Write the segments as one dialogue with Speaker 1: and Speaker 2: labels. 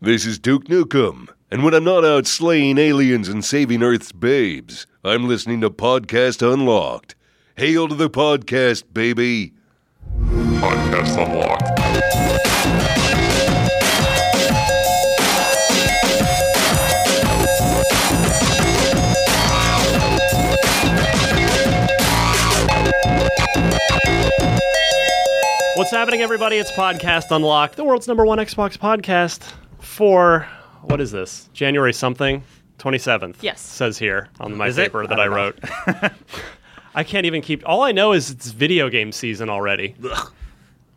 Speaker 1: This is Duke Nukem, and when I'm not out slaying aliens and saving Earth's babes, I'm listening to Podcast Unlocked. Hail to the podcast, baby!
Speaker 2: Podcast Unlocked.
Speaker 3: What's happening, everybody? It's Podcast Unlocked, the world's number one Xbox podcast for what is this? January something? 27th.
Speaker 4: Yes.
Speaker 3: Says here on my
Speaker 5: it?
Speaker 3: paper that
Speaker 5: I
Speaker 3: I,
Speaker 5: don't know.
Speaker 3: wrote. I can't even keep. All I know is it's video game season already.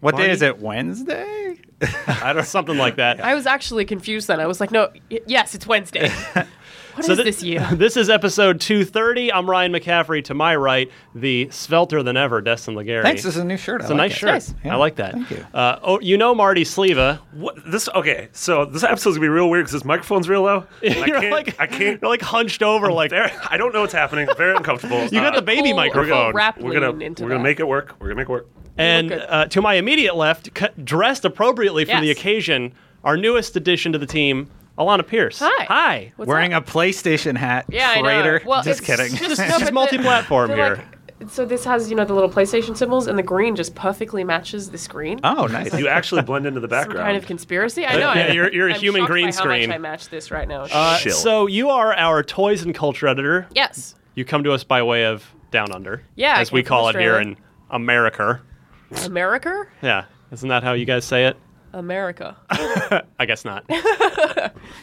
Speaker 5: What
Speaker 3: Barney?
Speaker 5: day is it? Wednesday? I don't.
Speaker 3: Something like that.
Speaker 4: I was actually confused then. I was like, no, y- yes, it's Wednesday. What is
Speaker 3: thi-
Speaker 4: this year?
Speaker 3: This is episode 230. I'm Ryan McCaffrey. To my right, the svelter than ever, Destin Legary.
Speaker 5: Thanks. This is a new shirt.
Speaker 3: It's a nice shirt.
Speaker 4: Nice.
Speaker 5: Yeah,
Speaker 3: I like that.
Speaker 5: thank you.
Speaker 3: Uh, oh, you know Marty Sleva.
Speaker 6: What, this okay? So this episode's gonna be real weird because this microphonene's real low. I
Speaker 3: you're
Speaker 6: can't.
Speaker 3: like
Speaker 6: I can't.
Speaker 3: You're like hunched over, like
Speaker 6: There, I don't know what's happening. Very uncomfortable. Uh,
Speaker 3: You got the baby
Speaker 4: Full
Speaker 3: microphone.
Speaker 4: Earl Rapp
Speaker 6: We're gonna
Speaker 4: lean into
Speaker 6: we're gonna
Speaker 4: that.
Speaker 6: make it work. We're gonna make it work.
Speaker 3: And
Speaker 4: look good.
Speaker 3: uh, to my immediate left, c- dressed appropriately for the
Speaker 4: Yes.
Speaker 3: occasion, our newest addition to the team, Alana Pierce.
Speaker 4: Hi.
Speaker 3: Hi.
Speaker 4: What's
Speaker 5: Wearing
Speaker 4: up?
Speaker 5: a PlayStation hat.
Speaker 4: yeah,
Speaker 5: traitor.
Speaker 4: I know. Well,
Speaker 5: just
Speaker 4: it's
Speaker 5: kidding.
Speaker 4: Just,
Speaker 3: It's just multi-platform
Speaker 4: here.
Speaker 3: here.
Speaker 4: so this has you know the little PlayStation symbols, and the green just perfectly matches the screen.
Speaker 5: oh, nice.
Speaker 6: You actually blend into the
Speaker 4: Some
Speaker 6: background.
Speaker 4: kind of conspiracy. I know.
Speaker 3: Yeah,
Speaker 4: I,
Speaker 3: you're- you're a
Speaker 4: I'm
Speaker 3: human
Speaker 4: shocked
Speaker 3: green
Speaker 4: by How
Speaker 3: screen.
Speaker 4: much I match this right now.
Speaker 3: Uh,
Speaker 6: Chill.
Speaker 3: so you are our toys and culture editor.
Speaker 4: yes.
Speaker 3: You come to us by way of Down Under.
Speaker 4: Yeah, I
Speaker 3: As we
Speaker 4: came from
Speaker 3: call it here in
Speaker 4: Australia.
Speaker 3: America.
Speaker 4: America.
Speaker 3: Yeah. Isn't that how you guys say it?
Speaker 4: America.
Speaker 3: I guess not.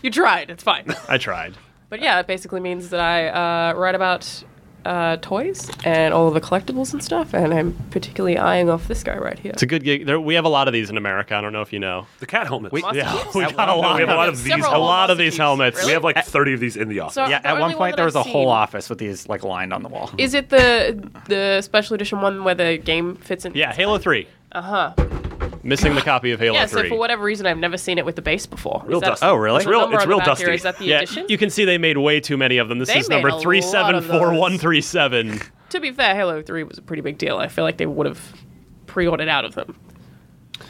Speaker 4: You tried. It's fine.
Speaker 3: I tried.
Speaker 4: But yeah, it basically means that I uh, write about uh, toys and all of the collectibles and stuff, and I'm particularly eyeing off this guy right here.
Speaker 3: It's a good gig. There, we have a lot of these in America. I don't know if you know.
Speaker 6: the cat helmet.
Speaker 5: We-
Speaker 3: Yeah,
Speaker 4: Yes.
Speaker 3: we got a lot.
Speaker 6: we have a
Speaker 3: of-
Speaker 6: lot of these.
Speaker 4: Several
Speaker 3: a
Speaker 6: helmets.
Speaker 3: lot of
Speaker 4: Velocity
Speaker 3: these helmets.
Speaker 4: Really?
Speaker 6: We have like thirty of these in the office.
Speaker 4: So-
Speaker 5: yeah.
Speaker 4: the
Speaker 5: At one
Speaker 4: only one
Speaker 5: point,
Speaker 4: that
Speaker 5: there was a
Speaker 4: I've
Speaker 5: whole
Speaker 4: seen-
Speaker 5: office with these like lined on the wall.
Speaker 4: Is it the the special edition one where the game fits in?
Speaker 3: Yeah, Halo 3. Uh huh. Missing the copy of Halo
Speaker 4: Uh-huh. Yeah.
Speaker 3: 3.
Speaker 4: So for whatever reason, I've never seen it with the base before.
Speaker 6: real
Speaker 4: Is that-
Speaker 6: dusty.
Speaker 5: Oh, really?
Speaker 6: It's real.
Speaker 4: number
Speaker 6: It's
Speaker 4: on the
Speaker 6: real
Speaker 4: back
Speaker 6: dusty.
Speaker 4: Here, is that the edition?
Speaker 3: you can see they made way too many of them. This
Speaker 4: They
Speaker 3: is number
Speaker 4: made a
Speaker 3: three
Speaker 4: lot
Speaker 3: seven
Speaker 4: of
Speaker 3: four one three seven.
Speaker 4: to be fair, Halo Three was a pretty big deal. I feel like they would have pre-ordered out of them.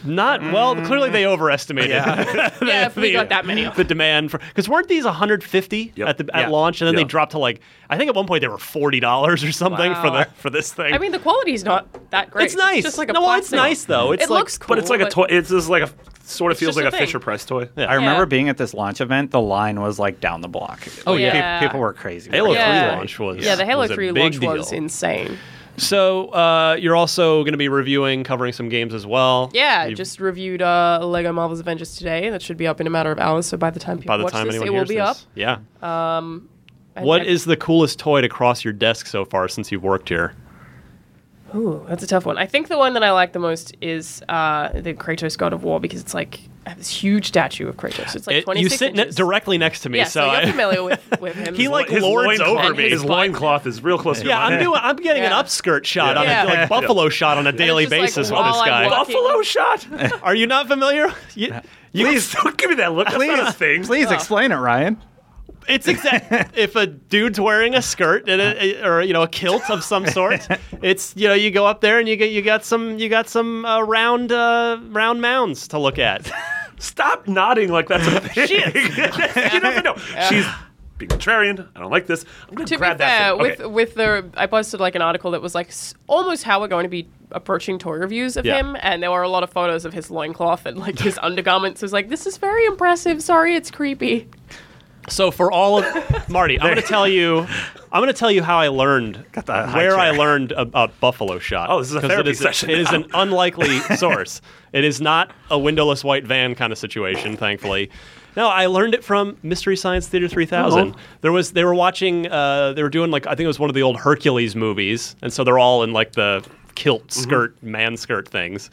Speaker 3: Not well. Clearly, they overestimated
Speaker 4: Mm. yeah, if we
Speaker 3: the-
Speaker 4: got that many. of
Speaker 3: the demand for because weren't these 150
Speaker 6: Yep.
Speaker 3: at the at
Speaker 5: Yeah.
Speaker 3: launch, and then they
Speaker 6: Yeah.
Speaker 3: dropped to like I think at one point they were forty dollars or something for
Speaker 4: Wow.
Speaker 3: the for this thing.
Speaker 4: I mean, the quality's not that great.
Speaker 3: it's nice.
Speaker 4: just like a
Speaker 3: no, well, it's
Speaker 4: plastic-
Speaker 3: nice though. It's
Speaker 4: it
Speaker 3: like,
Speaker 4: looks cool,
Speaker 6: But it's like a toy. It's just like a sort of feels
Speaker 4: just
Speaker 6: like
Speaker 4: a
Speaker 6: a
Speaker 4: thing.
Speaker 6: Fisher Price toy.
Speaker 5: I remember
Speaker 4: Yeah.
Speaker 5: being at this launch event. The line was like down the block. Oh
Speaker 4: yeah. yeah.
Speaker 5: People, were crazy.
Speaker 3: Halo
Speaker 4: Yeah.
Speaker 3: three launch was
Speaker 4: Yeah, the Halo
Speaker 3: was a
Speaker 4: Three
Speaker 3: big
Speaker 4: launch
Speaker 3: deal.
Speaker 4: was insane.
Speaker 3: So uh, you're also going to be reviewing, covering some games as well.
Speaker 4: Yeah,
Speaker 3: You've-
Speaker 4: just reviewed uh, Lego Marvel's Avengers today. That should be up in a matter of hours. So by the time people
Speaker 3: by the
Speaker 4: watch
Speaker 3: time
Speaker 4: this,
Speaker 3: anyone
Speaker 4: it will
Speaker 3: hears
Speaker 4: be
Speaker 3: this.
Speaker 4: up.
Speaker 3: Yeah.
Speaker 4: I
Speaker 3: What
Speaker 4: think-
Speaker 3: is the coolest toy to cross your desk so far since you've worked here?
Speaker 4: Ooh, that's a tough one. I think the one that I like the most is uh, the Kratos God of War because it's like I have this huge statue of Kratos. It's like
Speaker 3: It-
Speaker 4: 26
Speaker 3: you sit ne-
Speaker 4: inches.
Speaker 3: directly next to me,
Speaker 4: Yeah,
Speaker 3: so,
Speaker 4: so, you're
Speaker 3: I,
Speaker 4: familiar with, with him.
Speaker 3: He, like,
Speaker 6: His
Speaker 3: lords
Speaker 6: loincloth-
Speaker 3: over me.
Speaker 6: His
Speaker 4: His
Speaker 6: loincloth is real close to
Speaker 3: yeah,
Speaker 6: your
Speaker 3: I'm
Speaker 6: mouth.
Speaker 3: doing. I'm getting
Speaker 4: Yeah.
Speaker 3: an upskirt shot
Speaker 4: Yeah.
Speaker 3: on a like buffalo shot on a daily
Speaker 4: just, like,
Speaker 3: basis with
Speaker 4: while
Speaker 3: this
Speaker 4: I'm
Speaker 3: guy.
Speaker 4: walking-
Speaker 6: Buffalo shot.
Speaker 3: Are you not familiar? You, you-
Speaker 6: Please don't give me that look. That's not a thing.
Speaker 5: Please
Speaker 3: Oh.
Speaker 5: explain it, Ryan.
Speaker 3: it's exact. if a dude's wearing a skirt and a, or you know a kilt of some sort, it's you know you go up there and you get you got some you got some uh, round uh, round mounds to look at.
Speaker 6: Stop nodding like that's a thing. you never know. She's being contrarian. I don't like this. I'm gonna
Speaker 4: to be
Speaker 6: grab that.
Speaker 4: fair,
Speaker 6: thing.
Speaker 4: with
Speaker 6: Okay.
Speaker 4: with the I posted like an article that was like s- almost how we're going to be approaching toy reviews of
Speaker 3: Yeah.
Speaker 4: him, and there were a lot of photos of his loincloth and like his undergarments. It was like this is very impressive. Sorry, it's creepy.
Speaker 3: So for all of Marty, I'm going to tell you, I'm going to tell you how I learned
Speaker 5: the high
Speaker 3: where
Speaker 5: chair.
Speaker 3: I learned about buffalo shot.
Speaker 6: Oh, this is a
Speaker 3: 'Cause
Speaker 6: therapy
Speaker 3: it is
Speaker 6: session
Speaker 3: it is
Speaker 6: now.
Speaker 3: an unlikely source. It is not a windowless white van kind of situation, thankfully. No, I learned it from Mystery Science Theater
Speaker 6: Uh-huh.
Speaker 3: 3000. There was they were watching, uh, they were doing like I think it was one of the old Hercules movies, and so they're all in like the kilt
Speaker 6: Mm-hmm.
Speaker 3: skirt, man skirt things.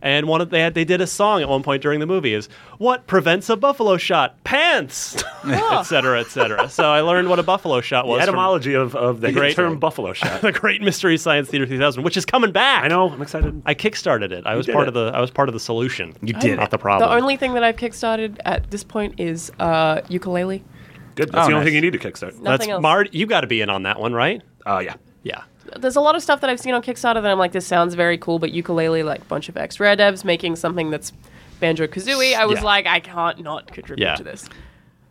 Speaker 3: And one of they had they did a song at one point during the movie is what prevents a buffalo shot pants etc cetera, etc cetera. so I learned what a buffalo shot was
Speaker 6: the
Speaker 3: from
Speaker 6: etymology of, of the,
Speaker 3: great-
Speaker 6: term buffalo shot.
Speaker 3: the Great Mystery Science Theater 3000 which is coming back
Speaker 6: I know. I'm excited.
Speaker 3: I kickstarted it I was
Speaker 6: did
Speaker 3: part
Speaker 6: it.
Speaker 3: of the I was part of the solution you
Speaker 5: did
Speaker 3: not
Speaker 5: it.
Speaker 3: the problem
Speaker 4: The only thing that I've kickstarted at this point is uh, ukulele.
Speaker 6: Good. That's
Speaker 5: Oh,
Speaker 6: the only
Speaker 5: nice.
Speaker 6: thing you need to kickstart.
Speaker 4: nothing
Speaker 3: that's
Speaker 4: else.
Speaker 3: Mart you got to be in on that one right
Speaker 6: Uh, yeah.
Speaker 3: yeah
Speaker 4: There's a lot of stuff that I've seen on Kickstarter that I'm like, this sounds very cool, but ukulele, like bunch of ex rare devs making something that's Banjo Kazooie, I was
Speaker 3: Yeah.
Speaker 4: like, I can't not contribute
Speaker 3: Yeah.
Speaker 4: to this.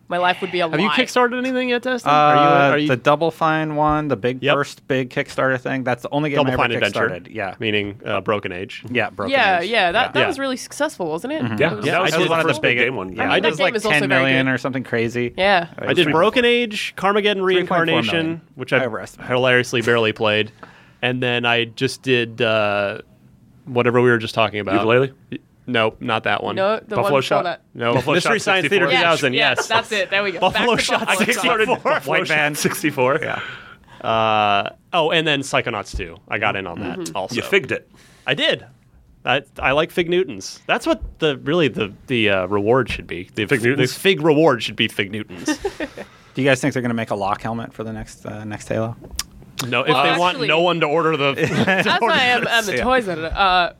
Speaker 4: My life would be a
Speaker 3: Have you
Speaker 4: lie.
Speaker 3: kickstarted anything yet, Destin?
Speaker 5: Uh,
Speaker 3: are you, are you
Speaker 5: the Double Fine one, the big
Speaker 3: Yep.
Speaker 5: first big Kickstarter thing. That's the only game
Speaker 3: Double
Speaker 5: I ever
Speaker 3: Fine Adventure?
Speaker 5: kickstarted. Yeah,
Speaker 3: meaning uh, Broken Age.
Speaker 5: yeah, broken
Speaker 4: Yeah,
Speaker 5: Age.
Speaker 4: yeah. That, that
Speaker 3: Yeah. Mm-hmm.
Speaker 4: was really successful, wasn't it?
Speaker 6: Yeah,
Speaker 4: It was-
Speaker 6: yeah,
Speaker 3: I
Speaker 6: that was,
Speaker 3: did-
Speaker 6: one
Speaker 3: one
Speaker 6: of
Speaker 3: of
Speaker 6: the
Speaker 5: those
Speaker 6: first big
Speaker 5: big-
Speaker 6: game one.
Speaker 5: Yeah,
Speaker 6: Yeah,
Speaker 4: mean,
Speaker 5: I
Speaker 4: that
Speaker 5: did
Speaker 4: game
Speaker 5: like
Speaker 4: is also
Speaker 5: ten
Speaker 4: very
Speaker 5: million
Speaker 4: good.
Speaker 5: or something crazy.
Speaker 4: Yeah.
Speaker 5: It
Speaker 3: I
Speaker 5: was
Speaker 3: did
Speaker 5: pretty
Speaker 3: Broken Age, Carmageddon
Speaker 5: 3.4 million.
Speaker 3: Reincarnation, which
Speaker 5: I
Speaker 3: I
Speaker 5: overestimated.
Speaker 3: hilariously barely played, and then I just did uh, whatever we were just talking about.
Speaker 6: Ukulele?
Speaker 3: Nope, not that one.
Speaker 4: No, the
Speaker 6: Buffalo
Speaker 4: one before
Speaker 6: Shot.
Speaker 4: that.
Speaker 3: no.
Speaker 6: Buffalo
Speaker 3: Mystery
Speaker 6: Shot
Speaker 3: Science
Speaker 6: 64.
Speaker 3: Theater
Speaker 4: Yeah,
Speaker 3: 2000.
Speaker 4: yeah,
Speaker 3: yes,
Speaker 4: that's it. There we go.
Speaker 3: Buffalo
Speaker 4: Back to
Speaker 3: Shot
Speaker 4: Buffalo
Speaker 3: Six
Speaker 4: Shot.
Speaker 3: Lord-
Speaker 6: Kickstarted
Speaker 3: White
Speaker 6: White
Speaker 5: Van.
Speaker 6: Van 64. Yeah.
Speaker 3: Uh, oh, and then Psychonauts 2. I got in on that
Speaker 4: Mm-hmm.
Speaker 3: also.
Speaker 6: You figged it.
Speaker 3: I did. I, I like Fig Newtons. That's what the really the the uh, reward should be. The
Speaker 6: Fig Newtons?
Speaker 3: The Fig reward should be Fig Newtons.
Speaker 5: Do you guys think they're gonna make a lock helmet for the next uh, next Halo?
Speaker 3: No, if they want
Speaker 4: actually-
Speaker 3: no one to order the.
Speaker 4: That's why I'm, I'm the
Speaker 5: Yeah.
Speaker 4: toys editor. Uh,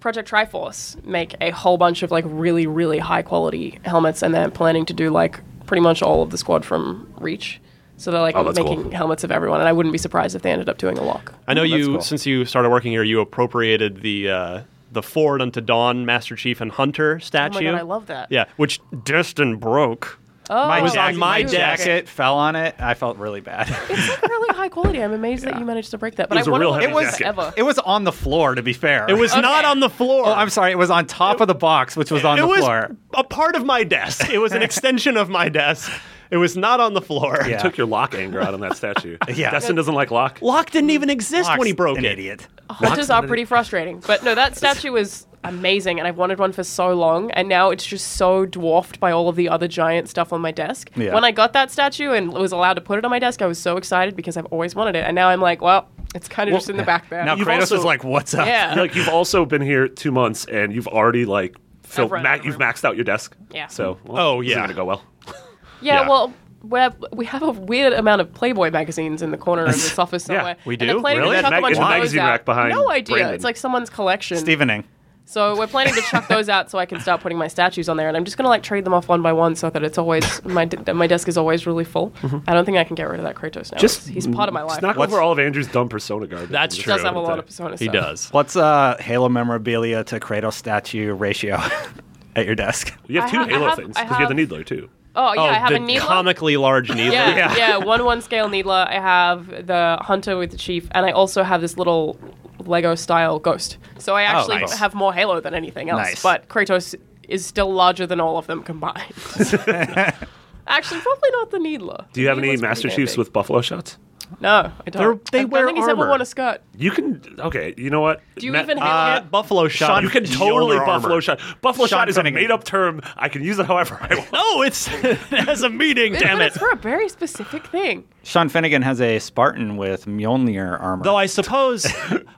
Speaker 4: Project Triforce make a whole bunch of like really really high quality helmets, and they're planning to do like pretty much all of the squad from Reach. So they're like
Speaker 6: Oh, that's
Speaker 4: making
Speaker 6: cool.
Speaker 4: helmets of everyone, and I wouldn't be surprised if they ended up doing a lock.
Speaker 3: I know
Speaker 5: Oh, that's
Speaker 3: you
Speaker 5: cool.
Speaker 3: since you started working here, you appropriated the uh, the Ford unto Dawn Master Chief and Hunter
Speaker 4: Oh my
Speaker 3: statue.
Speaker 4: god, I love that.
Speaker 3: Yeah, which Destin broke.
Speaker 4: oh,
Speaker 5: my
Speaker 3: was
Speaker 5: jacket,
Speaker 3: on my
Speaker 5: jacket.
Speaker 3: jacket.
Speaker 5: fell on it. I felt really bad.
Speaker 4: It's like really high quality. I'm amazed that you managed to break that. But
Speaker 6: was
Speaker 4: I
Speaker 6: a
Speaker 4: wonder
Speaker 6: real
Speaker 4: what
Speaker 6: heavy
Speaker 4: it was
Speaker 6: jacket.
Speaker 4: ever.
Speaker 5: it was on the floor. To be fair,
Speaker 3: It was not on the floor.
Speaker 5: Oh, I'm sorry. It was on top of the box, which was on
Speaker 3: it
Speaker 5: the
Speaker 3: was
Speaker 5: floor.
Speaker 3: a part of my desk. It was an extension of my desk. It was not on the floor.
Speaker 5: Yeah.
Speaker 6: Took your lock anger out on that statue.
Speaker 5: Yeah.
Speaker 6: Destin doesn't like lock.
Speaker 3: Lock didn't even exist when he broke
Speaker 5: an
Speaker 3: it.
Speaker 5: idiot.
Speaker 4: Hunters are pretty frustrating. But no, that statue was amazing, and I've wanted one for so long, and now it's just so dwarfed by all of the other giant stuff on my desk.
Speaker 5: Yeah.
Speaker 4: When I got that statue and was allowed to put it on my desk, I was so excited because I've always wanted it, and now I'm like, well, it's kind of just in the back there.
Speaker 5: Now
Speaker 6: You've
Speaker 5: Kratos
Speaker 6: also-
Speaker 5: is like, "What's up?"
Speaker 4: yeah.
Speaker 6: Like you've also been here two months and you've already like filled.
Speaker 4: run
Speaker 6: Ma-
Speaker 4: out of
Speaker 6: you've
Speaker 4: room.
Speaker 6: maxed out your desk.
Speaker 4: Yeah.
Speaker 6: So well,
Speaker 3: Oh,
Speaker 6: this isn't
Speaker 3: yeah.
Speaker 6: gonna go well.
Speaker 4: yeah,
Speaker 6: yeah.
Speaker 4: well. We have, we have a weird amount of Playboy magazines in the corner of this office
Speaker 6: Yeah,
Speaker 4: somewhere.
Speaker 3: we
Speaker 4: And
Speaker 3: do?
Speaker 4: they're planning
Speaker 6: Really?
Speaker 4: to chuck
Speaker 6: Mag-
Speaker 4: a bunch
Speaker 6: is
Speaker 4: of
Speaker 6: the
Speaker 4: those
Speaker 6: magazine
Speaker 4: out.
Speaker 6: rack behind
Speaker 4: No idea.
Speaker 6: Brandon?
Speaker 4: It's like someone's collection.
Speaker 5: Stevening.
Speaker 4: So we're planning to chuck those out, so I can start putting my statues on there, and I'm just gonna like trade them off one by one, so that it's always my d- my desk is always really full. I don't think I can get rid of that Kratos now.
Speaker 6: Just
Speaker 4: he's part of my life.
Speaker 6: Just knock
Speaker 4: He
Speaker 6: over all of Andrew's dumb persona guard.
Speaker 3: That's
Speaker 6: Just
Speaker 3: true.
Speaker 4: does have a lot of persona.
Speaker 3: He
Speaker 4: stuff.
Speaker 3: does.
Speaker 5: What's uh Halo memorabilia to Kratos statue ratio at your desk?
Speaker 6: You have
Speaker 4: I
Speaker 6: two
Speaker 4: have- I
Speaker 6: Halo
Speaker 4: have-
Speaker 6: things
Speaker 4: I
Speaker 6: because you have the
Speaker 4: have-
Speaker 6: Needler too.
Speaker 4: Oh yeah,
Speaker 3: oh,
Speaker 4: I have
Speaker 3: the
Speaker 4: a needler.
Speaker 3: comically large needler.
Speaker 4: yeah, yeah, one one scale needler. I have the hunter with the chief, and I also have this little Lego style ghost. So I actually
Speaker 5: nice.
Speaker 4: have more Halo than anything else.
Speaker 5: Nice.
Speaker 4: But Kratos is still larger than all of them combined. actually, probably not the needler.
Speaker 6: Do you have any
Speaker 4: Needler's pretty
Speaker 6: Master
Speaker 4: damn
Speaker 6: Chiefs
Speaker 4: big.
Speaker 6: with buffalo shots?
Speaker 4: No, I don't.
Speaker 3: They're- they
Speaker 4: I
Speaker 3: wear
Speaker 4: don't think he's ever
Speaker 3: armor.
Speaker 4: worn a skirt.
Speaker 6: You can. Okay, you know what?
Speaker 4: Do you
Speaker 6: Ma-
Speaker 4: even
Speaker 6: uh,
Speaker 4: have
Speaker 3: Uh, buffalo shot.
Speaker 6: you can totally
Speaker 3: Shoulder
Speaker 6: buffalo
Speaker 3: armor.
Speaker 6: shot. Buffalo
Speaker 5: Sean
Speaker 6: shot is a
Speaker 5: Finnegan.
Speaker 6: made-up term. I can use it however I want.
Speaker 3: No, it's it has a meaning. damn
Speaker 4: but
Speaker 3: it.
Speaker 4: It's for a very specific thing.
Speaker 5: Sean Finnegan has a Spartan with Mjolnir armor.
Speaker 3: Though I suppose,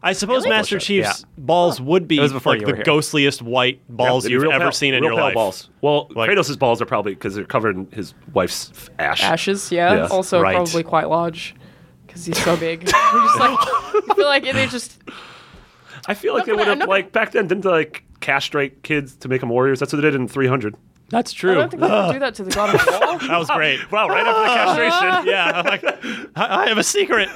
Speaker 3: I suppose
Speaker 4: Really?
Speaker 3: Master
Speaker 5: Bullshit.
Speaker 3: Chief's
Speaker 5: Yeah.
Speaker 3: balls would be
Speaker 5: It was before
Speaker 3: like
Speaker 5: you
Speaker 3: the
Speaker 5: were here.
Speaker 3: ghostliest white balls
Speaker 6: The
Speaker 3: you've
Speaker 6: real
Speaker 3: ever
Speaker 6: pal-
Speaker 3: seen in
Speaker 6: real
Speaker 3: your
Speaker 6: pal
Speaker 3: life.
Speaker 6: balls. Well,
Speaker 3: Like-
Speaker 6: Kratos' balls are probably because they're covered in his wife's f- ash.
Speaker 4: Ashes, yeah.
Speaker 6: Yeah.
Speaker 4: also
Speaker 3: Right.
Speaker 4: probably quite large because he's so big. You're just like, I feel like they just
Speaker 6: I feel
Speaker 4: I'm
Speaker 6: like they
Speaker 4: not gonna-
Speaker 6: would
Speaker 4: I'm
Speaker 6: have
Speaker 4: not
Speaker 6: like back then didn't they like castrate kids to make them warriors? That's what they did in 300.
Speaker 3: That's
Speaker 4: I
Speaker 3: true.
Speaker 4: don't think they would do that to the god of war.
Speaker 3: that was great.
Speaker 6: Wow, right after the castration,
Speaker 3: yeah, like I, I have a secret.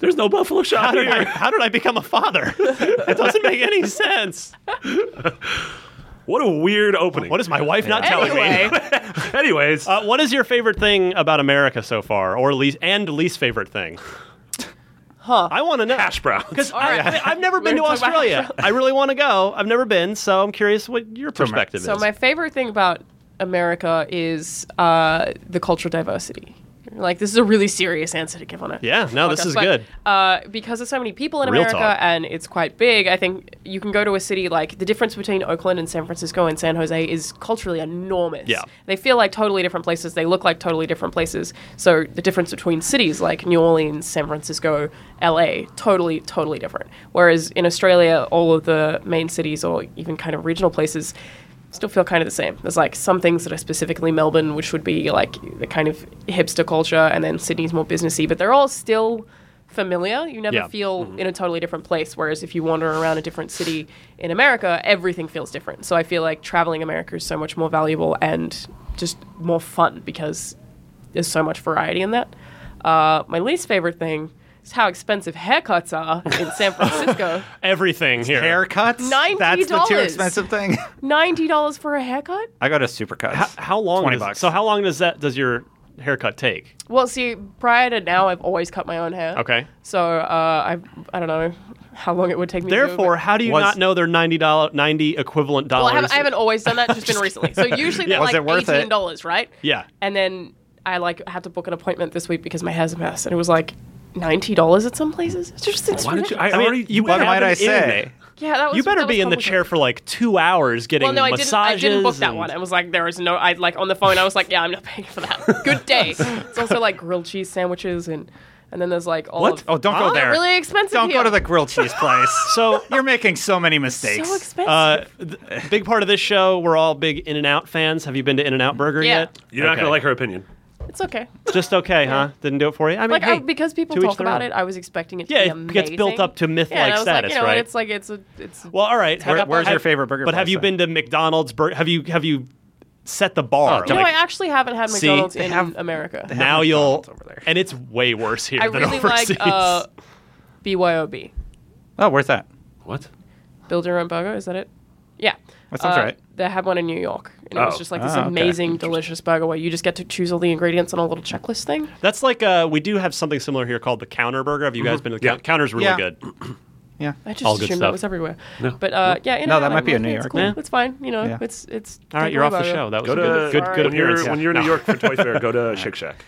Speaker 6: there's no buffalo
Speaker 3: How
Speaker 6: shot
Speaker 3: did, I,
Speaker 6: here.
Speaker 3: how did I become a father? It doesn't make any sense.
Speaker 6: What a weird opening.
Speaker 3: What is my wife not telling me?
Speaker 4: Anyway,
Speaker 6: Anyways,
Speaker 3: Uh, what is your favorite thing about America so far, or least and least favorite thing?
Speaker 4: huh?
Speaker 3: I want to know.
Speaker 6: hash browns.
Speaker 3: Because
Speaker 4: All right.
Speaker 3: I, have never been
Speaker 4: We're
Speaker 3: to
Speaker 4: gonna talk about
Speaker 3: Australia. I really want to go. I've never been, so I'm curious what your perspective
Speaker 4: So
Speaker 3: is.
Speaker 4: my favorite thing about America is uh, the cultural diversity. Like this is a really serious answer to give on it.
Speaker 3: yeah, no, this
Speaker 4: podcast,
Speaker 3: is
Speaker 4: but,
Speaker 3: good.
Speaker 4: Uh, because there's so many people in
Speaker 3: Real
Speaker 4: America
Speaker 3: talk.
Speaker 4: and it's quite big, I think you can go to a city like the difference between Oakland and San Francisco and San Jose is culturally enormous.
Speaker 3: Yeah.
Speaker 4: They feel like totally different places, they look like totally different places. So the difference between cities like New Orleans, San Francisco, LA, totally, totally different. Whereas in Australia, all of the main cities or even kind of regional places, still feel kind of the same. There's like some things that are specifically Melbourne, which would be like the kind of hipster culture, and then Sydney's more businessy, but they're all still familiar. You never
Speaker 3: Yeah.
Speaker 4: feel
Speaker 3: Mm-hmm.
Speaker 4: in a totally different place. Whereas if you wander around a different city in America, everything feels different. So I feel like traveling America is so much more valuable and just more fun because there's so much variety in that. Uh, my least favorite thing. is how expensive haircuts are in San Francisco.
Speaker 3: Everything here.
Speaker 5: Haircuts?
Speaker 4: $90.
Speaker 5: That's the too expensive thing.
Speaker 4: Ninety dollars for a haircut?
Speaker 5: I go to Supercuts.
Speaker 3: How, how long?
Speaker 5: 20
Speaker 3: does-
Speaker 5: bucks.
Speaker 3: So how long does that does your haircut take?
Speaker 4: Well, see, prior to now, I've always cut my own hair.
Speaker 3: Okay.
Speaker 4: So uh, I I don't know how long it would take me.
Speaker 3: Therefore,
Speaker 4: to do, it,
Speaker 3: how do you
Speaker 5: Was-
Speaker 3: not know they're ninety dollar ninety equivalent
Speaker 4: but- well,
Speaker 3: dollars?
Speaker 4: I haven't, I haven't always done that. Just been recently. So usually they're
Speaker 5: Was
Speaker 4: like
Speaker 5: it worth it?
Speaker 4: eighteen dollars, right?
Speaker 3: Yeah.
Speaker 4: And then I like had to book an appointment this week because my hair's a mess, and it was like ninety dollars at some places. It's just it's
Speaker 6: Why don't you? I,
Speaker 4: ridiculous.
Speaker 3: I mean,
Speaker 6: already.
Speaker 3: you
Speaker 5: what
Speaker 3: have
Speaker 5: might
Speaker 3: an
Speaker 5: I
Speaker 3: in.
Speaker 5: say?
Speaker 4: yeah, that was
Speaker 3: You better
Speaker 4: that
Speaker 3: be
Speaker 4: was
Speaker 3: in the
Speaker 4: complicated.
Speaker 3: chair for like two hours getting
Speaker 4: Well, no, I didn't. I
Speaker 3: massages.
Speaker 4: didn't book that
Speaker 3: and-
Speaker 4: one. I was like, there is no. I like on the phone. I was like, yeah, I'm not paying for that. Good day. it's also like grilled cheese sandwiches and and then there's like all
Speaker 3: What?
Speaker 4: Of,
Speaker 5: Oh, don't
Speaker 4: Huh?
Speaker 5: go there.
Speaker 4: Really expensive
Speaker 5: Don't
Speaker 4: here.
Speaker 5: go to the grilled cheese place.
Speaker 3: So
Speaker 5: You're making so many mistakes.
Speaker 4: so expensive.
Speaker 3: Uh, th- big part of this show, we're all big In and Out fans. Have you been to In and Out Burger
Speaker 4: Yeah.
Speaker 3: yet?
Speaker 6: You're not gonna
Speaker 3: Okay.
Speaker 6: like her opinion.
Speaker 4: it's okay.
Speaker 3: Just okay, huh? Didn't do it for you. I mean,
Speaker 4: Like
Speaker 3: hey,
Speaker 4: I, because people
Speaker 3: to each
Speaker 4: talk
Speaker 3: their
Speaker 4: about
Speaker 3: own.
Speaker 4: it, I was expecting it.
Speaker 3: Yeah,
Speaker 4: to be
Speaker 3: it gets built
Speaker 4: amazing.
Speaker 3: up to myth-like
Speaker 4: yeah, and I was
Speaker 3: status,
Speaker 4: like, you know,
Speaker 3: right?
Speaker 4: It's like it's a it's.
Speaker 3: Well, all right.
Speaker 5: Where-
Speaker 3: have-
Speaker 5: where's your
Speaker 3: have-
Speaker 5: favorite burger
Speaker 3: But have
Speaker 5: place
Speaker 3: you
Speaker 5: then?
Speaker 3: been to McDonald's? Bur- have you have you set the bar?
Speaker 5: Oh,
Speaker 4: no,
Speaker 5: like-
Speaker 4: I actually haven't had
Speaker 5: See,
Speaker 4: McDonald's
Speaker 5: they
Speaker 4: in
Speaker 5: have-
Speaker 4: America.
Speaker 3: now you'll
Speaker 5: McDonald's over there.
Speaker 3: and it's way worse here
Speaker 4: I
Speaker 3: than
Speaker 4: really like
Speaker 3: overseas.
Speaker 4: uh, BYOB.
Speaker 5: Oh, where's that?
Speaker 6: What?
Speaker 4: Build your own burger. Is that it? Yeah. Uh,
Speaker 5: That sounds right.
Speaker 4: They had one in New York, and it was
Speaker 6: Oh.
Speaker 4: just like this
Speaker 5: Ah, okay.
Speaker 4: amazing, delicious burger where you just get to choose all the ingredients on a little checklist thing.
Speaker 3: That's like uh, we do have something similar here called the Counter Burger. Have you guys been to the
Speaker 6: Mm-hmm. Yeah.
Speaker 3: Coun- Counter's really
Speaker 5: Yeah.
Speaker 3: good.
Speaker 5: Yeah.
Speaker 4: I just
Speaker 3: All good
Speaker 4: assumed
Speaker 3: stuff.
Speaker 4: that was everywhere. But uh, yeah, in
Speaker 5: No,
Speaker 4: and
Speaker 5: that
Speaker 4: out,
Speaker 5: might be
Speaker 4: I
Speaker 5: in
Speaker 4: love
Speaker 5: New
Speaker 4: it. It's
Speaker 5: York.
Speaker 4: cool.
Speaker 3: Yeah.
Speaker 4: It's fine. You know,
Speaker 5: Yeah.
Speaker 4: it's it's.
Speaker 3: All right,
Speaker 4: take
Speaker 3: you're
Speaker 4: away
Speaker 3: off the
Speaker 4: burger.
Speaker 3: show. That was
Speaker 6: Go
Speaker 3: a good,
Speaker 6: to
Speaker 3: good, good
Speaker 6: when you're-
Speaker 3: appearance.
Speaker 6: When you're in
Speaker 3: No.
Speaker 6: New York for Toy Fair, go to Shake Shack.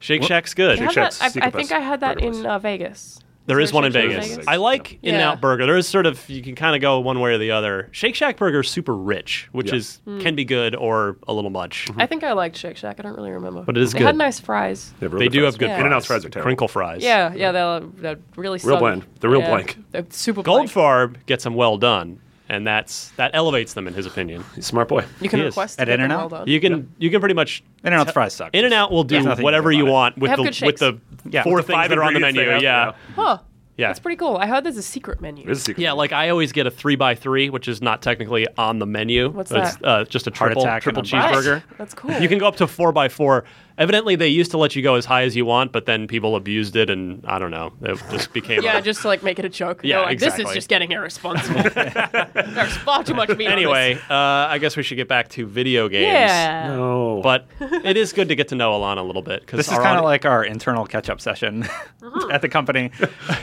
Speaker 3: Shake Shack's good.
Speaker 4: I, have
Speaker 6: Shack's
Speaker 4: that- I- I
Speaker 6: secret
Speaker 4: think I
Speaker 6: place.
Speaker 4: had that
Speaker 6: Burger
Speaker 4: in
Speaker 6: place.
Speaker 4: uh, Vegas.
Speaker 3: There is
Speaker 4: a
Speaker 3: one in
Speaker 4: Shake Shack
Speaker 3: Vegas.
Speaker 6: Vegas?
Speaker 3: I like
Speaker 4: Yeah.
Speaker 3: In and Out Burger. There is sort of you can kind of go one way or the other. Shake Shack Burger is super rich, which
Speaker 6: Yeah. Mm-hmm.
Speaker 3: is
Speaker 4: Mm.
Speaker 3: can be good or a little much.
Speaker 4: I think I liked Shake Shack. I don't really remember.
Speaker 3: But it is
Speaker 4: they
Speaker 3: good.
Speaker 4: had nice fries.
Speaker 3: They do have good
Speaker 4: Yeah.
Speaker 6: In and out fries are terrible.
Speaker 3: Crinkle fries.
Speaker 4: Yeah, yeah, they're, they're really
Speaker 6: Real
Speaker 4: soggy.
Speaker 6: bland. They're real
Speaker 4: yeah,
Speaker 6: blank.
Speaker 4: They're super blank.
Speaker 3: Goldfarb gets them well done, and that's that elevates them in his opinion.
Speaker 6: He's a smart boy.
Speaker 4: You can
Speaker 3: Yes.
Speaker 4: request
Speaker 5: At
Speaker 4: to get them
Speaker 5: In-N-Out?
Speaker 4: well done.
Speaker 3: You can you can pretty much
Speaker 5: In and Out's fries suck.
Speaker 3: In and Out will do
Speaker 5: There's nothing you
Speaker 3: whatever
Speaker 5: can do
Speaker 3: you
Speaker 5: about it.
Speaker 3: want with
Speaker 4: have
Speaker 3: the
Speaker 4: good
Speaker 3: with the
Speaker 5: Yeah,
Speaker 3: four
Speaker 5: with
Speaker 6: the
Speaker 3: five that are on the
Speaker 6: ingredients
Speaker 3: menu.
Speaker 6: they have,
Speaker 3: Yeah.
Speaker 4: Huh.
Speaker 3: Yeah.
Speaker 4: That's pretty cool. I heard there's a secret menu.
Speaker 6: There's a secret.
Speaker 3: Yeah, like I always get a three by three, which is not technically on the menu.
Speaker 4: What's
Speaker 3: It's,
Speaker 4: that?
Speaker 3: Uh, just a triple
Speaker 5: attack
Speaker 3: triple
Speaker 5: and a bite.
Speaker 4: Right.
Speaker 3: cheeseburger.
Speaker 4: That's cool.
Speaker 3: You can go up to four by four. Evidently, they used to let you go as high as you want, but then people abused it, and I don't know. It just became
Speaker 4: Yeah,
Speaker 3: a-
Speaker 4: just to like make it a joke.
Speaker 3: Yeah,
Speaker 4: They're like, This
Speaker 3: exactly.
Speaker 4: is just getting irresponsible. There's far too much meat. on
Speaker 3: anyway.
Speaker 4: this.
Speaker 3: Uh, I guess we should get back to video games.
Speaker 4: yeah.
Speaker 6: No.
Speaker 3: but it is good to get to know Alana a little bit because
Speaker 5: This is kind of like our internal catch-up session at the company.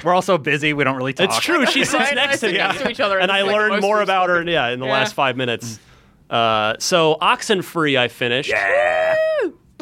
Speaker 5: We're all so busy, we don't really talk.
Speaker 3: It's true. She sits
Speaker 4: Right,
Speaker 3: next
Speaker 4: I
Speaker 3: to me,
Speaker 4: sit next to each other,
Speaker 3: and
Speaker 4: and
Speaker 3: I
Speaker 4: it's like
Speaker 3: learned
Speaker 4: most
Speaker 3: more
Speaker 4: we've
Speaker 3: about her. Yeah, in the
Speaker 4: Yeah.
Speaker 3: last five minutes. Uh, so Oxen Free, I finished.
Speaker 6: Yeah.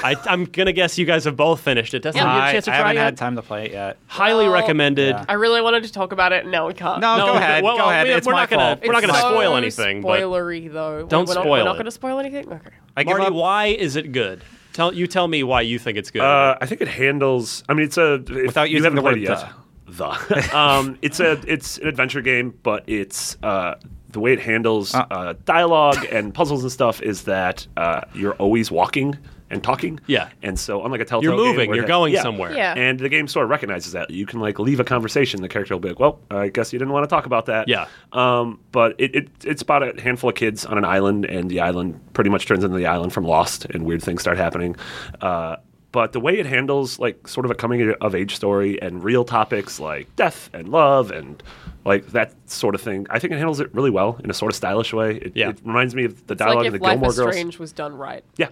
Speaker 3: I, I'm gonna guess you guys have both finished it. Doesn't
Speaker 4: Yeah.
Speaker 3: give you
Speaker 5: I,
Speaker 3: a chance to try
Speaker 5: I haven't
Speaker 3: it.
Speaker 5: had time to play it yet.
Speaker 3: Highly
Speaker 4: Well,
Speaker 3: recommended.
Speaker 5: yeah.
Speaker 4: I really wanted to talk about it. No, we can't.
Speaker 5: No,
Speaker 3: No,
Speaker 5: go ahead.
Speaker 3: well,
Speaker 5: go ahead.
Speaker 3: we-
Speaker 5: it's
Speaker 3: we're
Speaker 5: my
Speaker 3: not gonna-
Speaker 5: fault.
Speaker 3: we're not
Speaker 4: It's
Speaker 3: gonna
Speaker 4: so
Speaker 3: spoil anything, but-
Speaker 4: Spoilery though.
Speaker 3: Don't
Speaker 4: we're not,
Speaker 3: spoil
Speaker 4: We're not
Speaker 3: it.
Speaker 4: going to spoil anything. Okay.
Speaker 5: I give
Speaker 3: Marty,
Speaker 5: up.
Speaker 3: why is it good? Tell you tell me why you think it's good.
Speaker 6: Uh, I think it handles. I mean, it's a if
Speaker 5: Without
Speaker 6: you
Speaker 5: using
Speaker 6: haven't
Speaker 5: the
Speaker 6: played
Speaker 5: word
Speaker 6: it yet. The. um, it's a it's an adventure game, but it's uh, the way it handles
Speaker 3: Ah.
Speaker 6: uh, dialogue and puzzles and stuff is that uh, you're always walking and talking.
Speaker 3: Yeah.
Speaker 6: and so unlike a Telltale,
Speaker 3: You're
Speaker 6: game
Speaker 3: moving,
Speaker 6: where
Speaker 3: you're
Speaker 6: they-
Speaker 3: going somewhere.
Speaker 4: Yeah.
Speaker 6: and the game sort of recognizes that you can like leave a conversation. The character will be like, "Well, I guess you didn't want to talk about that."
Speaker 3: Yeah.
Speaker 6: Um, but it, it it's about a handful of kids on an island, and the island pretty much turns into the island from Lost, and weird things start happening. Uh, but the way it handles like sort of a coming of age story and real topics like death and love and like that sort of thing, I think it handles it really well in a sort of stylish way. It,
Speaker 3: Yeah.
Speaker 6: it reminds me of the
Speaker 4: It's
Speaker 6: dialogue
Speaker 4: like
Speaker 6: in
Speaker 4: if
Speaker 6: the
Speaker 4: Life
Speaker 6: Gilmore
Speaker 4: is
Speaker 6: Girls.
Speaker 4: Strange was done right.
Speaker 6: Yeah,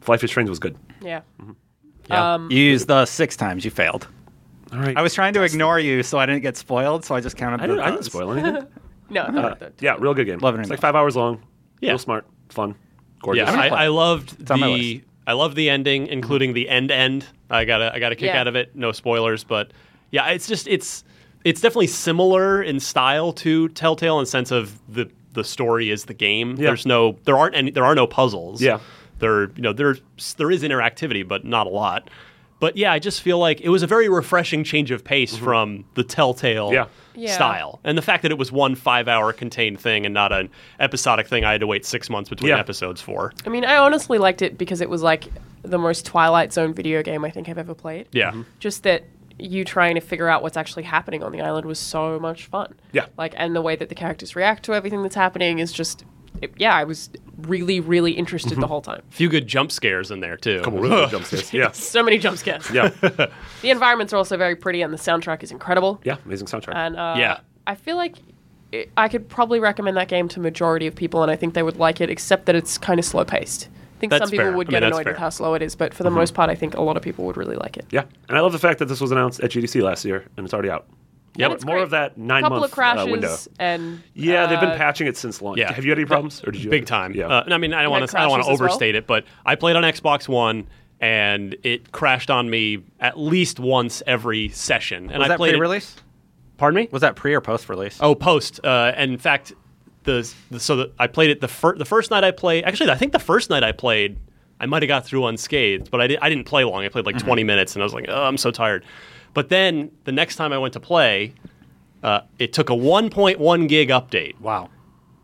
Speaker 6: If Life is Strange was good.
Speaker 4: Yeah.
Speaker 3: Mm-hmm. Yeah.
Speaker 4: Um,
Speaker 5: You used the six times. You failed.
Speaker 6: All right,
Speaker 5: I was trying to ignore you so I didn't get spoiled, so I just counted
Speaker 6: I
Speaker 5: the
Speaker 6: didn't, I didn't
Speaker 5: dots.
Speaker 6: spoil anything.
Speaker 4: no.
Speaker 6: Uh, yeah, real good game.
Speaker 5: Love it or
Speaker 6: It's like
Speaker 5: not.
Speaker 6: five hours long.
Speaker 3: Yeah.
Speaker 6: Real smart, fun, gorgeous.
Speaker 3: yeah,
Speaker 5: gonna
Speaker 3: I,
Speaker 5: play
Speaker 3: I
Speaker 5: it.
Speaker 3: loved
Speaker 5: on my
Speaker 3: the
Speaker 5: list.
Speaker 3: I loved the ending, including the end end. I got a I got a kick
Speaker 4: Yeah.
Speaker 3: out of it. No spoilers, but yeah, it's just it's it's definitely similar in style to Telltale in sense of the the story is the game.
Speaker 6: Yeah.
Speaker 3: There's no there aren't any there are no puzzles.
Speaker 6: Yeah.
Speaker 3: There you know there's there is interactivity, but not a lot. But yeah, I just feel like it was a very refreshing change of pace
Speaker 5: Mm-hmm.
Speaker 3: from the Telltale
Speaker 6: Yeah.
Speaker 4: Yeah.
Speaker 3: style, and the fact that it was one five-hour contained thing and not an episodic thing. I had to wait six months between
Speaker 6: Yeah.
Speaker 3: episodes for.
Speaker 4: I mean, I honestly liked it because it was like the most Twilight Zone video game I think I've ever played.
Speaker 3: Yeah.
Speaker 4: Just that you trying to figure out what's actually happening on the island was so much fun.
Speaker 6: Yeah.
Speaker 4: Like, and the way that the characters react to everything that's happening is just it, yeah, I was really, really interested
Speaker 6: Mm-hmm.
Speaker 4: the whole time.
Speaker 3: A few good jump scares in there too.
Speaker 6: Couple really good jump scares. Yeah.
Speaker 4: So many jump scares.
Speaker 6: Yeah.
Speaker 4: The environments are also very pretty, and the soundtrack is incredible.
Speaker 6: Yeah. Amazing soundtrack.
Speaker 4: And uh,
Speaker 3: Yeah.
Speaker 4: I feel like it, I could probably recommend that game to majority of people, and I think they would like it, except that it's kind of slow paced. I think
Speaker 3: That's
Speaker 4: some people
Speaker 3: fair.
Speaker 4: would
Speaker 3: I mean,
Speaker 4: get
Speaker 3: that's
Speaker 4: annoyed with
Speaker 3: fair. Mm-hmm.
Speaker 4: how slow it is, but for the most part, I think a lot of people would really like it.
Speaker 6: yeah. And I love the fact that this was announced at GDC last year and it's already out.
Speaker 3: Yeah,
Speaker 4: And it's
Speaker 6: more
Speaker 4: great.
Speaker 6: of that nine
Speaker 4: couple
Speaker 6: month
Speaker 4: of crashes
Speaker 6: uh, window.
Speaker 4: and
Speaker 6: Yeah, they've
Speaker 4: uh,
Speaker 6: been patching it since launch.
Speaker 3: Yeah.
Speaker 6: Have you had any problems, or did you?
Speaker 3: big time.
Speaker 6: Yeah.
Speaker 3: Uh, and I mean, I don't want to. I don't want to
Speaker 4: crashes as well?
Speaker 3: overstate it, but I played on Xbox One, and it crashed on me at least once every session. And
Speaker 5: Was
Speaker 3: I
Speaker 5: that
Speaker 3: played. it-
Speaker 5: pre-release?
Speaker 3: Pardon me.
Speaker 5: Was that pre or post-release?
Speaker 3: Oh, post. Uh, and in fact, the, the so that I played it the fir- the first night I played. Actually, I think the first night I played, I might have got through unscathed, but I, di- I didn't play long. I played like
Speaker 5: Mm-hmm.
Speaker 3: 20 minutes, and I was like, oh, I'm so tired. But then the next time I went to play, uh, it took a 1.1 gig update,
Speaker 5: wow.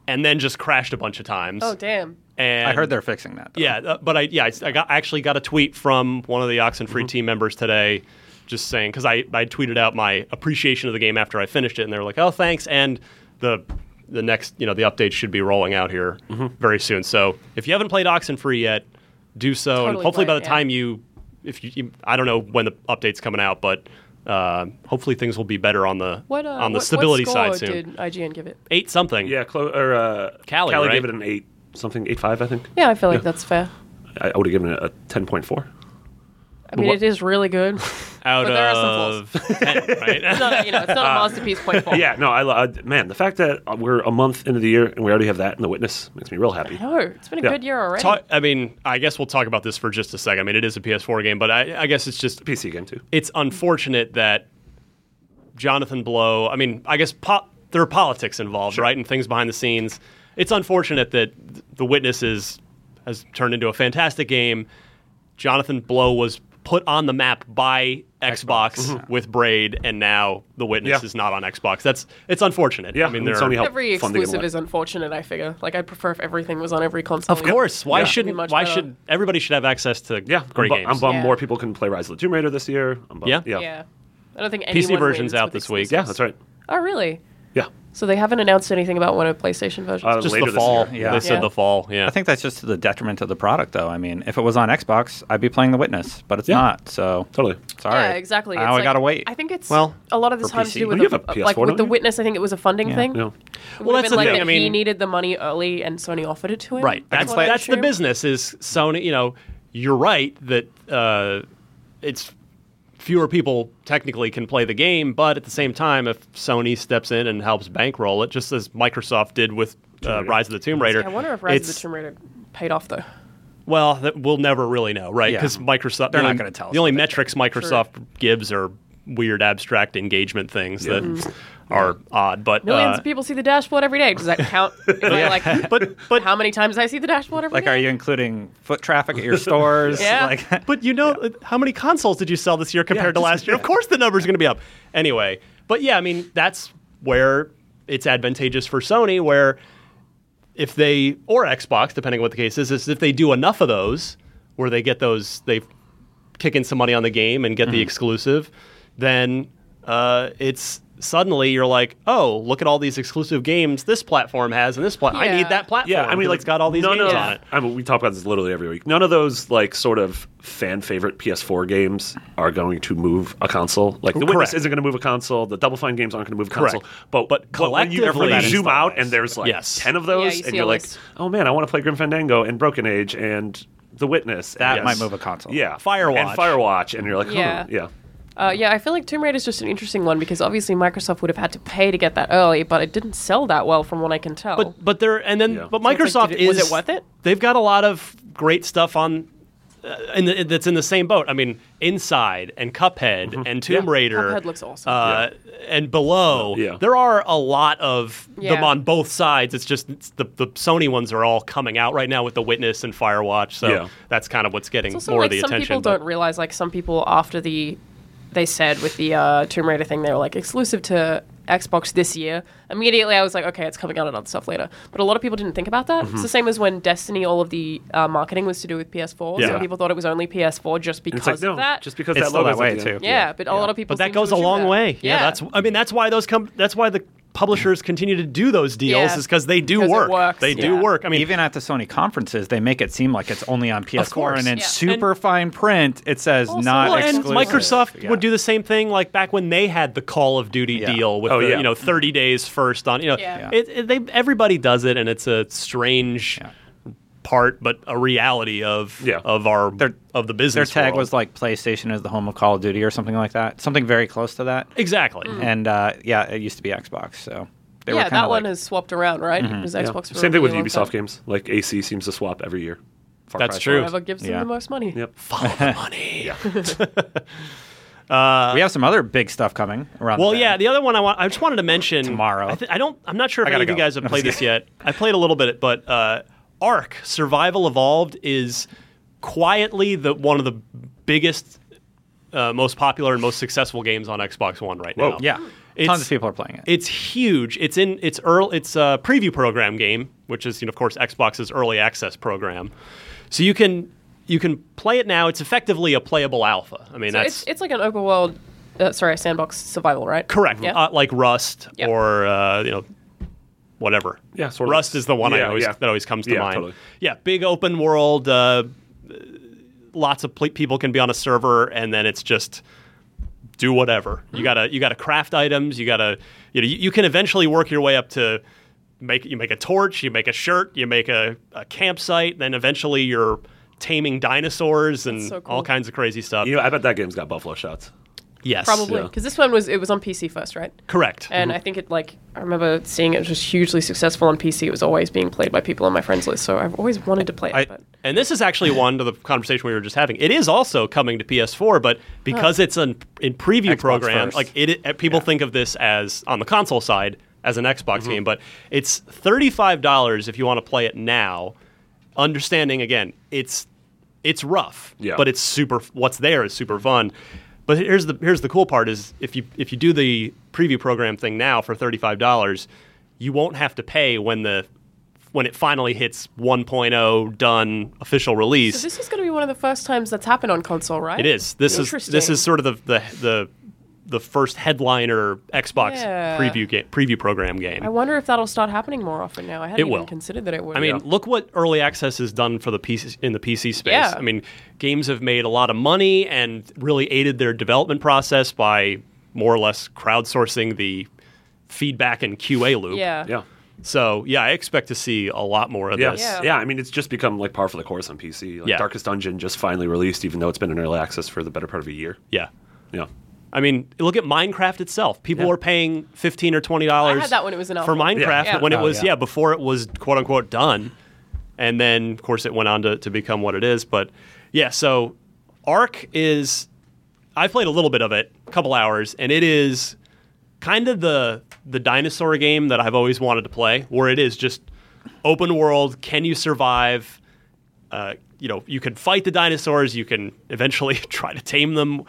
Speaker 3: and then just crashed a bunch of times.
Speaker 4: Oh damn!
Speaker 3: And
Speaker 5: I heard they're fixing that. though.
Speaker 3: Yeah, uh, but I yeah I, s- I got I actually got a tweet from one of the Oxenfree
Speaker 4: Mm-hmm.
Speaker 3: team members today, just saying because I I tweeted out my appreciation of the game after I finished it, and they were like, oh thanks, and the the next you know the update should be rolling out here
Speaker 4: Mm-hmm.
Speaker 3: very soon. So if you haven't played Oxenfree yet, do so, and
Speaker 4: Totally
Speaker 3: hopefully
Speaker 4: play
Speaker 3: by
Speaker 4: it,
Speaker 3: the
Speaker 4: yeah.
Speaker 3: time you if you, you I don't know when the update's coming out, but. Uh, hopefully things will be better on the
Speaker 4: What uh,
Speaker 3: on the
Speaker 4: what,
Speaker 3: stability
Speaker 4: what score
Speaker 3: side soon.
Speaker 4: Did IGN give it?
Speaker 3: Eight something.
Speaker 6: yeah. Clo- or uh,
Speaker 3: Cali, right?
Speaker 6: gave it an eight something, eight five, I think.
Speaker 4: Yeah, I feel like that's fair.
Speaker 6: I would have given it a ten point four.
Speaker 4: I mean,
Speaker 6: What-
Speaker 4: it is really good.
Speaker 3: out
Speaker 4: But there are some
Speaker 3: of ten, right?
Speaker 4: no, no, you know, it's not a
Speaker 3: Uh,
Speaker 4: masterpiece. Point four.
Speaker 6: Yeah. No. I, lo- I man, the fact that we're a month into the year and we already have that in the witness makes me real happy.
Speaker 4: No, it's been a
Speaker 6: Yeah.
Speaker 4: good year already.
Speaker 3: Talk, I mean, I guess we'll talk about this for just a second. I mean, it is a PS4 game, but I, I guess it's just
Speaker 6: PC game too.
Speaker 3: it's unfortunate that Jonathan Blow. I mean, I guess po- there are politics involved, right, and things behind the scenes. It's unfortunate that th- The Witness is, has turned into a fantastic game. Jonathan Blow was put on the map by Xbox, with Braid, and now The Witness
Speaker 6: Mm-hmm. Yeah.
Speaker 3: is not on Xbox. That's it's unfortunate.
Speaker 6: Yeah.
Speaker 3: I mean,
Speaker 6: and
Speaker 3: there
Speaker 6: Sony
Speaker 3: are,
Speaker 6: helped
Speaker 4: Every
Speaker 6: fund the game a
Speaker 4: exclusive
Speaker 6: lot.
Speaker 4: is unfortunate. I figure. Like, I'd prefer if everything was on every console.
Speaker 3: of course. Why
Speaker 6: Yeah.
Speaker 3: shouldn't?
Speaker 4: Be much
Speaker 3: Why
Speaker 4: better.
Speaker 3: should everybody should have access to
Speaker 6: Yeah.
Speaker 3: great
Speaker 6: I'm, bu-
Speaker 3: games?
Speaker 6: I'm bummed
Speaker 4: Yeah.
Speaker 6: more people can play Rise of the Tomb Raider this year. I'm bummed.
Speaker 3: Yeah?
Speaker 6: Yeah.
Speaker 4: Yeah, I don't think anyone
Speaker 3: PC version's
Speaker 4: wins
Speaker 3: out
Speaker 4: with
Speaker 3: this week.
Speaker 6: Yeah,
Speaker 4: exclusives.
Speaker 6: That's right.
Speaker 4: Oh, really?
Speaker 6: Yeah.
Speaker 4: So they haven't announced anything about when a PlayStation version.
Speaker 6: Uh,
Speaker 4: is.
Speaker 3: just
Speaker 6: later
Speaker 3: the
Speaker 6: this
Speaker 3: fall.
Speaker 6: year.
Speaker 5: Yeah.
Speaker 3: They said
Speaker 4: Yeah.
Speaker 3: the fall. Yeah.
Speaker 5: I think that's just to the detriment of the product, though. I mean, if it was on Xbox, I'd be playing The Witness, but it's
Speaker 6: Yeah.
Speaker 5: not. So
Speaker 6: Totally.
Speaker 5: sorry.
Speaker 4: Yeah, exactly.
Speaker 5: Now
Speaker 4: It's
Speaker 5: I
Speaker 4: like-
Speaker 5: gotta wait.
Speaker 4: I think it's
Speaker 3: Well,
Speaker 4: a lot of this
Speaker 5: for
Speaker 4: has to
Speaker 5: PC.
Speaker 4: do with
Speaker 6: Well, you
Speaker 4: the-
Speaker 6: have a PS4,
Speaker 4: like with
Speaker 6: don't
Speaker 4: the
Speaker 6: you?
Speaker 4: witness. I think it was a funding
Speaker 5: Yeah.
Speaker 4: thing.
Speaker 6: Yeah.
Speaker 4: Well, that's the like thing.
Speaker 3: I mean-
Speaker 4: he needed the money early, and Sony offered it to him.
Speaker 3: right.
Speaker 4: That's,
Speaker 3: That's,
Speaker 4: what I
Speaker 3: that's the
Speaker 4: assume.
Speaker 3: business is Sony. You know, you're right that uh, it's fewer people technically can play the game, but at the same time, if Sony steps in and helps bankroll it, just as Microsoft did with uh, Rise of the Tomb Raider,
Speaker 4: I wonder if Rise of
Speaker 3: it's-
Speaker 4: the Tomb Raider paid off though.
Speaker 3: Well, that we'll never really know, right?
Speaker 5: Yeah.
Speaker 3: Because Microsoft
Speaker 5: They're
Speaker 3: the
Speaker 5: not
Speaker 3: only-
Speaker 5: gonna tell us
Speaker 3: The only
Speaker 5: what they
Speaker 3: metrics Microsoft gives are weird abstract engagement things that
Speaker 4: Mm-hmm.
Speaker 3: are odd, but
Speaker 4: Millions
Speaker 3: uh,
Speaker 4: of people see the dashboard every day. Does that count? Am I like,
Speaker 3: but but
Speaker 4: how many times I see the dashboard every
Speaker 5: like,
Speaker 4: day?
Speaker 5: are you including foot traffic at your stores?
Speaker 4: Yeah.
Speaker 5: Like,
Speaker 3: But you know uh, how many consoles did you sell this year compared to last year? Of course, the number's going to be up. Anyway, but yeah, I mean that's where it's advantageous for Sony, where if they or Xbox, depending on what the case is, is if they do enough of those, where they get those, they kick in some money on the game and
Speaker 6: Mm-hmm.
Speaker 3: get the exclusive, then uh, it's suddenly you're like, oh, look at all these exclusive games this platform has and this platform. I
Speaker 4: Yeah.
Speaker 3: need that platform.
Speaker 6: Yeah, I mean,
Speaker 3: 'cause
Speaker 6: like
Speaker 3: it's got all these
Speaker 6: none
Speaker 3: games
Speaker 6: of-
Speaker 3: on it.
Speaker 6: I mean, we talk about this literally every week. None of those like sort of fan favorite PS4 games are going to move a console. Like the Witness
Speaker 3: Correct.
Speaker 6: isn't going to move a console. The Double Fine games aren't going to move a console.
Speaker 3: Correct.
Speaker 6: But
Speaker 3: But
Speaker 6: but when you,
Speaker 3: collectively-
Speaker 6: when you zoom
Speaker 5: Install
Speaker 6: out
Speaker 5: base.
Speaker 6: and there's like
Speaker 3: Yes.
Speaker 6: ten of those,
Speaker 4: Yeah, you
Speaker 6: and
Speaker 4: see
Speaker 6: you're
Speaker 4: a
Speaker 6: like,
Speaker 4: list.
Speaker 6: oh man, I want to play Grim Fandango and Broken Age and The Witness. and-
Speaker 5: That might move a console.
Speaker 6: Yeah,
Speaker 3: Firewatch.
Speaker 6: and Firewatch, and you're like,
Speaker 4: Yeah.
Speaker 6: hmm, yeah.
Speaker 4: Uh, yeah, I feel like Tomb Raider is just an interesting one because obviously Microsoft would have had to pay to get that early, but it didn't sell that well from what I can tell.
Speaker 3: But but they're and then
Speaker 6: Yeah.
Speaker 3: but
Speaker 4: So it's like,
Speaker 3: Microsoft
Speaker 4: did it-
Speaker 3: is
Speaker 4: was it worth it?
Speaker 3: They've got a lot of great stuff on, uh, in the, that's in the same boat. I mean, Inside and Cuphead
Speaker 6: Mm-hmm.
Speaker 3: and Tomb
Speaker 6: Yeah.
Speaker 3: Raider.
Speaker 4: Cuphead looks awesome.
Speaker 3: Uh, And Below.
Speaker 6: Yeah.
Speaker 3: There are a lot of them
Speaker 4: Yeah.
Speaker 3: on both sides. It's just it's the the Sony ones are all coming out right now with The Witness and Firewatch. So
Speaker 6: Yeah.
Speaker 3: that's kind of what's getting
Speaker 4: It's also
Speaker 3: more
Speaker 4: like
Speaker 3: of the
Speaker 4: some
Speaker 3: attention.
Speaker 4: people
Speaker 3: but-
Speaker 4: don't realize like some people after the they said with the uh, Tomb Raider thing they were like exclusive to Xbox this year. Immediately I was like, okay, it's coming out and other stuff later. But a lot of people didn't think about that.
Speaker 3: Mm-hmm.
Speaker 4: It's the same as when Destiny, all of the uh, marketing was to do with PS4.
Speaker 6: Yeah.
Speaker 4: Some people thought it was only PS4 just
Speaker 6: And it's
Speaker 4: because
Speaker 6: like no,
Speaker 4: of that.
Speaker 6: just because
Speaker 5: It's
Speaker 6: that
Speaker 5: still
Speaker 6: logo's
Speaker 5: that way,
Speaker 6: at the end.
Speaker 5: too.
Speaker 4: yeah, but a lot of people.
Speaker 3: but that
Speaker 4: seem
Speaker 3: goes
Speaker 4: to
Speaker 3: a
Speaker 4: assume
Speaker 3: long
Speaker 4: that.
Speaker 3: way. Yeah, that's I mean that's why those come that's why the publishers continue to do those deals
Speaker 4: Yeah,
Speaker 3: is because they do
Speaker 4: because it
Speaker 3: work.
Speaker 4: works,
Speaker 3: They do
Speaker 4: yeah.
Speaker 3: work. I mean,
Speaker 5: even at the Sony conferences, they make it seem like it's only on PS4,
Speaker 3: course,
Speaker 5: and in
Speaker 4: yeah.
Speaker 5: super fine print, it says
Speaker 4: Also,
Speaker 5: not
Speaker 3: well, and
Speaker 5: exclusive.
Speaker 3: Microsoft
Speaker 5: Yeah.
Speaker 3: would do the same thing, like back when they had the Call of Duty
Speaker 5: Yeah.
Speaker 3: deal with
Speaker 6: Oh,
Speaker 3: the,
Speaker 6: yeah.
Speaker 3: you know thirty days first on you know
Speaker 4: Yeah.
Speaker 3: it, it- they everybody does it, and it's a strange
Speaker 5: Yeah.
Speaker 3: part, but a reality of
Speaker 6: Yeah.
Speaker 3: of our
Speaker 5: Their-
Speaker 3: of the
Speaker 5: Their
Speaker 3: business.
Speaker 5: tag
Speaker 3: world.
Speaker 5: was like PlayStation is the home of Call of Duty or something like that, something very close to that.
Speaker 4: Mm-hmm.
Speaker 3: exactly.
Speaker 5: And uh, yeah, it used to be Xbox, so they were
Speaker 4: yeah,
Speaker 5: kinda
Speaker 4: that one
Speaker 5: like-
Speaker 4: has swapped around, right?
Speaker 3: Mm-hmm.
Speaker 4: It was
Speaker 6: Yeah.
Speaker 4: Xbox for a
Speaker 6: Same thing with
Speaker 4: really long
Speaker 6: Ubisoft
Speaker 4: time.
Speaker 6: games. Like AC seems to swap every year. Far
Speaker 3: That's
Speaker 6: Cry
Speaker 3: true.
Speaker 6: swaps.
Speaker 4: Whoever gives them
Speaker 5: Yeah.
Speaker 4: the most money.
Speaker 6: Yep.
Speaker 3: Follow the money.
Speaker 5: we have some other big stuff coming around.
Speaker 3: Well,
Speaker 5: the
Speaker 3: yeah.
Speaker 5: bend.
Speaker 3: The other one I want, I just wanted to mention
Speaker 5: Tomorrow.
Speaker 3: I, thi- I don't. I'm not sure if any
Speaker 5: gotta
Speaker 3: of you
Speaker 5: go.
Speaker 3: guys have
Speaker 5: I'm
Speaker 3: played
Speaker 5: just
Speaker 3: this yet. I played a little bit, but uh, Ark Survival Evolved is quietly the one of the biggest, uh, most popular, and most successful games on Xbox One right now.
Speaker 5: yeah,
Speaker 3: It's-
Speaker 5: tons of people are playing it.
Speaker 3: It's huge. It's in it's early, it's a preview program game, which is you know, of course Xbox's early access program. So you can you can play it now. It's effectively a playable alpha. I mean,
Speaker 4: So
Speaker 3: that's
Speaker 4: it's, it's like an open world, uh, sorry, a sandbox survival, right?
Speaker 3: Correct.
Speaker 4: Yeah.
Speaker 3: Uh, like Rust
Speaker 4: Yeah.
Speaker 3: or uh, you know whatever.
Speaker 6: Yeah, sort of.
Speaker 3: Rust is the one I
Speaker 6: Yeah,
Speaker 3: always
Speaker 6: yeah.
Speaker 3: that always comes to
Speaker 6: Yeah,
Speaker 3: mind.
Speaker 6: totally.
Speaker 3: Yeah, big open world. Uh, lots of ple- people can be on a server, and then it's just do whatever.
Speaker 4: Mm-hmm.
Speaker 3: You gotta you gotta craft items. You gotta you know you, you can eventually work your way up to make you make a torch, you make a shirt, you make a, a campsite, then eventually you're taming dinosaurs and
Speaker 4: so
Speaker 3: all
Speaker 4: cool.
Speaker 3: kinds of crazy stuff.
Speaker 6: You know, I bet that game's got buffalo shots.
Speaker 3: yes,
Speaker 4: Probably.
Speaker 6: Yeah.
Speaker 4: Because this one was, it was on PC first, right?
Speaker 3: correct.
Speaker 4: And I think it, like, I remember seeing it was just hugely successful on PC. It was always being played by people on my friends list, so I've always wanted to play it.
Speaker 5: I-
Speaker 4: but
Speaker 3: And this is actually one to the conversation we were just having. It is also coming to PS4, but because it's an in preview
Speaker 5: Xbox
Speaker 3: program,
Speaker 5: first.
Speaker 3: like it, it people think of this as on the console side as an Xbox game, but it's thirty five dollars if you want to play it now. Understanding again, it's it's rough,
Speaker 6: Yeah.
Speaker 3: but it's super. What's there is super fun. But here's the here's the cool part is if you if you do the preview program thing now for thirty five dollars, you won't have to pay when the when it finally hits 1.0 done official
Speaker 4: So
Speaker 3: release.
Speaker 4: this is going to be one of the first times that's happened on console, right?
Speaker 3: It is. This is this
Speaker 4: Interesting.
Speaker 3: is sort of the the the, the first headliner Xbox
Speaker 4: Yeah.
Speaker 3: preview game, preview program game.
Speaker 4: I wonder if that'll start happening more often now. I hadn't
Speaker 3: It
Speaker 4: even
Speaker 3: will.
Speaker 4: considered that it would.
Speaker 3: I mean, look what early access has done for the PC in the PC space.
Speaker 4: Yeah.
Speaker 3: I mean, games have made a lot of money and really aided their development process by more or less crowdsourcing the feedback and QA loop.
Speaker 4: yeah.
Speaker 6: Yeah.
Speaker 3: So, yeah, I expect to see a lot more of
Speaker 6: Yeah.
Speaker 3: this.
Speaker 6: yeah,
Speaker 4: Yeah.
Speaker 6: I mean, it's just become like par for the course on PC. Like
Speaker 3: Yeah.
Speaker 6: Darkest Dungeon just finally released, even though it's been in early access for the better part of a year.
Speaker 3: Yeah.
Speaker 6: Yeah,
Speaker 3: I mean, look at Minecraft itself. People
Speaker 6: Yeah.
Speaker 3: were paying fifteen or twenty dollars.
Speaker 4: I had that when it was an
Speaker 3: for
Speaker 4: alpha.
Speaker 3: Minecraft
Speaker 4: Yeah.
Speaker 3: when it
Speaker 5: Oh,
Speaker 3: was yeah.
Speaker 5: yeah.
Speaker 3: before it was quote unquote done, and then of course it went on to, to become what it is. But yeah, so Ark is I played a little bit of it, a couple hours, and it is kind of the the dinosaur game that I've always wanted to play, where it is just open world. Can you survive? Uh, you know, you can fight the dinosaurs. You can eventually try to tame them.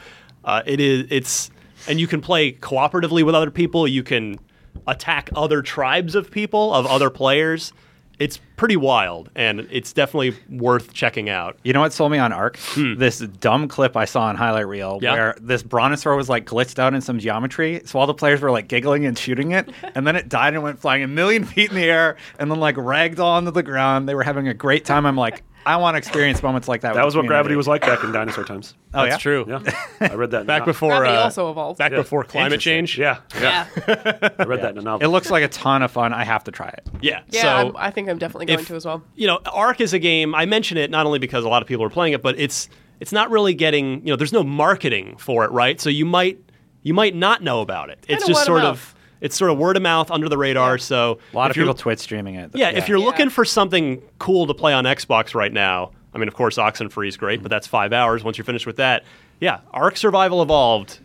Speaker 3: Uh, it is it's and you can play cooperatively with other people. You can attack other tribes of people of other players. It's pretty wild, and it's definitely worth checking out.
Speaker 5: You know what sold me on Arc? This dumb clip I saw on highlight reel
Speaker 3: Hmm. Yeah.
Speaker 5: where this brontosaur was like glitched out in some geometry. So all the players were like giggling and shooting it, and then it died and went flying a million feet in the air, and then like ragdoll onto the ground. They were having a great time. I'm like, I want to experience moments like that.
Speaker 6: that was what Gravity was like back in dinosaur times.
Speaker 5: Oh, yeah?
Speaker 3: true.
Speaker 6: Yeah, I read that in
Speaker 3: Back
Speaker 6: a no-
Speaker 3: before
Speaker 4: Gravity
Speaker 3: uh,
Speaker 4: also evolved.
Speaker 3: back before climate change.
Speaker 6: Yeah, yeah,
Speaker 4: yeah.
Speaker 6: I read that in a novel.
Speaker 5: It looks like a ton of fun. I have to try it.
Speaker 3: Yeah.
Speaker 4: Yeah,
Speaker 3: so
Speaker 4: I'm, I think I'm definitely going
Speaker 3: if-
Speaker 4: to as well.
Speaker 3: you know, Ark is a game. I mention it not only because a lot of people are playing it, but it's it's not really getting you know. There's no marketing for it, right? So you might you might not know about it. It's
Speaker 4: Kinda
Speaker 3: just
Speaker 4: word
Speaker 3: sort
Speaker 4: of mouth.
Speaker 3: of it's sort of word of mouth under the radar. So
Speaker 5: A lot
Speaker 3: if
Speaker 5: of
Speaker 3: you're-
Speaker 5: people Twitch streaming it.
Speaker 3: yeah, if you're
Speaker 4: Yeah.
Speaker 3: looking for something cool to play on Xbox right now, I mean, of course, Oxenfree is great, but that's five hours. Once you're finished with that, yeah, Ark Survival Evolved,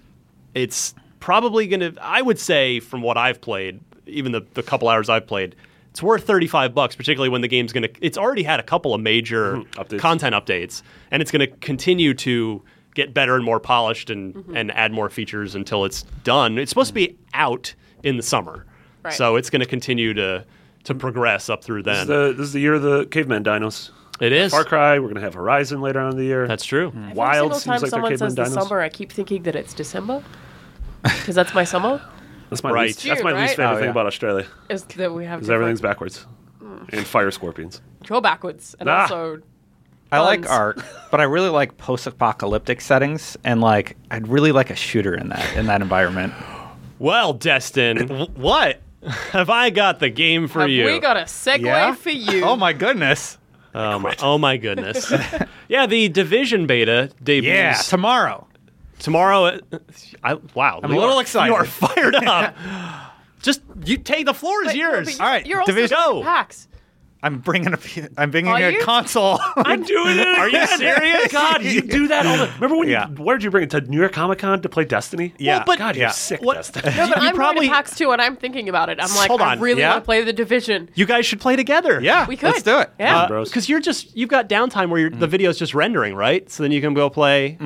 Speaker 3: it's probably going to, I would say, from what I've played, even the, the couple hours I've played, it's worth 35 bucks, particularly when the game's going to, it's already had a couple of major
Speaker 6: Updates.
Speaker 3: content updates, and it's going to continue to get better and more polished and,
Speaker 4: Mm-hmm.
Speaker 3: and add more features until it's done. It's supposed to be out in the summer.
Speaker 4: Right.
Speaker 3: So it's going to continue to to progress up through
Speaker 6: this is
Speaker 3: then.
Speaker 6: the this is the year of the caveman dinos.
Speaker 3: it is.
Speaker 6: Far Cry. We're gonna have Horizon later on in the year.
Speaker 3: That's true.
Speaker 4: Every
Speaker 6: Wild
Speaker 4: single time
Speaker 6: seems like they're
Speaker 4: someone
Speaker 6: caveman
Speaker 4: says
Speaker 6: dinos.
Speaker 4: the summer, I keep thinking that it's December because that's my summer.
Speaker 6: That's my
Speaker 3: Right.
Speaker 6: least,
Speaker 4: June,
Speaker 6: that's my least
Speaker 4: right?
Speaker 6: favorite
Speaker 5: Oh,
Speaker 6: thing
Speaker 5: yeah.
Speaker 6: about Australia
Speaker 4: Is that we have
Speaker 6: because everything's
Speaker 4: different-
Speaker 6: backwards and fire scorpions.
Speaker 4: You're backwards, and
Speaker 6: Ah.
Speaker 4: also
Speaker 5: I like
Speaker 4: Buns.
Speaker 5: art, but I really like post-apocalyptic settings, and like I'd really like a shooter in that in that environment.
Speaker 3: Well, Destin, w- what have I got the game for
Speaker 4: have
Speaker 3: you?
Speaker 4: we got a segue for you.
Speaker 5: Oh my goodness!
Speaker 3: oh, my, oh my goodness. yeah, the Division beta debuts
Speaker 5: Yeah, tomorrow.
Speaker 3: tomorrow. uh, I, wow, I'm
Speaker 5: a little excited.
Speaker 3: You are fired up. Just you take the floor is
Speaker 4: But-
Speaker 3: yours.
Speaker 4: but you-
Speaker 5: All right,
Speaker 4: you're also
Speaker 5: Division-
Speaker 4: doing
Speaker 3: Go.
Speaker 4: packs.
Speaker 5: I'm bringing a P- I'm bringing
Speaker 4: Are
Speaker 5: a
Speaker 4: you?
Speaker 5: console.
Speaker 6: I'm doing it.
Speaker 3: Are you serious?
Speaker 6: God, you do that all the. Remember when?
Speaker 5: Yeah.
Speaker 6: You, where'd you bring it to New York Comic Con to play Destiny?
Speaker 5: Yeah.
Speaker 3: Well, but
Speaker 6: God,
Speaker 5: Yeah.
Speaker 6: you're sick,
Speaker 3: What-
Speaker 6: Dustin.
Speaker 3: No, but
Speaker 4: I'm
Speaker 3: probably
Speaker 4: going to packs too, and I'm thinking about it. I'm like,
Speaker 3: Hold
Speaker 4: I
Speaker 3: on,
Speaker 4: really
Speaker 5: yeah?
Speaker 4: want to play the division.
Speaker 3: you guys should play together.
Speaker 5: yeah,
Speaker 4: We could.
Speaker 5: let's do it.
Speaker 4: Yeah.
Speaker 6: Bros.
Speaker 3: because Uh, you're just you've got downtime where you're, the video's just rendering, right? So then you can go play.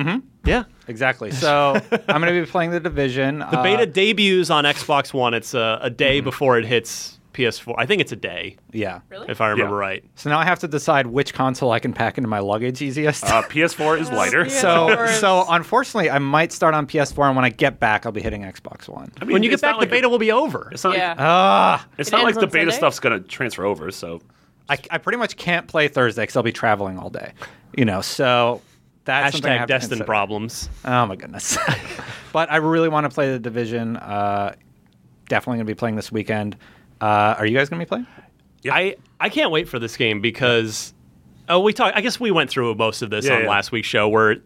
Speaker 3: Yeah.
Speaker 5: Exactly. So I'm going to be playing the division. uh,
Speaker 3: The beta Uh, debuts on Xbox One. It's a, a day before it hits PS4. I think it's a day,
Speaker 5: yeah.
Speaker 4: Really?
Speaker 3: if I remember
Speaker 6: Yeah.
Speaker 3: right.
Speaker 5: So now I have to decide which console I can pack into my luggage easiest.
Speaker 6: Uh, PS4 is lighter.
Speaker 4: yeah.
Speaker 5: so
Speaker 4: Or-
Speaker 5: so unfortunately, I might start on PS4, and when I get back, I'll be hitting Xbox One.
Speaker 6: I mean,
Speaker 3: when you get
Speaker 6: it's not
Speaker 3: back,
Speaker 6: like
Speaker 3: the beta will be over.
Speaker 6: It's not.
Speaker 4: yeah.
Speaker 6: It's
Speaker 4: It
Speaker 6: not like
Speaker 4: ends
Speaker 6: the
Speaker 4: on
Speaker 6: beta
Speaker 4: Sunday?
Speaker 6: stuff's gonna transfer over. So
Speaker 5: Ah, I, I pretty much can't play Thursday because I'll be traveling all day. You know, so that's something I
Speaker 3: Hashtag
Speaker 5: have to
Speaker 3: Destin
Speaker 5: consider.
Speaker 3: problems.
Speaker 5: Oh my goodness! but I really want to play the division. Uh, definitely going to be playing this weekend. Uh, are you guys going to be playing?
Speaker 3: I I can't wait for this game because oh we talked I guess we went through most of this
Speaker 6: Yeah,
Speaker 3: on
Speaker 6: yeah.
Speaker 3: last week's show where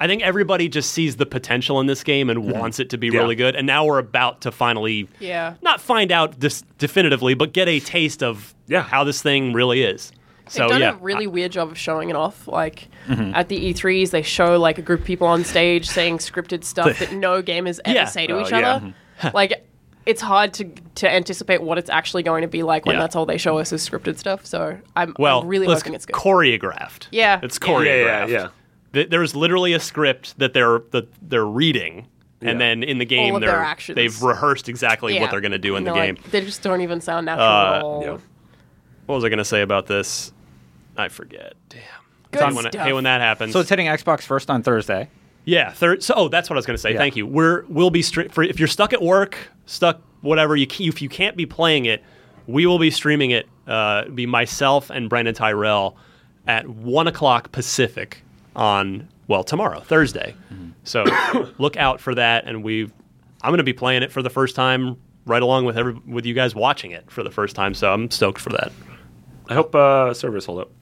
Speaker 3: I think everybody just sees the potential in this game and wants it to be
Speaker 6: Mm-hmm. Yeah.
Speaker 3: really good and now we're about to finally
Speaker 4: Yeah.
Speaker 3: not find out dis- definitively but get a taste of
Speaker 6: Yeah.
Speaker 3: how this thing really is. So
Speaker 4: They've done
Speaker 3: yeah. Mm-hmm.
Speaker 4: a really weird job of showing it off. Like at the E3s, they show like a group of people on stage saying scripted stuff that no gamers ever
Speaker 3: Yeah. Mm-hmm.
Speaker 4: say to
Speaker 6: Oh,
Speaker 4: each
Speaker 6: yeah.
Speaker 4: other. like it's hard to to anticipate what it's actually going to be like when
Speaker 3: Yeah.
Speaker 4: that's all they show us is scripted stuff. So I'm,
Speaker 3: well,
Speaker 4: I'm really
Speaker 3: let's-
Speaker 4: hoping it's good.
Speaker 3: choreographed.
Speaker 4: Yeah.
Speaker 3: It's
Speaker 4: Yeah.
Speaker 3: choreographed.
Speaker 6: Yeah, yeah, yeah.
Speaker 3: Th- there's literally a script that they're that they're reading and
Speaker 6: Yeah.
Speaker 3: then in the game
Speaker 4: of
Speaker 3: they're
Speaker 4: their actions.
Speaker 3: they've rehearsed exactly
Speaker 4: Yeah.
Speaker 3: what they're going to do in
Speaker 4: And
Speaker 3: the
Speaker 4: they're
Speaker 3: game. Uh,
Speaker 4: like- they just don't even sound natural at all.
Speaker 6: yeah.
Speaker 3: what was I going to say about this? I forget. Damn.
Speaker 4: Good
Speaker 3: Hey, when,
Speaker 4: stuff.
Speaker 3: hey, when that happens.
Speaker 5: So it's hitting Xbox first on Thursday.
Speaker 3: yeah, third. So, oh, that's what I was going to say.
Speaker 5: Yeah.
Speaker 3: Thank you. We're we'll be stre- for if you're stuck at work, stuck whatever you ca- if you can't be playing it, we will be streaming it. Uh, it'll be myself and Brendan Tyrell at one o'clock Pacific on well tomorrow Thursday.
Speaker 5: Mm-hmm.
Speaker 3: So look out for that, and we I'm going to be playing it for the first time right along with every with you guys watching it for the first time. So I'm stoked for that.
Speaker 6: I hope uh, servers hold up.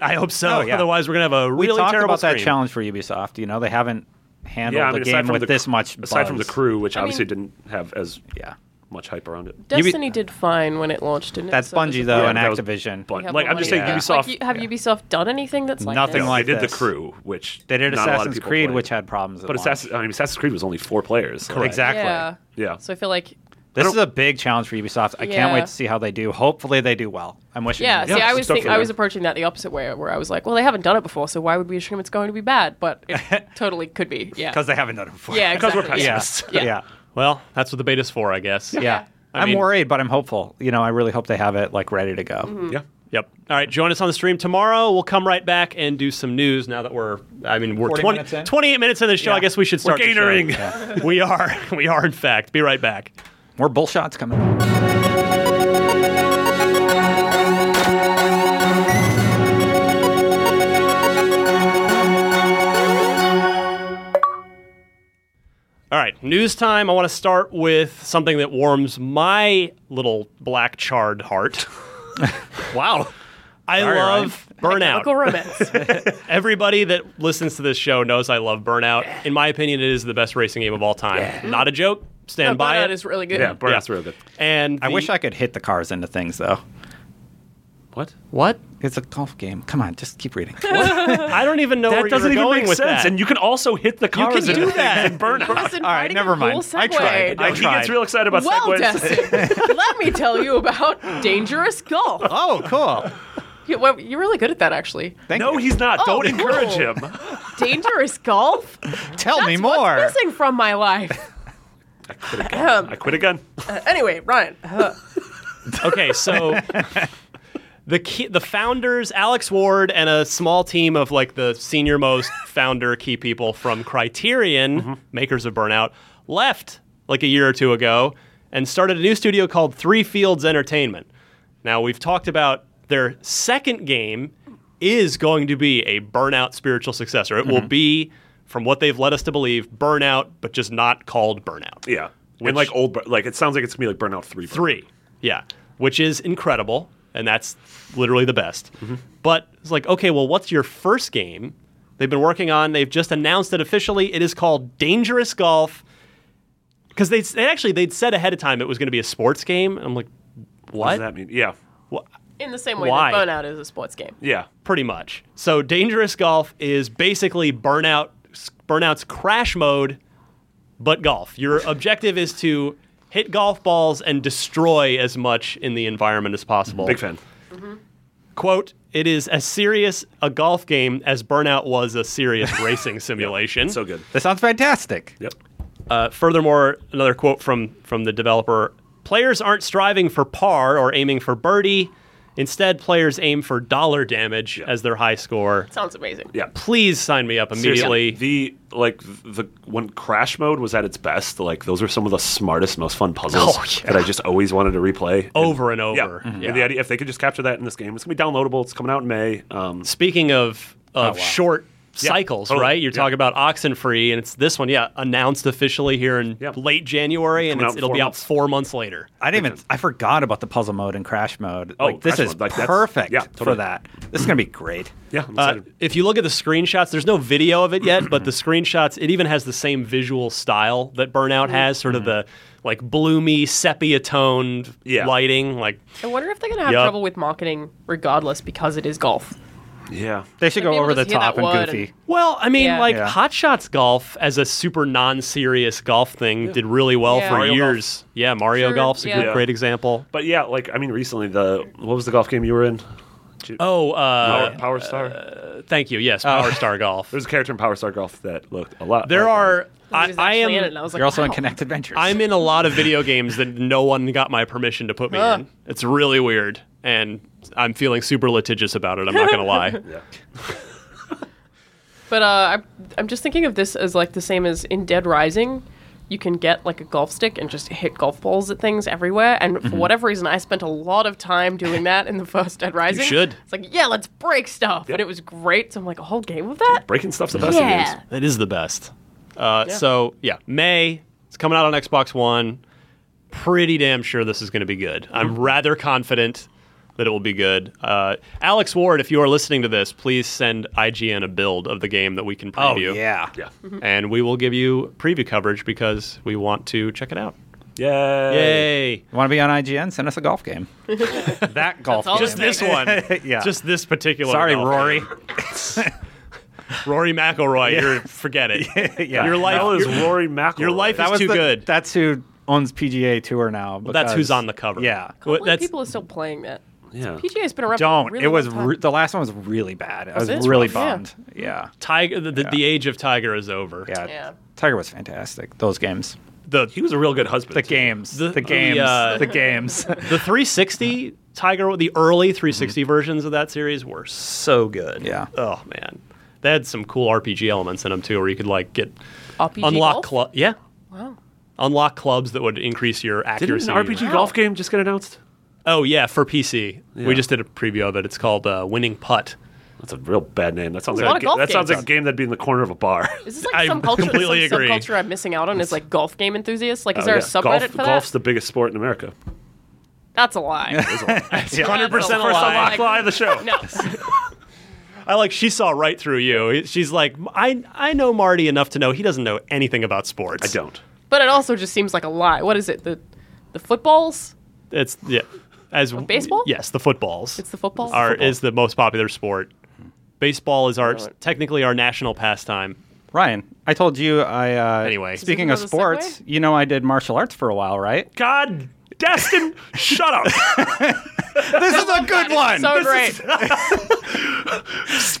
Speaker 3: I hope so.
Speaker 5: Oh, yeah.
Speaker 3: Otherwise, we're gonna have a
Speaker 5: We
Speaker 3: really
Speaker 5: talked
Speaker 3: terrible
Speaker 5: about that
Speaker 3: stream.
Speaker 5: challenge for Ubisoft. You know, they haven't handled
Speaker 6: Yeah, I
Speaker 5: the
Speaker 6: mean, aside
Speaker 5: game
Speaker 6: from
Speaker 5: with
Speaker 6: the,
Speaker 5: this much.
Speaker 6: aside from the
Speaker 5: buzz.
Speaker 6: crew, which
Speaker 4: mean-
Speaker 6: obviously didn't have as
Speaker 5: Yeah.
Speaker 6: much hype around it.
Speaker 4: Destiny did fine when it launched, didn't it?
Speaker 5: That's
Speaker 4: So it was
Speaker 5: Bungie
Speaker 4: a-
Speaker 5: though,
Speaker 6: Yeah,
Speaker 5: and
Speaker 6: that was
Speaker 5: Activision.
Speaker 6: Bun-
Speaker 4: have
Speaker 6: Like, I'm
Speaker 4: a
Speaker 6: just
Speaker 4: lot
Speaker 6: saying,
Speaker 4: of-
Speaker 6: Ubisoft.
Speaker 4: Like, you- have Ubisoft done anything that's like
Speaker 5: Nothing
Speaker 4: this?
Speaker 5: like-
Speaker 6: they did
Speaker 5: this.
Speaker 6: the crew, which
Speaker 5: They did
Speaker 6: not a lot of
Speaker 5: Assassin's
Speaker 6: people
Speaker 5: Creed,
Speaker 6: played.
Speaker 5: which had problems. At
Speaker 6: But
Speaker 5: launch.
Speaker 6: Assassin, I mean, Assassin's Creed was only four players. so-
Speaker 5: Exactly.
Speaker 4: Yeah.
Speaker 6: Yeah.
Speaker 4: So I feel like
Speaker 5: This is a big challenge for Ubisoft. I can't
Speaker 4: Yeah.
Speaker 5: wait to see how they do. Hopefully, they do well. I'm wishing.
Speaker 4: Yeah,
Speaker 5: them
Speaker 4: see,
Speaker 5: the
Speaker 4: I
Speaker 5: best.
Speaker 4: was
Speaker 6: stuff
Speaker 4: think,
Speaker 6: like
Speaker 4: I
Speaker 6: that.
Speaker 4: was approaching that the opposite way, where I was like, well, they haven't done it before, so why would we assume it's going to be bad? But it totally could be. Yeah.
Speaker 5: because they haven't done it before.
Speaker 4: yeah,
Speaker 6: Because
Speaker 4: exactly.
Speaker 6: we're pessimists.
Speaker 5: yeah,
Speaker 4: Yeah.
Speaker 5: yeah.
Speaker 3: Well, that's what the beta's for, I guess.
Speaker 5: yeah.
Speaker 3: I
Speaker 5: I'm
Speaker 3: mean-
Speaker 5: worried, but I'm hopeful. You know, I really hope they have it like ready to go.
Speaker 4: Mm-hmm.
Speaker 6: Yeah.
Speaker 3: Yep. All right. Join us on the stream tomorrow. We'll come right back and do some news. Now that we're, I mean, we're
Speaker 5: 40
Speaker 3: 20,
Speaker 5: minutes in?
Speaker 3: 28 minutes in the show.
Speaker 5: Yeah.
Speaker 3: I guess we should start. the show.
Speaker 6: gainering.
Speaker 3: we are. We are. In fact, be right back.
Speaker 5: More bull shots coming.
Speaker 3: All right, news time. I want to start with something that warms my little black charred heart. wow. I
Speaker 5: Sorry,
Speaker 3: love burnout.
Speaker 4: Chemical romance.
Speaker 3: Everybody that listens to this show knows I love Burnout. In my opinion, it is the best racing game of all time. Not a joke. Stand
Speaker 4: No,
Speaker 3: by
Speaker 4: Burnout
Speaker 3: it.
Speaker 4: is really good.
Speaker 6: Yeah. Burnout's real good.
Speaker 3: and
Speaker 5: I
Speaker 3: the-
Speaker 5: wish I could hit the cars into things though.
Speaker 6: What?
Speaker 3: what?
Speaker 5: It's a golf game. Come on, just keep reading.
Speaker 3: I don't even know
Speaker 6: That
Speaker 3: where
Speaker 6: doesn't
Speaker 3: you're
Speaker 6: even
Speaker 3: going
Speaker 6: make
Speaker 3: with
Speaker 6: sense.
Speaker 3: that.
Speaker 6: And you can also hit the
Speaker 3: you
Speaker 6: cars.
Speaker 3: can
Speaker 6: and
Speaker 3: do
Speaker 6: everything.
Speaker 3: that.
Speaker 4: All
Speaker 5: right, never mind. I tried.
Speaker 6: No,
Speaker 5: I
Speaker 6: he
Speaker 5: tried.
Speaker 6: gets real excited about
Speaker 4: well,
Speaker 6: segways.
Speaker 4: Dustin, let me tell you about dangerous golf.
Speaker 5: oh, cool.
Speaker 4: You- well, You're really good at that, actually.
Speaker 5: Thank
Speaker 6: No,
Speaker 5: you.
Speaker 6: he's not.
Speaker 4: Oh,
Speaker 6: Don't encourage
Speaker 4: cool.
Speaker 6: him.
Speaker 4: Dangerous golf?
Speaker 5: Tell me
Speaker 4: That's
Speaker 5: more.
Speaker 4: What's missing from my life.
Speaker 6: I quit again.
Speaker 4: Uh, anyway, Ryan. uh,
Speaker 3: okay, so the key, the founders, Alex Ward, and a small team of like the senior most founder key people from Criterion, makers of Burnout, left like a year or two ago, and started a new studio called Three Fields Entertainment. Now, we've talked about their second game is going to be a Burnout spiritual successor. It will be, from what they've led us to believe, Burnout, but just not called Burnout.
Speaker 6: Yeah.
Speaker 3: Which-
Speaker 6: and like old, Bur- like it sounds like it's gonna be like Burnout Three.
Speaker 3: Three. Yeah. Which is incredible. And that's literally the best. But it's like, okay, well, what's your first game they've been working on? They've just announced it officially. It is called Dangerous Golf. Because they, they actually, they'd said ahead of time it was going to be a sports game. I'm like,
Speaker 6: What does
Speaker 3: what?
Speaker 6: that mean? Yeah.
Speaker 3: Wha-
Speaker 4: In the same way
Speaker 3: Why?
Speaker 4: that Burnout is a sports game.
Speaker 6: Yeah.
Speaker 3: pretty much. So dangerous golf is basically burnout burnout's crash mode but golf. Your objective is to hit golf balls and destroy as much in the environment as possible.
Speaker 6: Big fan.
Speaker 3: Mm-hmm. Quote, it is as serious a golf game as Burnout was a serious racing simulation.
Speaker 6: So good.
Speaker 5: That sounds fantastic.
Speaker 6: Yep.
Speaker 3: Uh, furthermore, another quote from from the developer: Players aren't striving for par or aiming for birdie. Instead, players aim for dollar damage
Speaker 6: Yeah.
Speaker 3: as their high score.
Speaker 4: Sounds amazing.
Speaker 6: Yeah.
Speaker 3: Please sign me up immediately.
Speaker 6: Seriously, the like the when crash mode was at its best like those were some of the smartest most fun puzzles
Speaker 3: Oh, yeah.
Speaker 6: that i just always wanted to replay
Speaker 3: Over and
Speaker 6: yeah,
Speaker 3: over.
Speaker 6: And
Speaker 3: Yeah.
Speaker 6: the idea if they could just capture that in this game it's gonna be downloadable it's coming out in may um
Speaker 3: Speaking of of short cycles,
Speaker 6: Oh, totally.
Speaker 3: right? You're
Speaker 6: Yeah.
Speaker 3: talking about Oxen Free, and it's this one, yeah, announced officially here in
Speaker 6: Yeah.
Speaker 3: late January, and
Speaker 6: coming
Speaker 3: it's,
Speaker 6: out in
Speaker 3: it'll
Speaker 6: four
Speaker 3: be
Speaker 6: months.
Speaker 3: out four months later.
Speaker 5: I didn't even. I forgot about the puzzle mode and crash mode.
Speaker 6: Oh,
Speaker 5: like this
Speaker 6: crash
Speaker 5: is
Speaker 6: mode, like, that's-
Speaker 5: perfect
Speaker 6: yeah,
Speaker 5: for
Speaker 6: totally.
Speaker 5: that. This is gonna be great.
Speaker 6: yeah i'm
Speaker 3: Uh,
Speaker 6: excited
Speaker 3: if you look at the screenshots, there's no video of it yet, but the screenshots, it even has the same visual style that Burnout has, sort of the like bloomy sepia toned
Speaker 6: Mm-hmm. Yeah.
Speaker 3: lighting. Like,
Speaker 4: I wonder if they're going to have
Speaker 3: Yup.
Speaker 4: trouble with marketing regardless because it is golf.
Speaker 6: yeah
Speaker 5: They should
Speaker 4: Like,
Speaker 5: go
Speaker 4: people
Speaker 5: over the
Speaker 4: just hear
Speaker 5: top
Speaker 4: that
Speaker 5: and
Speaker 4: word
Speaker 5: goofy.
Speaker 4: and-
Speaker 3: well, I mean,
Speaker 4: Yeah.
Speaker 3: like
Speaker 5: Yeah.
Speaker 3: Hot Shots Golf as a super non-serious golf thing did really well
Speaker 4: Yeah.
Speaker 3: for
Speaker 4: Mario
Speaker 6: Golf.
Speaker 3: years. Yeah, Mario
Speaker 4: Sure,
Speaker 3: Golf's a
Speaker 4: yeah.
Speaker 3: good, great example.
Speaker 6: but yeah like i mean recently the what was the golf game you were in
Speaker 3: Oh,
Speaker 6: power,
Speaker 3: uh,
Speaker 6: power star
Speaker 3: thank you. Yes, Power Star Golf.
Speaker 6: there's a character in power star golf that looked a lot
Speaker 3: There
Speaker 6: like
Speaker 3: are.
Speaker 4: I,
Speaker 3: I,
Speaker 4: was
Speaker 3: I
Speaker 4: actually in it
Speaker 3: am.
Speaker 4: and I was like,
Speaker 5: You're also in
Speaker 4: wow.
Speaker 5: Connect Adventures.
Speaker 3: I'm in a lot of video games that no one got my permission to put me
Speaker 4: Huh.
Speaker 3: in. It's really weird, and I'm feeling super litigious about it. I'm not gonna lie.
Speaker 6: that. yeah
Speaker 4: But uh, I'm, I'm just thinking of this as like the same as in Dead Rising. You can get like a golf stick and just hit golf balls at things everywhere. And for whatever reason, I spent a lot of time doing that in the first Dead Rising.
Speaker 3: should.
Speaker 4: It's like, yeah, let's break stuff.
Speaker 6: Yep.
Speaker 4: And it was great. So I'm like, a whole game of that?
Speaker 6: breaking stuff's the best in games
Speaker 4: yeah.
Speaker 3: That is the best. Uh, So yeah, May. It's coming out on Xbox One. Pretty damn sure this is going to be good. I'm rather confident that it will be good. Uh, Alex Ward, if you are listening to this, please send IGN a build of the game that we can
Speaker 5: Oh
Speaker 3: preview.
Speaker 5: yeah.
Speaker 6: yeah
Speaker 3: and we will give you preview coverage because we want to check it out.
Speaker 6: Yay.
Speaker 3: Yay!
Speaker 5: Want to be on IGN? Send us a golf game. that golf
Speaker 4: all
Speaker 5: game.
Speaker 3: Just this one,
Speaker 5: Yeah.
Speaker 3: Just this particular.
Speaker 5: Sorry,
Speaker 3: golf.
Speaker 5: Rory.
Speaker 3: Rory McIlroy. You're forget it.
Speaker 5: yeah.
Speaker 3: Your life.
Speaker 6: Hell is
Speaker 3: your-
Speaker 6: Rory McIlroy.
Speaker 3: your life is too
Speaker 5: the-
Speaker 3: good.
Speaker 5: That's who owns PGA Tour now.
Speaker 3: that's
Speaker 5: because-
Speaker 3: who's on the cover.
Speaker 5: Yeah.
Speaker 3: Well,
Speaker 4: Like,
Speaker 3: that's
Speaker 4: people are still playing that.
Speaker 6: Yeah.
Speaker 4: PGA's been around. for a
Speaker 5: Don't.
Speaker 4: really
Speaker 5: it was
Speaker 4: long time.
Speaker 5: re- the last one was really bad. I was
Speaker 4: it?
Speaker 5: really
Speaker 4: It's rough,
Speaker 5: bummed. Yeah.
Speaker 3: Tiger. The, the, the age of Tiger is over.
Speaker 5: yeah.
Speaker 4: Yeah.
Speaker 5: Tiger was fantastic. Those games.
Speaker 3: The
Speaker 6: he was a real good husband
Speaker 5: The
Speaker 6: too.
Speaker 5: games.
Speaker 3: The-
Speaker 5: The,
Speaker 3: the,
Speaker 5: games.
Speaker 3: uh,
Speaker 5: the games.
Speaker 3: the 360 Tiger. The early 360 versions of that series were so good.
Speaker 5: Mm-hmm. Yeah.
Speaker 3: Oh man, they had some cool RPG elements in them too, where you could like get
Speaker 4: RPG
Speaker 3: unlock
Speaker 4: golf?
Speaker 3: club. Yeah.
Speaker 4: Wow.
Speaker 3: unlock clubs that would increase your
Speaker 6: Didn't
Speaker 3: accuracy.
Speaker 6: an RPG golf game just get announced?
Speaker 3: Oh yeah, for PC.
Speaker 6: Yeah.
Speaker 3: We just did a preview of it. It's called uh, Winning Putt.
Speaker 6: That's a real bad name. That sounds
Speaker 4: There's a
Speaker 6: like a,
Speaker 4: lot
Speaker 6: ga-
Speaker 4: of golf
Speaker 6: that sounds
Speaker 4: games.
Speaker 6: like a game that'd be in the corner of a bar.
Speaker 4: Is this like
Speaker 3: I
Speaker 4: some culture,
Speaker 3: completely
Speaker 4: some
Speaker 3: agree.
Speaker 4: subculture I'm missing out on? Is like golf game enthusiasts? Like, is
Speaker 6: Oh,
Speaker 4: there
Speaker 6: yeah.
Speaker 4: a subreddit
Speaker 6: golf,
Speaker 4: for that?
Speaker 6: Golf's the biggest sport in America.
Speaker 4: That's a lie.
Speaker 3: It's 100 percent
Speaker 4: That's a lie.
Speaker 3: alive.
Speaker 4: Like-
Speaker 6: Fly the show.
Speaker 4: no.
Speaker 3: I like. She saw right through you. She's like, I I know Marty enough to know he doesn't know anything about sports.
Speaker 6: I don't.
Speaker 4: But it also just seems like a lie. What is it? The the footballs?
Speaker 3: It's yeah. As
Speaker 4: baseball?
Speaker 3: Yes, the footballs.
Speaker 4: It's the footballs.
Speaker 3: are is the most popular sport. Baseball is our technically our national pastime.
Speaker 5: Ryan, I told you I. Uh,
Speaker 3: Anyway.
Speaker 5: Speaking
Speaker 4: Isn't
Speaker 5: of
Speaker 4: that the
Speaker 5: sports,
Speaker 4: segue?
Speaker 5: you know I did martial arts for a while, right?
Speaker 3: God, Destin, shut up.
Speaker 5: this is a good one.
Speaker 4: So great.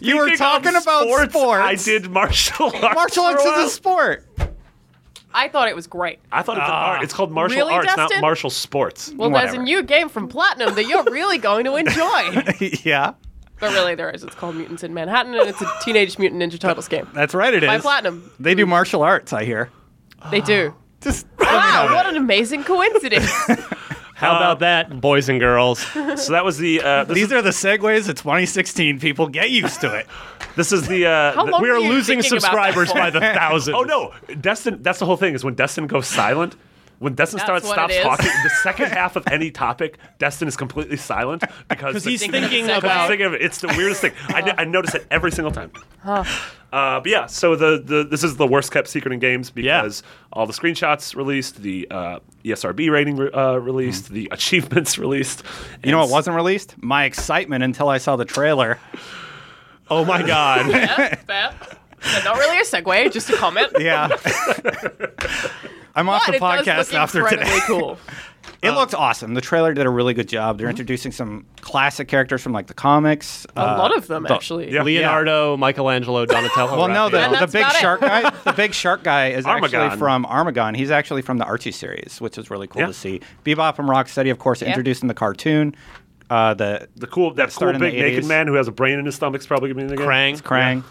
Speaker 5: you were talking about sports.
Speaker 6: I did martial arts.
Speaker 5: Martial
Speaker 6: for
Speaker 5: arts
Speaker 6: while.
Speaker 5: is a sport.
Speaker 4: I thought it was great.
Speaker 6: I thought it's an art. It's called martial
Speaker 4: Ah. Really,
Speaker 6: arts,
Speaker 4: Dustin?
Speaker 6: not martial sports.
Speaker 4: Well, there's
Speaker 5: Whatever.
Speaker 4: a new game from Platinum that you're really going to enjoy.
Speaker 5: yeah,
Speaker 4: but really, there is. It's called Mutants in Manhattan, and it's a Teenage Mutant Ninja Turtles game.
Speaker 5: that's right. It is.
Speaker 4: By Platinum.
Speaker 5: They do martial arts. I hear.
Speaker 4: They do.
Speaker 5: Just
Speaker 4: Wow, what an amazing coincidence.
Speaker 3: How about that, boys and girls?
Speaker 6: So that was the. Uh, this,
Speaker 5: these
Speaker 6: is,
Speaker 5: are the segues of 2016. People get used to it.
Speaker 6: this is the. Uh,
Speaker 4: How
Speaker 6: the-
Speaker 4: long
Speaker 3: We
Speaker 4: were
Speaker 3: are
Speaker 4: you
Speaker 3: losing
Speaker 4: thinking about that
Speaker 3: subscribers
Speaker 4: for?
Speaker 3: by the thousands.
Speaker 6: Oh no, Destin. That's the whole thing. Is when Destin goes silent. When Destin
Speaker 4: That's
Speaker 6: starts
Speaker 4: what
Speaker 6: stops
Speaker 4: it is.
Speaker 6: talking, the second half of any topic, Destin is completely silent because
Speaker 3: Because he's
Speaker 6: the-
Speaker 3: thinking
Speaker 4: Thinking of
Speaker 3: about.
Speaker 4: segue.
Speaker 6: Think of it. It's the weirdest thing. I, n- I notice it every single time. Uh, but yeah, so the, the this is the worst kept secret in games because all the screenshots released, the uh, ESRB rating re- uh, released,
Speaker 3: Mm-hmm.
Speaker 6: the achievements released.
Speaker 5: You know what wasn't released? My excitement until I saw the trailer.
Speaker 3: Oh my god.
Speaker 4: Fair. So not really a segue, just a comment.
Speaker 5: Yeah. I'm off
Speaker 4: But
Speaker 5: the
Speaker 4: it does
Speaker 5: podcast
Speaker 4: look
Speaker 5: after
Speaker 4: incredibly
Speaker 5: today.
Speaker 4: cool.
Speaker 5: It looked awesome. The trailer did a really good job. They're introducing some classic characters from like the comics. Uh,
Speaker 4: A lot of them, actually.
Speaker 6: yeah.
Speaker 3: Leonardo, Michelangelo, Donatello.
Speaker 5: Well, no,
Speaker 3: Raphael.
Speaker 5: the, the
Speaker 4: that's
Speaker 5: big
Speaker 4: about it.
Speaker 5: shark guy. The big shark guy is
Speaker 6: Armagon.
Speaker 5: actually from Armagon. He's actually from the Archie series, which is really cool
Speaker 6: Yeah.
Speaker 5: to see. Bebop and Rocksteady, of course, introduced in the cartoon. Uh, the
Speaker 6: The cool that cool
Speaker 5: started in the
Speaker 6: big naked
Speaker 5: 80s.
Speaker 6: man who has a brain in his stomach's probably gonna be in the game.
Speaker 3: Krang.
Speaker 5: Krang.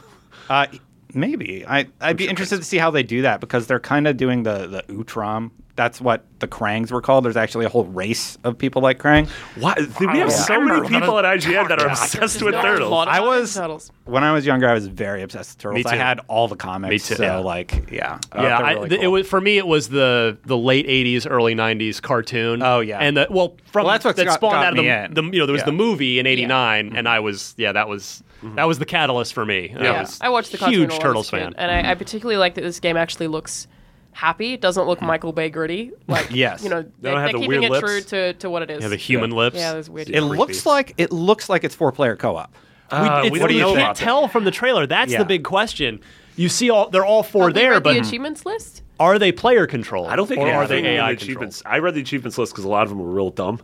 Speaker 5: Uh, maybe I I'd be interested to see how they do that because they're kind of doing the the Utrom. That's what the Krangs were called. There's actually a whole race of people like Krang.
Speaker 6: Why we have so many people at IGN that are obsessed with
Speaker 4: There's not a
Speaker 6: turtles.
Speaker 4: lot of
Speaker 5: I
Speaker 4: them.
Speaker 5: was
Speaker 4: Turtles.
Speaker 5: when I was younger. I was very obsessed with turtles.
Speaker 3: Me
Speaker 5: I
Speaker 3: too.
Speaker 5: had all the comics.
Speaker 3: Me too.
Speaker 5: So
Speaker 3: Yeah.
Speaker 5: like, yeah,
Speaker 3: Yeah,
Speaker 5: Uh, they're
Speaker 3: I,
Speaker 5: really
Speaker 3: th- it
Speaker 5: cool.
Speaker 3: was for me. It was the the late '80s, early '90s cartoon.
Speaker 5: Oh, yeah.
Speaker 3: and the, well, from
Speaker 5: Well, that's what
Speaker 3: that
Speaker 5: got-
Speaker 3: spawned
Speaker 5: got
Speaker 3: out of
Speaker 5: me
Speaker 3: the,
Speaker 5: in.
Speaker 3: the you know there was
Speaker 5: Yeah.
Speaker 3: the movie in '89, and I was yeah that was that was the catalyst for me. I,
Speaker 4: Yeah,
Speaker 3: was
Speaker 4: I watched the cartoon
Speaker 3: huge
Speaker 4: when I was a
Speaker 3: Turtles
Speaker 4: kid, Uh,
Speaker 3: fan.
Speaker 4: and I, I particularly like that this game actually looks happy. It doesn't look Michael Bay gritty. Like
Speaker 5: Yes.
Speaker 4: you know, they,
Speaker 6: don't
Speaker 4: are
Speaker 6: have the
Speaker 4: keeping
Speaker 6: weird
Speaker 4: it
Speaker 6: lips.
Speaker 4: true to, to what it is.
Speaker 3: yeah, the human lips.
Speaker 4: yeah, there's weird.
Speaker 5: It looks like it looks like it's four player co op.
Speaker 3: we,
Speaker 6: Uh, we
Speaker 3: it's-
Speaker 6: don't
Speaker 3: we
Speaker 6: know
Speaker 3: can't
Speaker 6: about that.
Speaker 3: tell from the trailer. That's
Speaker 5: Yeah.
Speaker 3: the big question. You see, all they're all four
Speaker 4: Have we
Speaker 3: there,
Speaker 4: read
Speaker 3: but
Speaker 4: the achievements list.
Speaker 3: are they player controlled?
Speaker 6: I don't think
Speaker 3: or
Speaker 6: any
Speaker 3: are
Speaker 6: of them
Speaker 3: they
Speaker 6: were in the
Speaker 3: AI controlled?
Speaker 6: achievements. I read the achievements list because a lot of them were real dumb.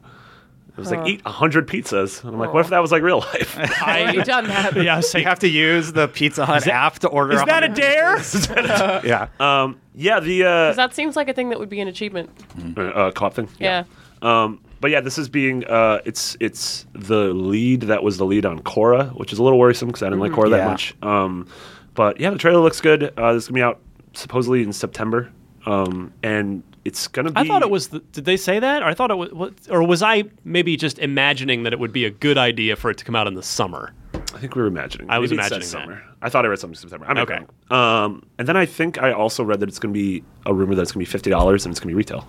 Speaker 6: It was like eat hundred pizzas, and I'm like, what if that was like real life?
Speaker 4: Already
Speaker 3: I,
Speaker 4: done that.
Speaker 3: yeah, I was
Speaker 5: You
Speaker 3: saying,
Speaker 5: have to use the Pizza Hut app to order.
Speaker 3: is that a dare?
Speaker 5: yeah?
Speaker 6: um, yeah, the uh,
Speaker 4: 'Cause That seems like a thing that would be an achievement.
Speaker 6: uh, uh, co-op thing.
Speaker 4: Yeah.
Speaker 6: Um, but yeah, this is being uh, it's it's the lead that was the lead on Cora, which is a little worrisome because I didn't like Cora that
Speaker 5: Yeah.
Speaker 6: much. Um, but yeah, the trailer looks good. Uh, this is gonna be out supposedly in September, um, and it's gonna be.
Speaker 3: I thought it was. The, did they say that? Or I thought it was. What, or was I maybe just imagining that it would be a good idea for it to come out in the summer?
Speaker 5: Oh,
Speaker 6: I think we were imagining.
Speaker 3: I was
Speaker 6: Maybe it said
Speaker 3: imagining that.
Speaker 6: summer. I thought I read something September. I'm
Speaker 3: Okay.
Speaker 6: okay. Um, and then I think I also read that it's gonna be a rumor that it's gonna be fifty dollars and it's gonna be retail,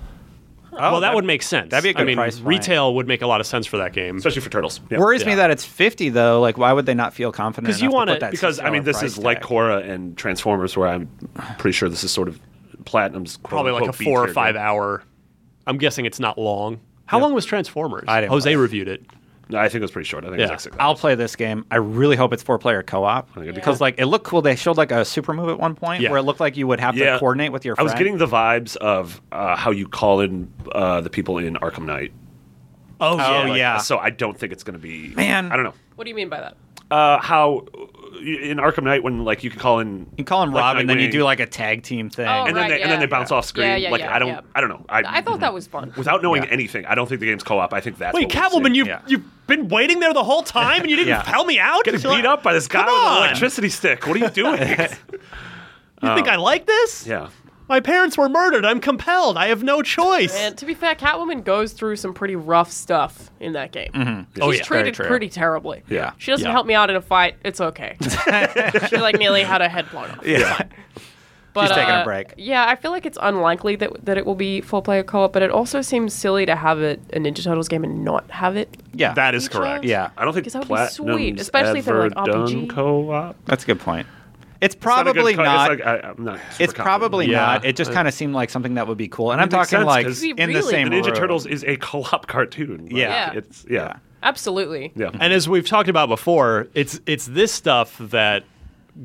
Speaker 3: well, that, would make sense.
Speaker 5: that'd be a
Speaker 3: I
Speaker 5: good
Speaker 3: mean,
Speaker 5: price point.
Speaker 3: retail would make a lot of sense for that game.
Speaker 6: especially for turtles. Yeah.
Speaker 5: Worries me
Speaker 3: Yeah.
Speaker 5: that it's fifty though. Like, why would they not feel confident?
Speaker 3: 'Cause you
Speaker 5: enough to
Speaker 3: wanna-
Speaker 5: put that
Speaker 6: because I mean,
Speaker 5: $60
Speaker 6: this
Speaker 5: Oh, price
Speaker 6: is like
Speaker 5: tag?
Speaker 6: Cora and Transformers, where I'm pretty sure this is sort of Platinum's quote,
Speaker 3: Probably like a
Speaker 6: unquote, B
Speaker 3: four or
Speaker 6: tier
Speaker 3: five
Speaker 6: game.
Speaker 3: hour. I'm guessing it's not long. How long was Transformers?
Speaker 5: I didn't
Speaker 3: Jose
Speaker 5: play it.
Speaker 3: reviewed it.
Speaker 6: No, I think it was pretty short. I think it
Speaker 3: Yeah.
Speaker 6: was like 6
Speaker 5: I'll play this game. I really hope it's four player co op
Speaker 6: it'd be
Speaker 5: because like it looked cool. They showed like a super move at one point
Speaker 3: Yeah.
Speaker 5: where it looked like you would have to coordinate with your.
Speaker 6: I
Speaker 5: Friend.
Speaker 6: was getting the vibes of uh, how you call in uh, the people in Arkham Knight.
Speaker 3: Oh,
Speaker 5: yeah.
Speaker 6: Like,
Speaker 5: yeah.
Speaker 6: So I don't think it's going to be.
Speaker 5: Man.
Speaker 6: I don't know
Speaker 4: What do you mean by that?
Speaker 6: uh, how uh, in Arkham Knight when like you can call in.
Speaker 5: You call him
Speaker 6: like,
Speaker 5: Robin, then you
Speaker 6: Nightwing,
Speaker 5: do like a tag team thing.
Speaker 4: Oh,
Speaker 6: and
Speaker 4: Right,
Speaker 6: then they, and then
Speaker 4: yeah.
Speaker 6: they bounce off screen.
Speaker 4: Yeah, yeah,
Speaker 6: like
Speaker 4: yeah,
Speaker 6: I don't,
Speaker 4: yeah.
Speaker 6: I don't know. I, mm-hmm.
Speaker 4: I thought that was fun.
Speaker 6: without knowing
Speaker 5: Yeah.
Speaker 6: anything, I don't think the game's co-op. I think that's
Speaker 3: Wait,
Speaker 6: what we're
Speaker 3: Cavill, you
Speaker 5: Yeah.
Speaker 3: you've been waiting there the whole time and you didn't
Speaker 5: Yeah.
Speaker 3: help me out.
Speaker 6: getting
Speaker 3: You're
Speaker 6: beat
Speaker 3: like,
Speaker 6: up by this guy
Speaker 3: Come
Speaker 6: with an
Speaker 3: on.
Speaker 6: electricity stick. What are you doing?
Speaker 3: You
Speaker 5: Oh.
Speaker 3: think I like this?
Speaker 6: yeah.
Speaker 3: My parents were murdered. I'm compelled. I have no choice.
Speaker 4: And to be fair, Catwoman goes through some pretty rough stuff in that game. She's
Speaker 3: Oh, yeah.
Speaker 5: Very
Speaker 4: treated
Speaker 5: true.
Speaker 4: pretty terribly.
Speaker 6: Yeah.
Speaker 4: She doesn't
Speaker 3: Yeah.
Speaker 4: help me out in a fight. It's okay. she like nearly had her head blown off.
Speaker 5: yeah.
Speaker 4: But,
Speaker 5: She's taking a
Speaker 4: uh,
Speaker 5: break.
Speaker 4: Yeah, I feel like it's unlikely that that it will be four player co op, but it also seems silly to have it a Ninja Turtles game and not have it.
Speaker 5: yeah.
Speaker 3: that is
Speaker 4: Each
Speaker 3: correct.
Speaker 4: other?
Speaker 5: yeah.
Speaker 6: I don't think
Speaker 4: Because that would be
Speaker 6: Platinum's
Speaker 4: sweet, especially if they're,
Speaker 6: ever
Speaker 4: like, RPG.
Speaker 6: done co-op.
Speaker 5: That's a good point. It's
Speaker 6: It's not a good
Speaker 5: probably
Speaker 6: co-
Speaker 5: not.
Speaker 6: It's, like, I, I'm not super
Speaker 5: It's probably
Speaker 6: confident.
Speaker 3: Yeah.
Speaker 5: not. It just kind of seemed like something that would be cool. And I'm
Speaker 6: makes
Speaker 5: talking
Speaker 6: sense,
Speaker 5: like
Speaker 6: 'cause
Speaker 5: in the
Speaker 4: Really?
Speaker 5: same
Speaker 6: The Ninja
Speaker 5: room.
Speaker 6: Turtles is a co-op cartoon. Like,
Speaker 5: Yeah.
Speaker 4: Yeah.
Speaker 6: It's yeah.
Speaker 4: Absolutely.
Speaker 6: Yeah.
Speaker 3: And as we've talked about before, it's it's this stuff that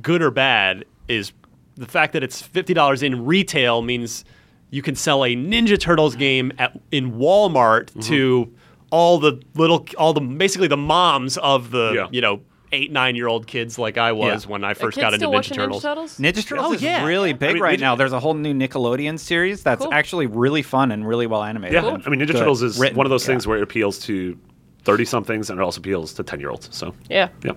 Speaker 3: good or bad is the fact that it's fifty dollars in retail means you can sell a Ninja Turtles game at, in Walmart
Speaker 6: Mm-hmm.
Speaker 3: to all the little all the basically the moms of the
Speaker 6: Yeah.
Speaker 3: you know eight nine year old kids like I was
Speaker 5: Yeah.
Speaker 3: when I
Speaker 4: Are
Speaker 3: first
Speaker 4: kids
Speaker 3: got into
Speaker 4: still
Speaker 3: Ninja
Speaker 4: watching
Speaker 3: Turtles.
Speaker 4: Ninja Turtles?
Speaker 5: Ninja Turtles
Speaker 3: Oh, yeah.
Speaker 5: is really big
Speaker 6: I mean,
Speaker 5: right
Speaker 6: Ninja-
Speaker 5: now. There's a whole new Nickelodeon series that's
Speaker 4: Cool.
Speaker 5: actually really fun and really well animated.
Speaker 6: Yeah.
Speaker 5: and
Speaker 6: I mean, Ninja
Speaker 5: good.
Speaker 6: Turtles is
Speaker 5: Written.
Speaker 6: one of those
Speaker 5: Yeah.
Speaker 6: things where it appeals to thirty somethings and it also appeals to ten year olds. So
Speaker 4: yeah.
Speaker 6: yeah.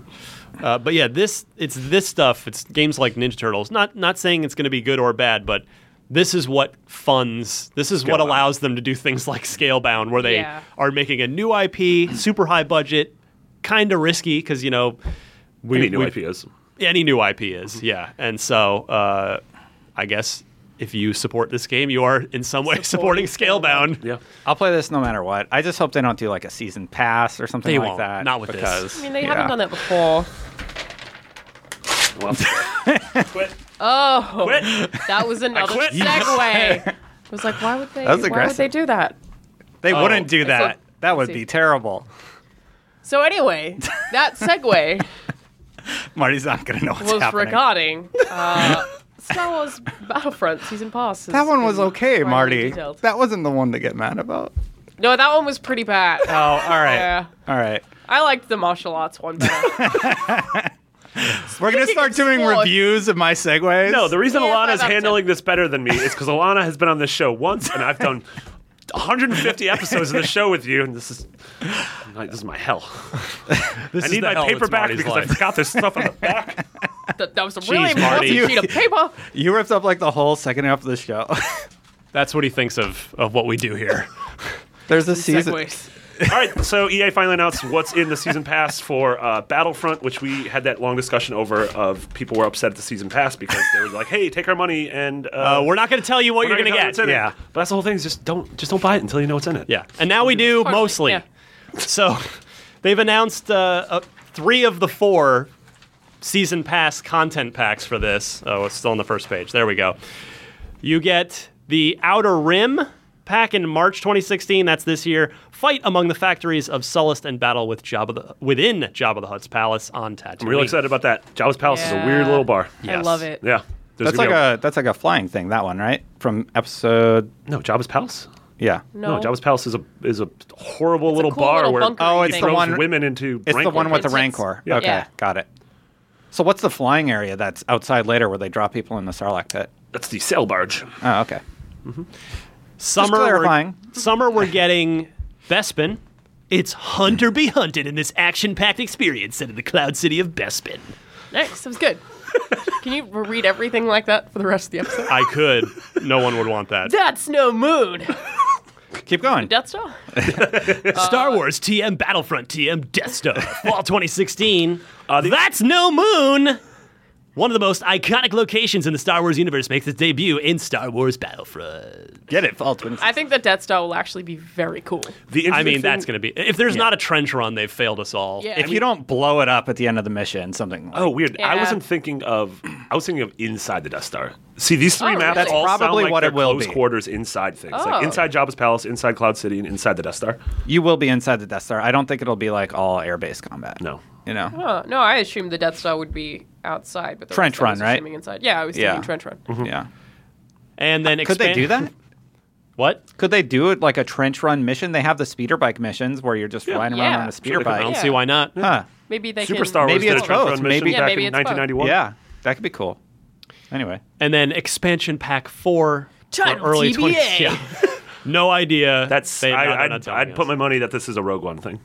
Speaker 3: Uh, but yeah, this it's this stuff. It's games like Ninja Turtles. Not not saying it's going to be good or bad, but this is what funds, this is what
Speaker 6: Scalebound.
Speaker 3: allows them to do things like Scalebound, where they
Speaker 4: Yeah.
Speaker 3: are making a new IP, super high budget, kind of risky because you know we,
Speaker 6: Any new
Speaker 3: we-
Speaker 6: IP is.
Speaker 3: any new IP is, yeah. And so uh, I guess if you support this game, you are in some way supporting,
Speaker 4: Supporting
Speaker 3: Scalebound.
Speaker 6: Yeah.
Speaker 5: I'll play this no matter what. I just hope they don't do like a season pass or something
Speaker 3: They
Speaker 5: like
Speaker 3: won't.
Speaker 5: that.
Speaker 3: Not with this.
Speaker 5: because,
Speaker 4: I mean, they
Speaker 5: yeah.
Speaker 4: haven't done that before.
Speaker 6: Well, quit.
Speaker 4: Oh,
Speaker 6: Quit.
Speaker 4: that was another
Speaker 6: quit.
Speaker 4: segue. I was like, why would they?
Speaker 5: That was
Speaker 4: why would
Speaker 5: aggressive.
Speaker 4: they do that?
Speaker 5: They
Speaker 3: Oh.
Speaker 5: wouldn't do that.
Speaker 4: Except-
Speaker 5: that would
Speaker 4: see.
Speaker 5: be terrible.
Speaker 4: So anyway, that segue
Speaker 5: Marty's not going to know what's
Speaker 4: was
Speaker 5: happening.
Speaker 4: regarding uh, Star Wars Battlefront season pass. has
Speaker 5: That one was
Speaker 4: been
Speaker 5: okay,
Speaker 4: widely
Speaker 5: Marty.
Speaker 4: detailed.
Speaker 5: That wasn't the one to get mad about.
Speaker 4: no, that one was pretty bad.
Speaker 5: Oh, all right.
Speaker 4: Yeah.
Speaker 5: All right.
Speaker 4: I liked the martial arts one better.
Speaker 5: We're going to
Speaker 4: Speaking
Speaker 5: start
Speaker 4: of
Speaker 5: doing
Speaker 4: sports-
Speaker 5: reviews of my segues.
Speaker 6: No, the reason
Speaker 4: Yeah,
Speaker 6: Alana
Speaker 4: five
Speaker 6: is
Speaker 4: out of
Speaker 6: handling this better than me is because Alana has been on this show once, and I've done 150 episodes of the show with you, and this is this is my hell. I
Speaker 3: is
Speaker 6: need
Speaker 3: the
Speaker 6: my
Speaker 3: hell
Speaker 6: paper
Speaker 3: that's
Speaker 6: back
Speaker 3: Marty's
Speaker 6: because I
Speaker 3: life.
Speaker 6: forgot there's stuff on the back.
Speaker 4: that, that was a really
Speaker 3: Jeez, Marty.
Speaker 4: important sheet of paper.
Speaker 5: you ripped up like the whole second half of the show.
Speaker 3: That's what he thinks of of what we do here.
Speaker 5: There's a season.
Speaker 4: Segues.
Speaker 6: All right, so EA finally announced what's in the season pass for uh, Battlefront, which we had that long discussion over of people were upset at the season pass because they were like, "Hey, take our money," and
Speaker 3: Uh, we're not going to tell you what you're
Speaker 6: we're
Speaker 3: going
Speaker 6: not
Speaker 3: to
Speaker 6: gonna
Speaker 3: get.
Speaker 6: tell you what's in it.
Speaker 5: yeah.
Speaker 6: but that's the whole thing. Is just don't just don't buy it until you know what's in it.
Speaker 3: Yeah, and now we do
Speaker 4: Partly,
Speaker 3: mostly.
Speaker 4: yeah.
Speaker 3: So they've announced uh, uh, three of the four season pass content packs for this. Oh, it's still on the first page. There we go. You get the Outer Rim pack in March 2016. That's this year. Fight among the factories of Sullust and battle with Jabba the, within Jabba the Hutt's palace on Tatooine.
Speaker 6: I'm really excited about that. Jabba's Palace is a weird
Speaker 4: Yeah.
Speaker 6: little bar.
Speaker 4: I
Speaker 3: Yes.
Speaker 4: love it.
Speaker 6: Yeah, There's
Speaker 5: That's like
Speaker 6: gonna be
Speaker 5: a that's like a flying thing. That one, right? From episode.
Speaker 6: No, Jabba's Palace.
Speaker 5: Yeah.
Speaker 6: No,
Speaker 4: No,
Speaker 6: Jabba's Palace is a is a horrible little
Speaker 4: cool
Speaker 6: bar
Speaker 4: little
Speaker 6: where
Speaker 4: bunker
Speaker 5: Oh,
Speaker 4: thing.
Speaker 5: it's
Speaker 6: he
Speaker 5: the
Speaker 6: throws
Speaker 5: one-
Speaker 6: women into.
Speaker 5: It's the
Speaker 6: Rancor
Speaker 5: one with the
Speaker 6: pits.
Speaker 5: rancor.
Speaker 6: Yeah.
Speaker 5: Okay,
Speaker 4: Yeah.
Speaker 5: got it. So what's the flying area that's outside later where they drop people in the Sarlacc pit?
Speaker 6: That's the sail barge.
Speaker 5: Oh, okay.
Speaker 3: Summer,
Speaker 5: clarifying.
Speaker 3: We're, summer, we're getting Bespin. It's Hunter be hunted in this action-packed experience set in the Cloud City of Bespin.
Speaker 4: nice. It was good. Can you read everything like that for the rest of the episode?
Speaker 3: I could. No one would want that.
Speaker 4: That's no moon.
Speaker 5: Keep going.
Speaker 4: Death Star.
Speaker 3: Star Wars TM Battlefront TM Death Star Uh, Fall 2016. That's no moon. One of the most iconic locations in the Star Wars universe makes its debut in Star Wars Battlefront.
Speaker 5: Get it, Fall Twins.
Speaker 4: I think the Death Star will actually be very cool.
Speaker 6: The
Speaker 3: I
Speaker 6: interesting
Speaker 3: mean, that's
Speaker 6: thing-
Speaker 3: going to be. If there's not a trench run, they've failed us all.
Speaker 4: Yeah.
Speaker 5: If you don't blow it up at the end of the mission, something. Like,
Speaker 6: Oh, weird. I
Speaker 4: Yeah.
Speaker 6: wasn't thinking of. I was thinking of inside the Death Star. See, these three
Speaker 4: Oh,
Speaker 6: maps
Speaker 4: really?
Speaker 6: all
Speaker 5: That's
Speaker 6: sound
Speaker 5: probably
Speaker 6: like
Speaker 5: what
Speaker 6: they're
Speaker 5: it will
Speaker 6: close
Speaker 5: be.
Speaker 6: quarters inside things, like
Speaker 4: Oh.
Speaker 6: inside Jabba's Palace, inside Cloud City, and inside the Death Star.
Speaker 5: you will be inside the Death Star. I don't think it'll be like all airbase combat.
Speaker 6: No.
Speaker 5: You know.
Speaker 4: Oh, no, I assumed the Death Star would be outside, but the
Speaker 5: Trench
Speaker 4: rest I was
Speaker 5: run, right?
Speaker 4: assuming Inside. Yeah, I was
Speaker 5: Yeah.
Speaker 4: thinking trench run.
Speaker 3: Mm-hmm.
Speaker 5: Yeah.
Speaker 3: And then
Speaker 5: Could they
Speaker 3: expand-
Speaker 5: do that?
Speaker 3: What?
Speaker 5: Could they do it like a trench run mission? They have the speeder bike missions where you're just riding around
Speaker 4: Yeah.
Speaker 5: on
Speaker 4: Sure,
Speaker 5: a speeder
Speaker 6: they could
Speaker 3: I don't
Speaker 5: bike.
Speaker 4: Yeah.
Speaker 3: see why not.
Speaker 5: Huh.
Speaker 4: Maybe they can.
Speaker 6: Superstar
Speaker 5: Maybe
Speaker 6: Wars did a
Speaker 5: it's
Speaker 6: trench
Speaker 5: both.
Speaker 6: run mission
Speaker 5: Maybe-
Speaker 4: Yeah,
Speaker 6: back
Speaker 4: maybe
Speaker 6: in
Speaker 4: it's both.
Speaker 6: 1991.
Speaker 5: Yeah. That could be cool. Anyway.
Speaker 3: And then expansion pack four
Speaker 4: Title
Speaker 3: for early 20.
Speaker 4: TBA.
Speaker 3: Yeah. No idea.
Speaker 6: That's.
Speaker 3: They- no, they're
Speaker 6: I,
Speaker 3: not
Speaker 6: I'd,
Speaker 3: telling
Speaker 6: I'd
Speaker 3: us.
Speaker 6: put my money that this is a Rogue One thing.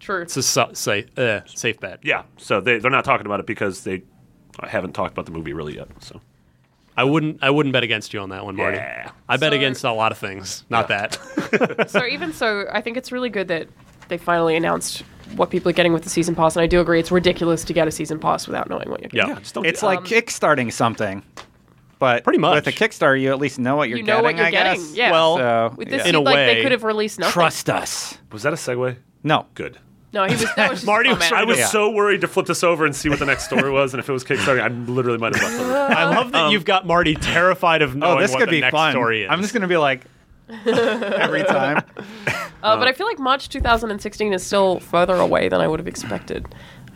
Speaker 4: True.
Speaker 3: It's a su- say, uh, safe bet.
Speaker 6: Yeah. So they they're not talking about it because they haven't talked about the movie really yet. So.
Speaker 3: I wouldn't. I wouldn't bet against you on that one, Marty.
Speaker 6: Yeah.
Speaker 3: I bet
Speaker 4: So-
Speaker 3: against a lot of things. Not that.
Speaker 4: so even so, I think it's really good that they finally announced what people are getting with the season pass, and I do agree it's ridiculous to get a season pass without knowing what you're getting.
Speaker 3: Yeah.
Speaker 6: Yeah, just don't
Speaker 5: It's
Speaker 6: do-
Speaker 3: uh,
Speaker 4: um,
Speaker 5: like kickstarting something. But
Speaker 3: Pretty much.
Speaker 5: with a Kickstarter, you at least know what you're
Speaker 4: You know what
Speaker 5: getting.
Speaker 4: you're
Speaker 5: I
Speaker 4: getting,
Speaker 5: guess.
Speaker 4: yeah.
Speaker 3: Well,
Speaker 5: so,
Speaker 4: With this,
Speaker 5: yeah.
Speaker 3: In a
Speaker 4: seemed like
Speaker 3: way,
Speaker 4: they could have released nothing.
Speaker 5: trust us.
Speaker 6: was that a segue?
Speaker 5: No,
Speaker 6: Good.
Speaker 4: No, he was. That was just
Speaker 3: Marty
Speaker 4: a
Speaker 3: Oh, was
Speaker 4: comment.
Speaker 3: trying
Speaker 6: I
Speaker 3: to-
Speaker 6: was
Speaker 5: Yeah.
Speaker 6: so worried to flip this over and see what the next story was, and if it was Kickstarter, I literally might have left over.
Speaker 3: I love that you've got Marty terrified of knowing
Speaker 5: Oh, this
Speaker 3: what
Speaker 5: could
Speaker 3: the
Speaker 5: be
Speaker 3: next
Speaker 5: fun.
Speaker 3: story is.
Speaker 5: I'm just gonna be like every time.
Speaker 4: Uh, but I feel like March 2016 is still further away than I would have expected.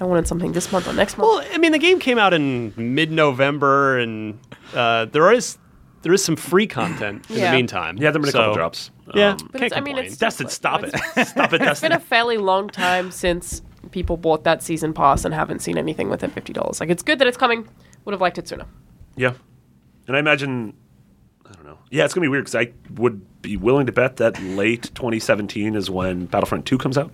Speaker 4: I wanted something this month or next month.
Speaker 3: Well, I mean, the game came out in mid-November, and uh, there is there is some free content in
Speaker 4: Yeah.
Speaker 3: the meantime.
Speaker 6: Yeah, there have been a couple
Speaker 3: So,
Speaker 6: drops.
Speaker 3: Yeah,
Speaker 6: Um,
Speaker 4: But
Speaker 3: can't
Speaker 4: it's- I mean,
Speaker 3: complain.
Speaker 4: it's-
Speaker 6: Dustin, stop it. Stop it,
Speaker 4: It's been
Speaker 6: Dustin.
Speaker 4: a fairly long time since people bought that season pass and haven't seen anything within fifty dollars. Like it's good that it's coming. Would have liked it sooner.
Speaker 6: Yeah. And I imagine, I don't know. Yeah, it's going to be weird because I would be willing to bet that late 2017 is when Battlefront 2 comes out.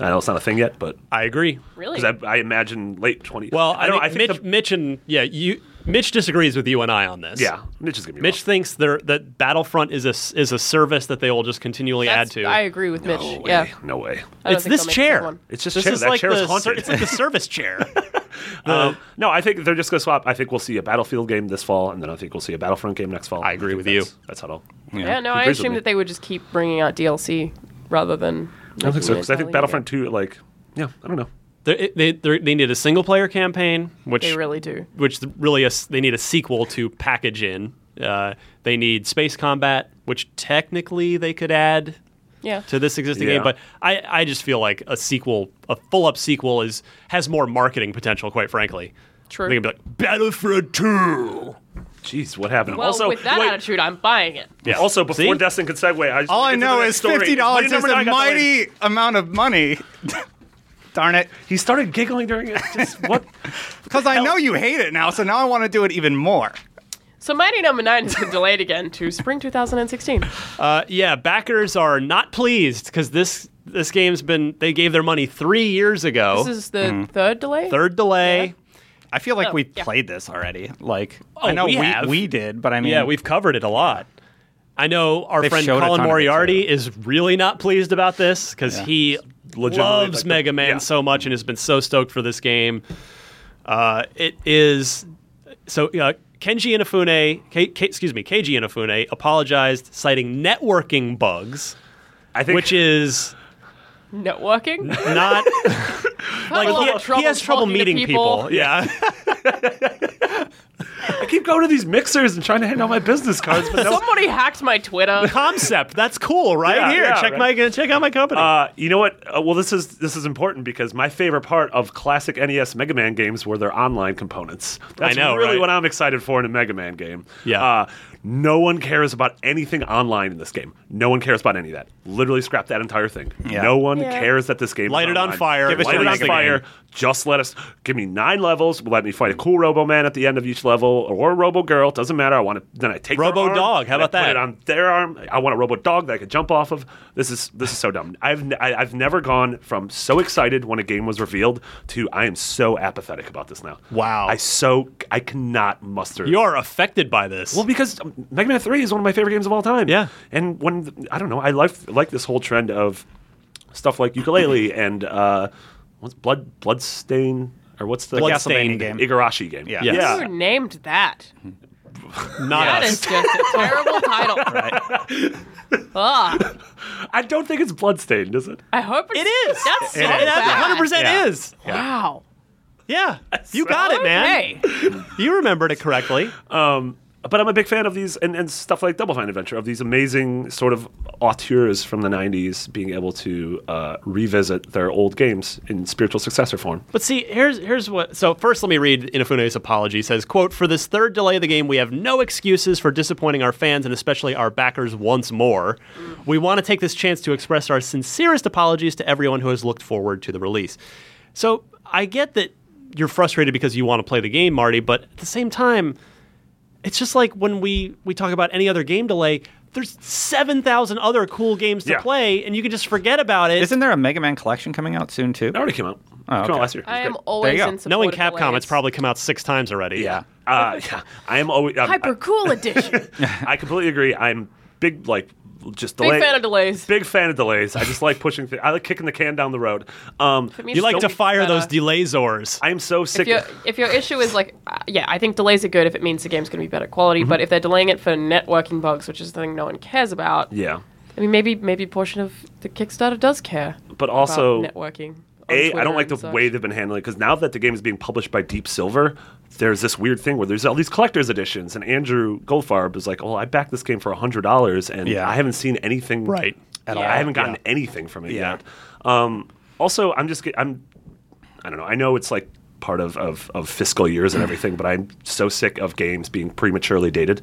Speaker 6: I know it's not a thing yet, but
Speaker 3: I agree.
Speaker 4: Really?
Speaker 6: because I, I imagine late 20.
Speaker 3: Well,
Speaker 6: I, don't know, I think
Speaker 3: Mitch,
Speaker 6: the-
Speaker 3: Mitch and yeah, you Mitch disagrees with you and I on this.
Speaker 6: Yeah, Mitch is gonna be
Speaker 3: Mitch
Speaker 6: wrong.
Speaker 3: thinks there that Battlefront is a s- is a service that they will just continually
Speaker 4: That's-
Speaker 3: add to.
Speaker 4: I agree with Mitch.
Speaker 6: No way.
Speaker 4: yeah.
Speaker 6: No way.
Speaker 4: I don't
Speaker 3: it's
Speaker 4: think they'll
Speaker 3: this
Speaker 4: make
Speaker 3: chair.
Speaker 4: another one.
Speaker 6: It's just
Speaker 3: this
Speaker 6: chair-
Speaker 3: is
Speaker 6: that
Speaker 3: like
Speaker 6: chair is
Speaker 3: the ser-
Speaker 6: haunted.
Speaker 3: it's like the service chair.
Speaker 6: Um, no, I think they're just going to swap. I think we'll see a Battlefield game this fall, and then I think we'll see a Battlefront game next fall.
Speaker 3: I agree
Speaker 6: think
Speaker 3: with you.
Speaker 6: That's, that's how it'll.
Speaker 4: Yeah, no,
Speaker 6: He
Speaker 4: I
Speaker 6: agrees with
Speaker 4: assume
Speaker 6: me.
Speaker 4: that they would just keep bringing out DLC rather than.
Speaker 6: I don't think so because I
Speaker 4: making it
Speaker 6: think
Speaker 4: entirely
Speaker 6: Battlefront Two, like, yeah, I don't know.
Speaker 3: they, they, they they need a single player campaign, which
Speaker 4: new. They really do.
Speaker 3: which really a, s- they need a sequel to package in. Uh, they need space combat, which technically they could add
Speaker 4: Yeah.
Speaker 3: to this existing
Speaker 6: Yeah.
Speaker 3: game, but I, I just feel like a sequel, a full up sequel, is has more marketing potential. Quite frankly,
Speaker 4: True.
Speaker 3: They can be like Battlefront Two.
Speaker 6: Jeez, what happened?
Speaker 4: well,
Speaker 6: also,
Speaker 4: with that
Speaker 6: wait,
Speaker 4: attitude, I'm buying it.
Speaker 3: Yeah.
Speaker 6: also before
Speaker 3: See?
Speaker 6: Destin could segue, I just
Speaker 5: All
Speaker 6: wanna
Speaker 5: I
Speaker 6: get to the
Speaker 5: know
Speaker 6: next
Speaker 5: is
Speaker 6: story.
Speaker 5: fifty dollars
Speaker 6: My
Speaker 5: is
Speaker 6: number
Speaker 5: a
Speaker 6: nine got delayed.
Speaker 5: mighty amount of money. Darn it!
Speaker 6: He started giggling during it. Just what?
Speaker 5: Because I know you hate it now, so now I want to do it even more.
Speaker 4: So Mighty Number Nine has been delayed again to spring 2016.
Speaker 3: Uh, yeah, backers are not pleased because this this game's been they gave their money three years ago.
Speaker 4: This is the third delay.
Speaker 3: Oh. Hmm. Third delay.
Speaker 5: I feel like
Speaker 4: Oh,
Speaker 5: we
Speaker 4: yeah.
Speaker 5: played this already. Like
Speaker 3: Oh,
Speaker 5: I know
Speaker 3: we
Speaker 5: we,
Speaker 3: have.
Speaker 5: we did, but I mean,
Speaker 3: Yeah, we've covered it a lot. I know our
Speaker 5: They've
Speaker 3: friend
Speaker 5: showed a
Speaker 3: Colin
Speaker 5: ton of it,
Speaker 3: Moriarty is really not pleased about this because he
Speaker 6: Legitimately,
Speaker 3: loves
Speaker 6: like the-
Speaker 3: Mega Man
Speaker 6: yeah.
Speaker 3: so much and has been so stoked for this game. Uh, it is so. Uh, Kenji Inafune, K, K, excuse me, Keiji Inafune apologized, citing networking bugs,
Speaker 6: I think
Speaker 3: which is
Speaker 4: Networking.
Speaker 3: not like
Speaker 4: Well,
Speaker 3: he,
Speaker 4: well,
Speaker 3: he
Speaker 4: trouble
Speaker 3: has trouble
Speaker 4: talking to
Speaker 3: meeting people.
Speaker 4: people.
Speaker 3: Yeah,
Speaker 6: I keep going to these mixers and trying to hand out my business cards, but no.
Speaker 4: Somebody hacked my Twitter.
Speaker 3: concept. That's cool, right
Speaker 6: Yeah,
Speaker 3: here.
Speaker 6: yeah,
Speaker 3: check
Speaker 6: right.
Speaker 3: my check out my company.
Speaker 6: Uh, you know what? Uh, well, this is this is important because my favorite part of classic NES Mega Man games were their online components. That's
Speaker 3: know,
Speaker 6: really
Speaker 3: right?
Speaker 6: what I'm excited for in a Mega Man game.
Speaker 3: Yeah.
Speaker 6: Uh, no one cares about anything online in this game. No one cares about any of that. Literally, scrap that entire thing.
Speaker 5: Yeah.
Speaker 6: No one
Speaker 4: Yeah.
Speaker 6: cares that this game.
Speaker 3: Light
Speaker 6: is
Speaker 3: it on
Speaker 6: online.
Speaker 3: fire. Give us
Speaker 6: Light
Speaker 3: your
Speaker 6: it on
Speaker 3: Mega
Speaker 6: fire.
Speaker 3: Man.
Speaker 6: Just let us give me nine levels. Let me fight a cool Robo Man at the end of each level, or a Robo Girl. Doesn't matter. I want to. Then I take their
Speaker 3: Robo
Speaker 6: arm,
Speaker 3: Dog, how
Speaker 6: and I
Speaker 3: about that?
Speaker 6: put it on on their arm. I want a robot dog that I could jump off of. This is this is so dumb. I've n- I, have i have never gone from so excited when a game was revealed to I am so apathetic about this now.
Speaker 3: Wow.
Speaker 6: I so I cannot muster.
Speaker 3: You're affected by this.
Speaker 6: well, because um, Mega Man Three is one of my favorite games of all time.
Speaker 3: Yeah.
Speaker 6: and when I don't know, I like like this whole trend of stuff like ukulele and uh, what's blood bloodstain or what's the
Speaker 3: Bloodstained.
Speaker 5: Castlevania game.
Speaker 6: Igarashi game?
Speaker 5: Yeah.
Speaker 3: Yes.
Speaker 6: yeah.
Speaker 4: Who named that?
Speaker 3: not
Speaker 4: That
Speaker 3: us.
Speaker 4: is just a terrible title. Ugh.
Speaker 6: I don't think it's bloodstained, is it?
Speaker 4: I hope it's,
Speaker 3: It is.
Speaker 4: That's so
Speaker 3: it
Speaker 4: bad.
Speaker 3: 100%
Speaker 5: Yeah.
Speaker 3: is.
Speaker 4: Wow.
Speaker 3: Yeah. You got it, man.
Speaker 4: Okay.
Speaker 3: You remembered it correctly.
Speaker 6: Um, but I'm a big fan of these and, and stuff like Double Fine Adventure of these amazing sort of auteurs from the '90s being able to uh, revisit their old games in spiritual successor form.
Speaker 3: But see, here's here's what. So first, let me read Inafune's apology. It says, "quote For this third delay of the game, we have no excuses for disappointing our fans and especially our backers once more. We want to take this chance to express our sincerest apologies to everyone who has looked forward to the release." So I get that you're frustrated because you want to play the game, Marty, but at the same time, it's just like when we we talk about any other game delay. There's seven thousand other cool games to
Speaker 6: Yeah.
Speaker 3: play, and you can just forget about it.
Speaker 5: Isn't there a Mega Man collection coming out soon too?
Speaker 6: It already came out. came
Speaker 5: okay.
Speaker 6: out last year. It was
Speaker 4: I am
Speaker 6: great.
Speaker 4: always
Speaker 5: go.
Speaker 4: in support
Speaker 3: Knowing
Speaker 4: of
Speaker 3: Capcom,
Speaker 4: delays.
Speaker 3: it's probably come out six times already.
Speaker 6: yeah. Uh, yeah. I am always. I'm-
Speaker 4: Hyper Cool Edition.
Speaker 6: I, I completely agree. I'm big like just
Speaker 4: Big
Speaker 6: delay-
Speaker 4: fan of delays.
Speaker 6: Big fan of delays. I just like pushing. Th- I like kicking the can down the road. Um,
Speaker 4: means
Speaker 3: You like to
Speaker 4: Don't-
Speaker 3: fire
Speaker 4: But, uh,
Speaker 3: those delayzors.
Speaker 6: I am so sick.
Speaker 4: If your, if your issue is like, uh, yeah, I think delays are good if it means the game's going to be better quality.
Speaker 6: Mm-hmm.
Speaker 4: But if they're delaying it for networking bugs, which is the thing no one cares about,
Speaker 6: yeah.
Speaker 4: I mean, maybe maybe a portion of the Kickstarter does care.
Speaker 6: But also,
Speaker 4: about networking. on
Speaker 6: A, I
Speaker 4: Twitter
Speaker 6: don't like the
Speaker 4: and such.
Speaker 6: way they've been handling it because now that the game is being published by Deep Silver, there's this weird thing where there's all these collector's editions, and Andrew Goldfarb is like, "Oh, I backed this game for hundred dollars, and
Speaker 5: Yeah.
Speaker 6: I haven't seen anything
Speaker 3: Right.
Speaker 6: at
Speaker 4: Yeah.
Speaker 6: all. I haven't gotten anything from it yet." Um, also, I'm just get- I'm I don't know. I know it's like part of, of, of fiscal years and everything, but I'm so sick of games being prematurely dated.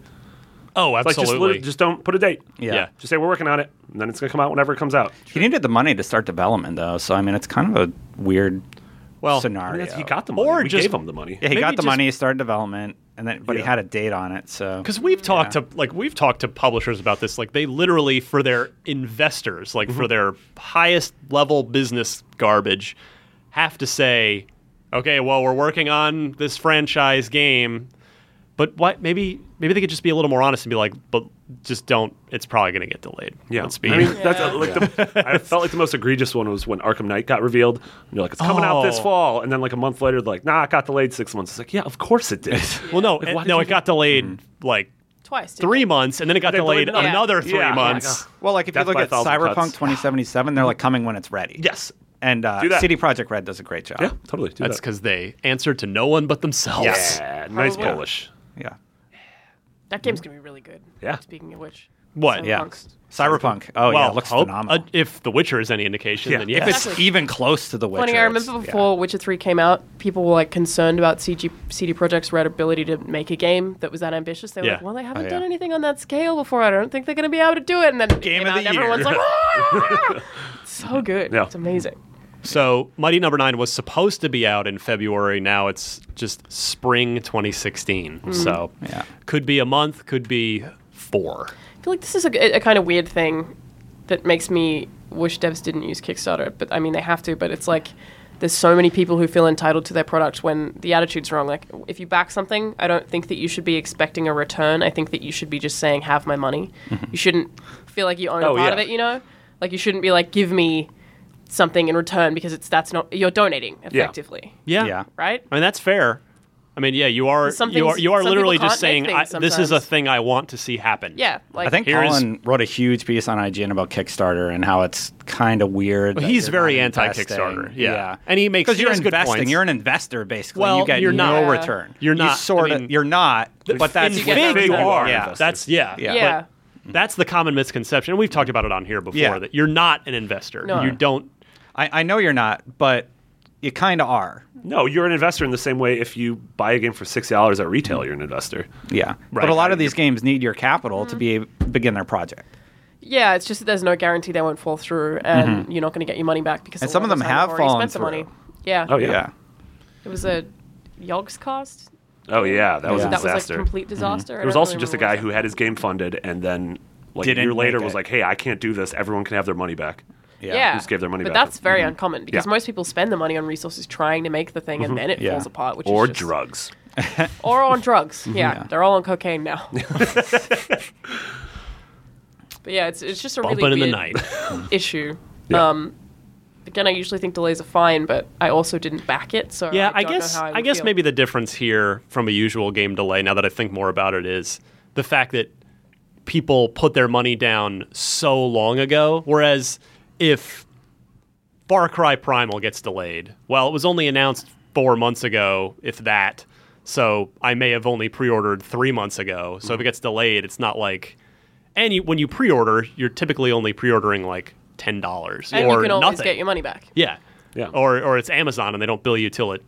Speaker 3: oh,
Speaker 6: Like just,
Speaker 3: absolutely.
Speaker 6: literally- just don't put a date.
Speaker 5: Yeah.
Speaker 3: Yeah.
Speaker 6: Just say we're working on it, and then it's gonna come out whenever it comes out.
Speaker 5: He needed the money to start development though, so I mean, it's kind of a weird
Speaker 3: Well,
Speaker 6: I mean,
Speaker 5: scenario.
Speaker 6: that's- he got the money.
Speaker 3: Or
Speaker 6: we
Speaker 3: just-
Speaker 6: gave him the money.
Speaker 5: Yeah, he
Speaker 3: Maybe
Speaker 5: got the
Speaker 3: just-
Speaker 5: money, started development, and then but he
Speaker 6: Yeah.
Speaker 5: had a date on it, so
Speaker 3: because we've talked to like we've talked to publishers about this. Like they literally for their investors, like
Speaker 6: Mm-hmm.
Speaker 3: for their highest level business garbage, have to say, okay, well we're working on this franchise game. But why? Maybe maybe they could just be a little more honest and be like, but just don't. It's probably going to get delayed.
Speaker 6: Yeah,
Speaker 3: Let's be.
Speaker 6: I mean, that's uh, like the, I felt like the most egregious one was when Arkham Knight got revealed. And you're like, it's coming out this
Speaker 3: Oh.
Speaker 6: fall, and then like a month later, they're like, nah, it got delayed six months. It's like, yeah, of course it did.
Speaker 3: well, no,
Speaker 6: Like,
Speaker 3: it-
Speaker 6: why did
Speaker 3: no,
Speaker 6: you Hmm.
Speaker 3: it got delayed like
Speaker 4: Twice. didn't
Speaker 3: three
Speaker 4: it?
Speaker 3: months, and then it got
Speaker 6: They delayed
Speaker 3: delayed
Speaker 6: another-
Speaker 3: another three
Speaker 6: Yeah.
Speaker 3: months.
Speaker 5: Well, like if
Speaker 6: Death
Speaker 5: you
Speaker 6: by
Speaker 5: look
Speaker 6: a
Speaker 5: at
Speaker 6: thousand
Speaker 5: Cyberpunk
Speaker 6: cuts.
Speaker 5: 2077, they're like coming when it's ready.
Speaker 6: yes,
Speaker 5: And uh,
Speaker 6: Do that.
Speaker 5: CD Project Red does a great job.
Speaker 6: yeah, totally. Do
Speaker 3: That's
Speaker 6: that.
Speaker 3: because they answered to no one but themselves.
Speaker 6: yeah, nice
Speaker 4: Probably.
Speaker 6: Polish.
Speaker 5: Yeah.
Speaker 4: That game's gonna be really good.
Speaker 6: Mm-hmm. Yeah.
Speaker 4: Speaking of which.
Speaker 3: What?
Speaker 5: Yeah.
Speaker 4: Cyberpunk's-
Speaker 5: Cyberpunk. Oh, yeah.
Speaker 3: well,
Speaker 5: It looks
Speaker 3: hope-
Speaker 5: phenomenal.
Speaker 3: uh, if The Witcher is any indication,
Speaker 6: Yeah.
Speaker 3: then
Speaker 6: If
Speaker 3: yeah.
Speaker 5: if it's
Speaker 4: Exactly.
Speaker 5: even close to the Witcher.
Speaker 4: Funny, I
Speaker 5: it's-
Speaker 4: remember before Witcher 3 came out, people were like concerned about CG, CD Projekt's Red ability to make a game that was that ambitious. They were
Speaker 3: Yeah.
Speaker 4: like, well, they haven't
Speaker 5: yeah.
Speaker 4: done anything on that scale before. I don't think they're going to be able to do it. And then it
Speaker 5: Game
Speaker 4: came
Speaker 5: of
Speaker 4: out
Speaker 5: the
Speaker 4: and everyone's
Speaker 5: year.
Speaker 4: like, "Ah!" It's so good.
Speaker 6: Yeah.
Speaker 4: It's amazing.
Speaker 3: So Mighty Number Nine was supposed to be out in February. Now it's just spring 2016.
Speaker 4: Hmm.
Speaker 3: So
Speaker 5: Yeah.
Speaker 3: could be a month, could be four.
Speaker 4: I feel like this is a, a kind of weird thing that makes me wish devs didn't use Kickstarter, but I mean they have to. But it's like there's so many people who feel entitled to their product when the attitude's wrong. Like if you back something, I don't think that you should be expecting a return. I think that you should be just saying, "Have my money." you shouldn't feel like you own
Speaker 6: Oh,
Speaker 4: a part
Speaker 6: yeah.
Speaker 4: of it. You know, like you shouldn't be like, "Give me something in return," because it's that's not you're donating effectively,
Speaker 3: Yeah.
Speaker 5: Yeah.
Speaker 4: right?
Speaker 3: I mean that's fair. I mean, yeah, you are
Speaker 4: Some
Speaker 3: you
Speaker 4: things-
Speaker 3: are you are
Speaker 4: some people
Speaker 3: literally just
Speaker 4: can't make
Speaker 3: saying I,
Speaker 4: things
Speaker 3: this is a
Speaker 4: sometimes.
Speaker 3: thing I want to see happen.
Speaker 4: Yeah, like
Speaker 5: I think
Speaker 3: Here's-
Speaker 5: Colin wrote a huge piece on IGN about Kickstarter and how it's kind of weird.
Speaker 3: Well,
Speaker 5: that
Speaker 3: he's
Speaker 5: you're
Speaker 3: very
Speaker 5: not
Speaker 3: anti-Kickstarter,
Speaker 5: investing.
Speaker 3: yeah. And he makes-
Speaker 5: because
Speaker 3: he
Speaker 5: you're
Speaker 3: has good
Speaker 5: investing.
Speaker 3: points.
Speaker 5: You're an investor basically.
Speaker 3: Well,
Speaker 5: you get
Speaker 3: you're
Speaker 5: no
Speaker 3: not.
Speaker 5: return.
Speaker 3: You're
Speaker 5: You
Speaker 3: not.
Speaker 5: sort
Speaker 3: I
Speaker 5: of.
Speaker 3: mean-
Speaker 5: You're not. But that's
Speaker 4: you get
Speaker 5: what-
Speaker 4: it.
Speaker 3: big
Speaker 4: you
Speaker 6: are.
Speaker 5: Yeah.
Speaker 3: That's yeah.
Speaker 5: Yeah.
Speaker 4: Yeah.
Speaker 3: But that's the common misconception. We've talked about it on here before
Speaker 5: Yeah.
Speaker 3: that you're not an investor.
Speaker 4: No.
Speaker 3: You don't
Speaker 5: I, I know you're not, but you kind of are.
Speaker 6: No, you're an investor in the same way. If you buy a game for sixty dollars at retail, you're an investor.
Speaker 5: Yeah.
Speaker 3: Right.
Speaker 5: But a lot of these games need your capital to be
Speaker 4: Mm-hmm.
Speaker 5: begin their project.
Speaker 4: Yeah, it's just that there's no guarantee they won't fall through, and you're not going to get your money back because
Speaker 5: Mm-hmm. And
Speaker 4: a
Speaker 5: some
Speaker 4: lot
Speaker 5: of them
Speaker 4: us haven't
Speaker 5: have
Speaker 4: already
Speaker 5: fallen
Speaker 4: spent the money.
Speaker 5: through.
Speaker 4: Yeah,
Speaker 6: Oh yeah.
Speaker 4: it was a Yogg's cost.
Speaker 6: Oh yeah. That was
Speaker 5: Yeah.
Speaker 6: a
Speaker 4: That was like
Speaker 6: disaster.
Speaker 4: complete disaster.
Speaker 6: there was also just a guy who had his game funded and then like
Speaker 5: Didn't
Speaker 6: a year later
Speaker 5: make
Speaker 6: was
Speaker 5: it.
Speaker 6: like, hey, I can't do this. Everyone can have their money back.
Speaker 4: yeah,
Speaker 6: just gave their money
Speaker 4: but
Speaker 6: back. Mm-hmm.
Speaker 4: that's very uncommon because
Speaker 6: Yeah. Mm-hmm.
Speaker 4: most people spend the money on resources trying to make the thing and then it
Speaker 5: Yeah.
Speaker 4: falls apart, which
Speaker 6: Or
Speaker 4: is just,
Speaker 6: drugs. Mm-hmm.
Speaker 4: or on drugs. Yeah,
Speaker 5: Yeah.
Speaker 4: they're all on cocaine now. but yeah, it's it's just a
Speaker 3: bump
Speaker 4: really
Speaker 3: it in the
Speaker 4: weird
Speaker 3: night.
Speaker 4: issue.
Speaker 6: Yeah.
Speaker 4: Um, again, I usually think delays are fine, but I also didn't back it, so
Speaker 3: Yeah,
Speaker 4: I,
Speaker 3: I,
Speaker 4: don't know
Speaker 3: guess
Speaker 4: how
Speaker 3: I,
Speaker 4: would
Speaker 3: guess
Speaker 4: feel.
Speaker 3: maybe the difference here from a usual game delay, now that I think more about it, is the fact that people put their money down so long ago. Whereas if Far Cry Primal gets delayed, well, it was only announced four months ago, if that. So I may have only pre-ordered three months ago. So if it gets delayed, it's not like. And you, when you pre-order, you're typically only pre-ordering like ten dollars
Speaker 4: and
Speaker 3: or
Speaker 4: you can always
Speaker 3: nothing.
Speaker 4: get your money back.
Speaker 3: Yeah.
Speaker 6: Yeah.
Speaker 3: Or or it's Amazon and they don't bill you till it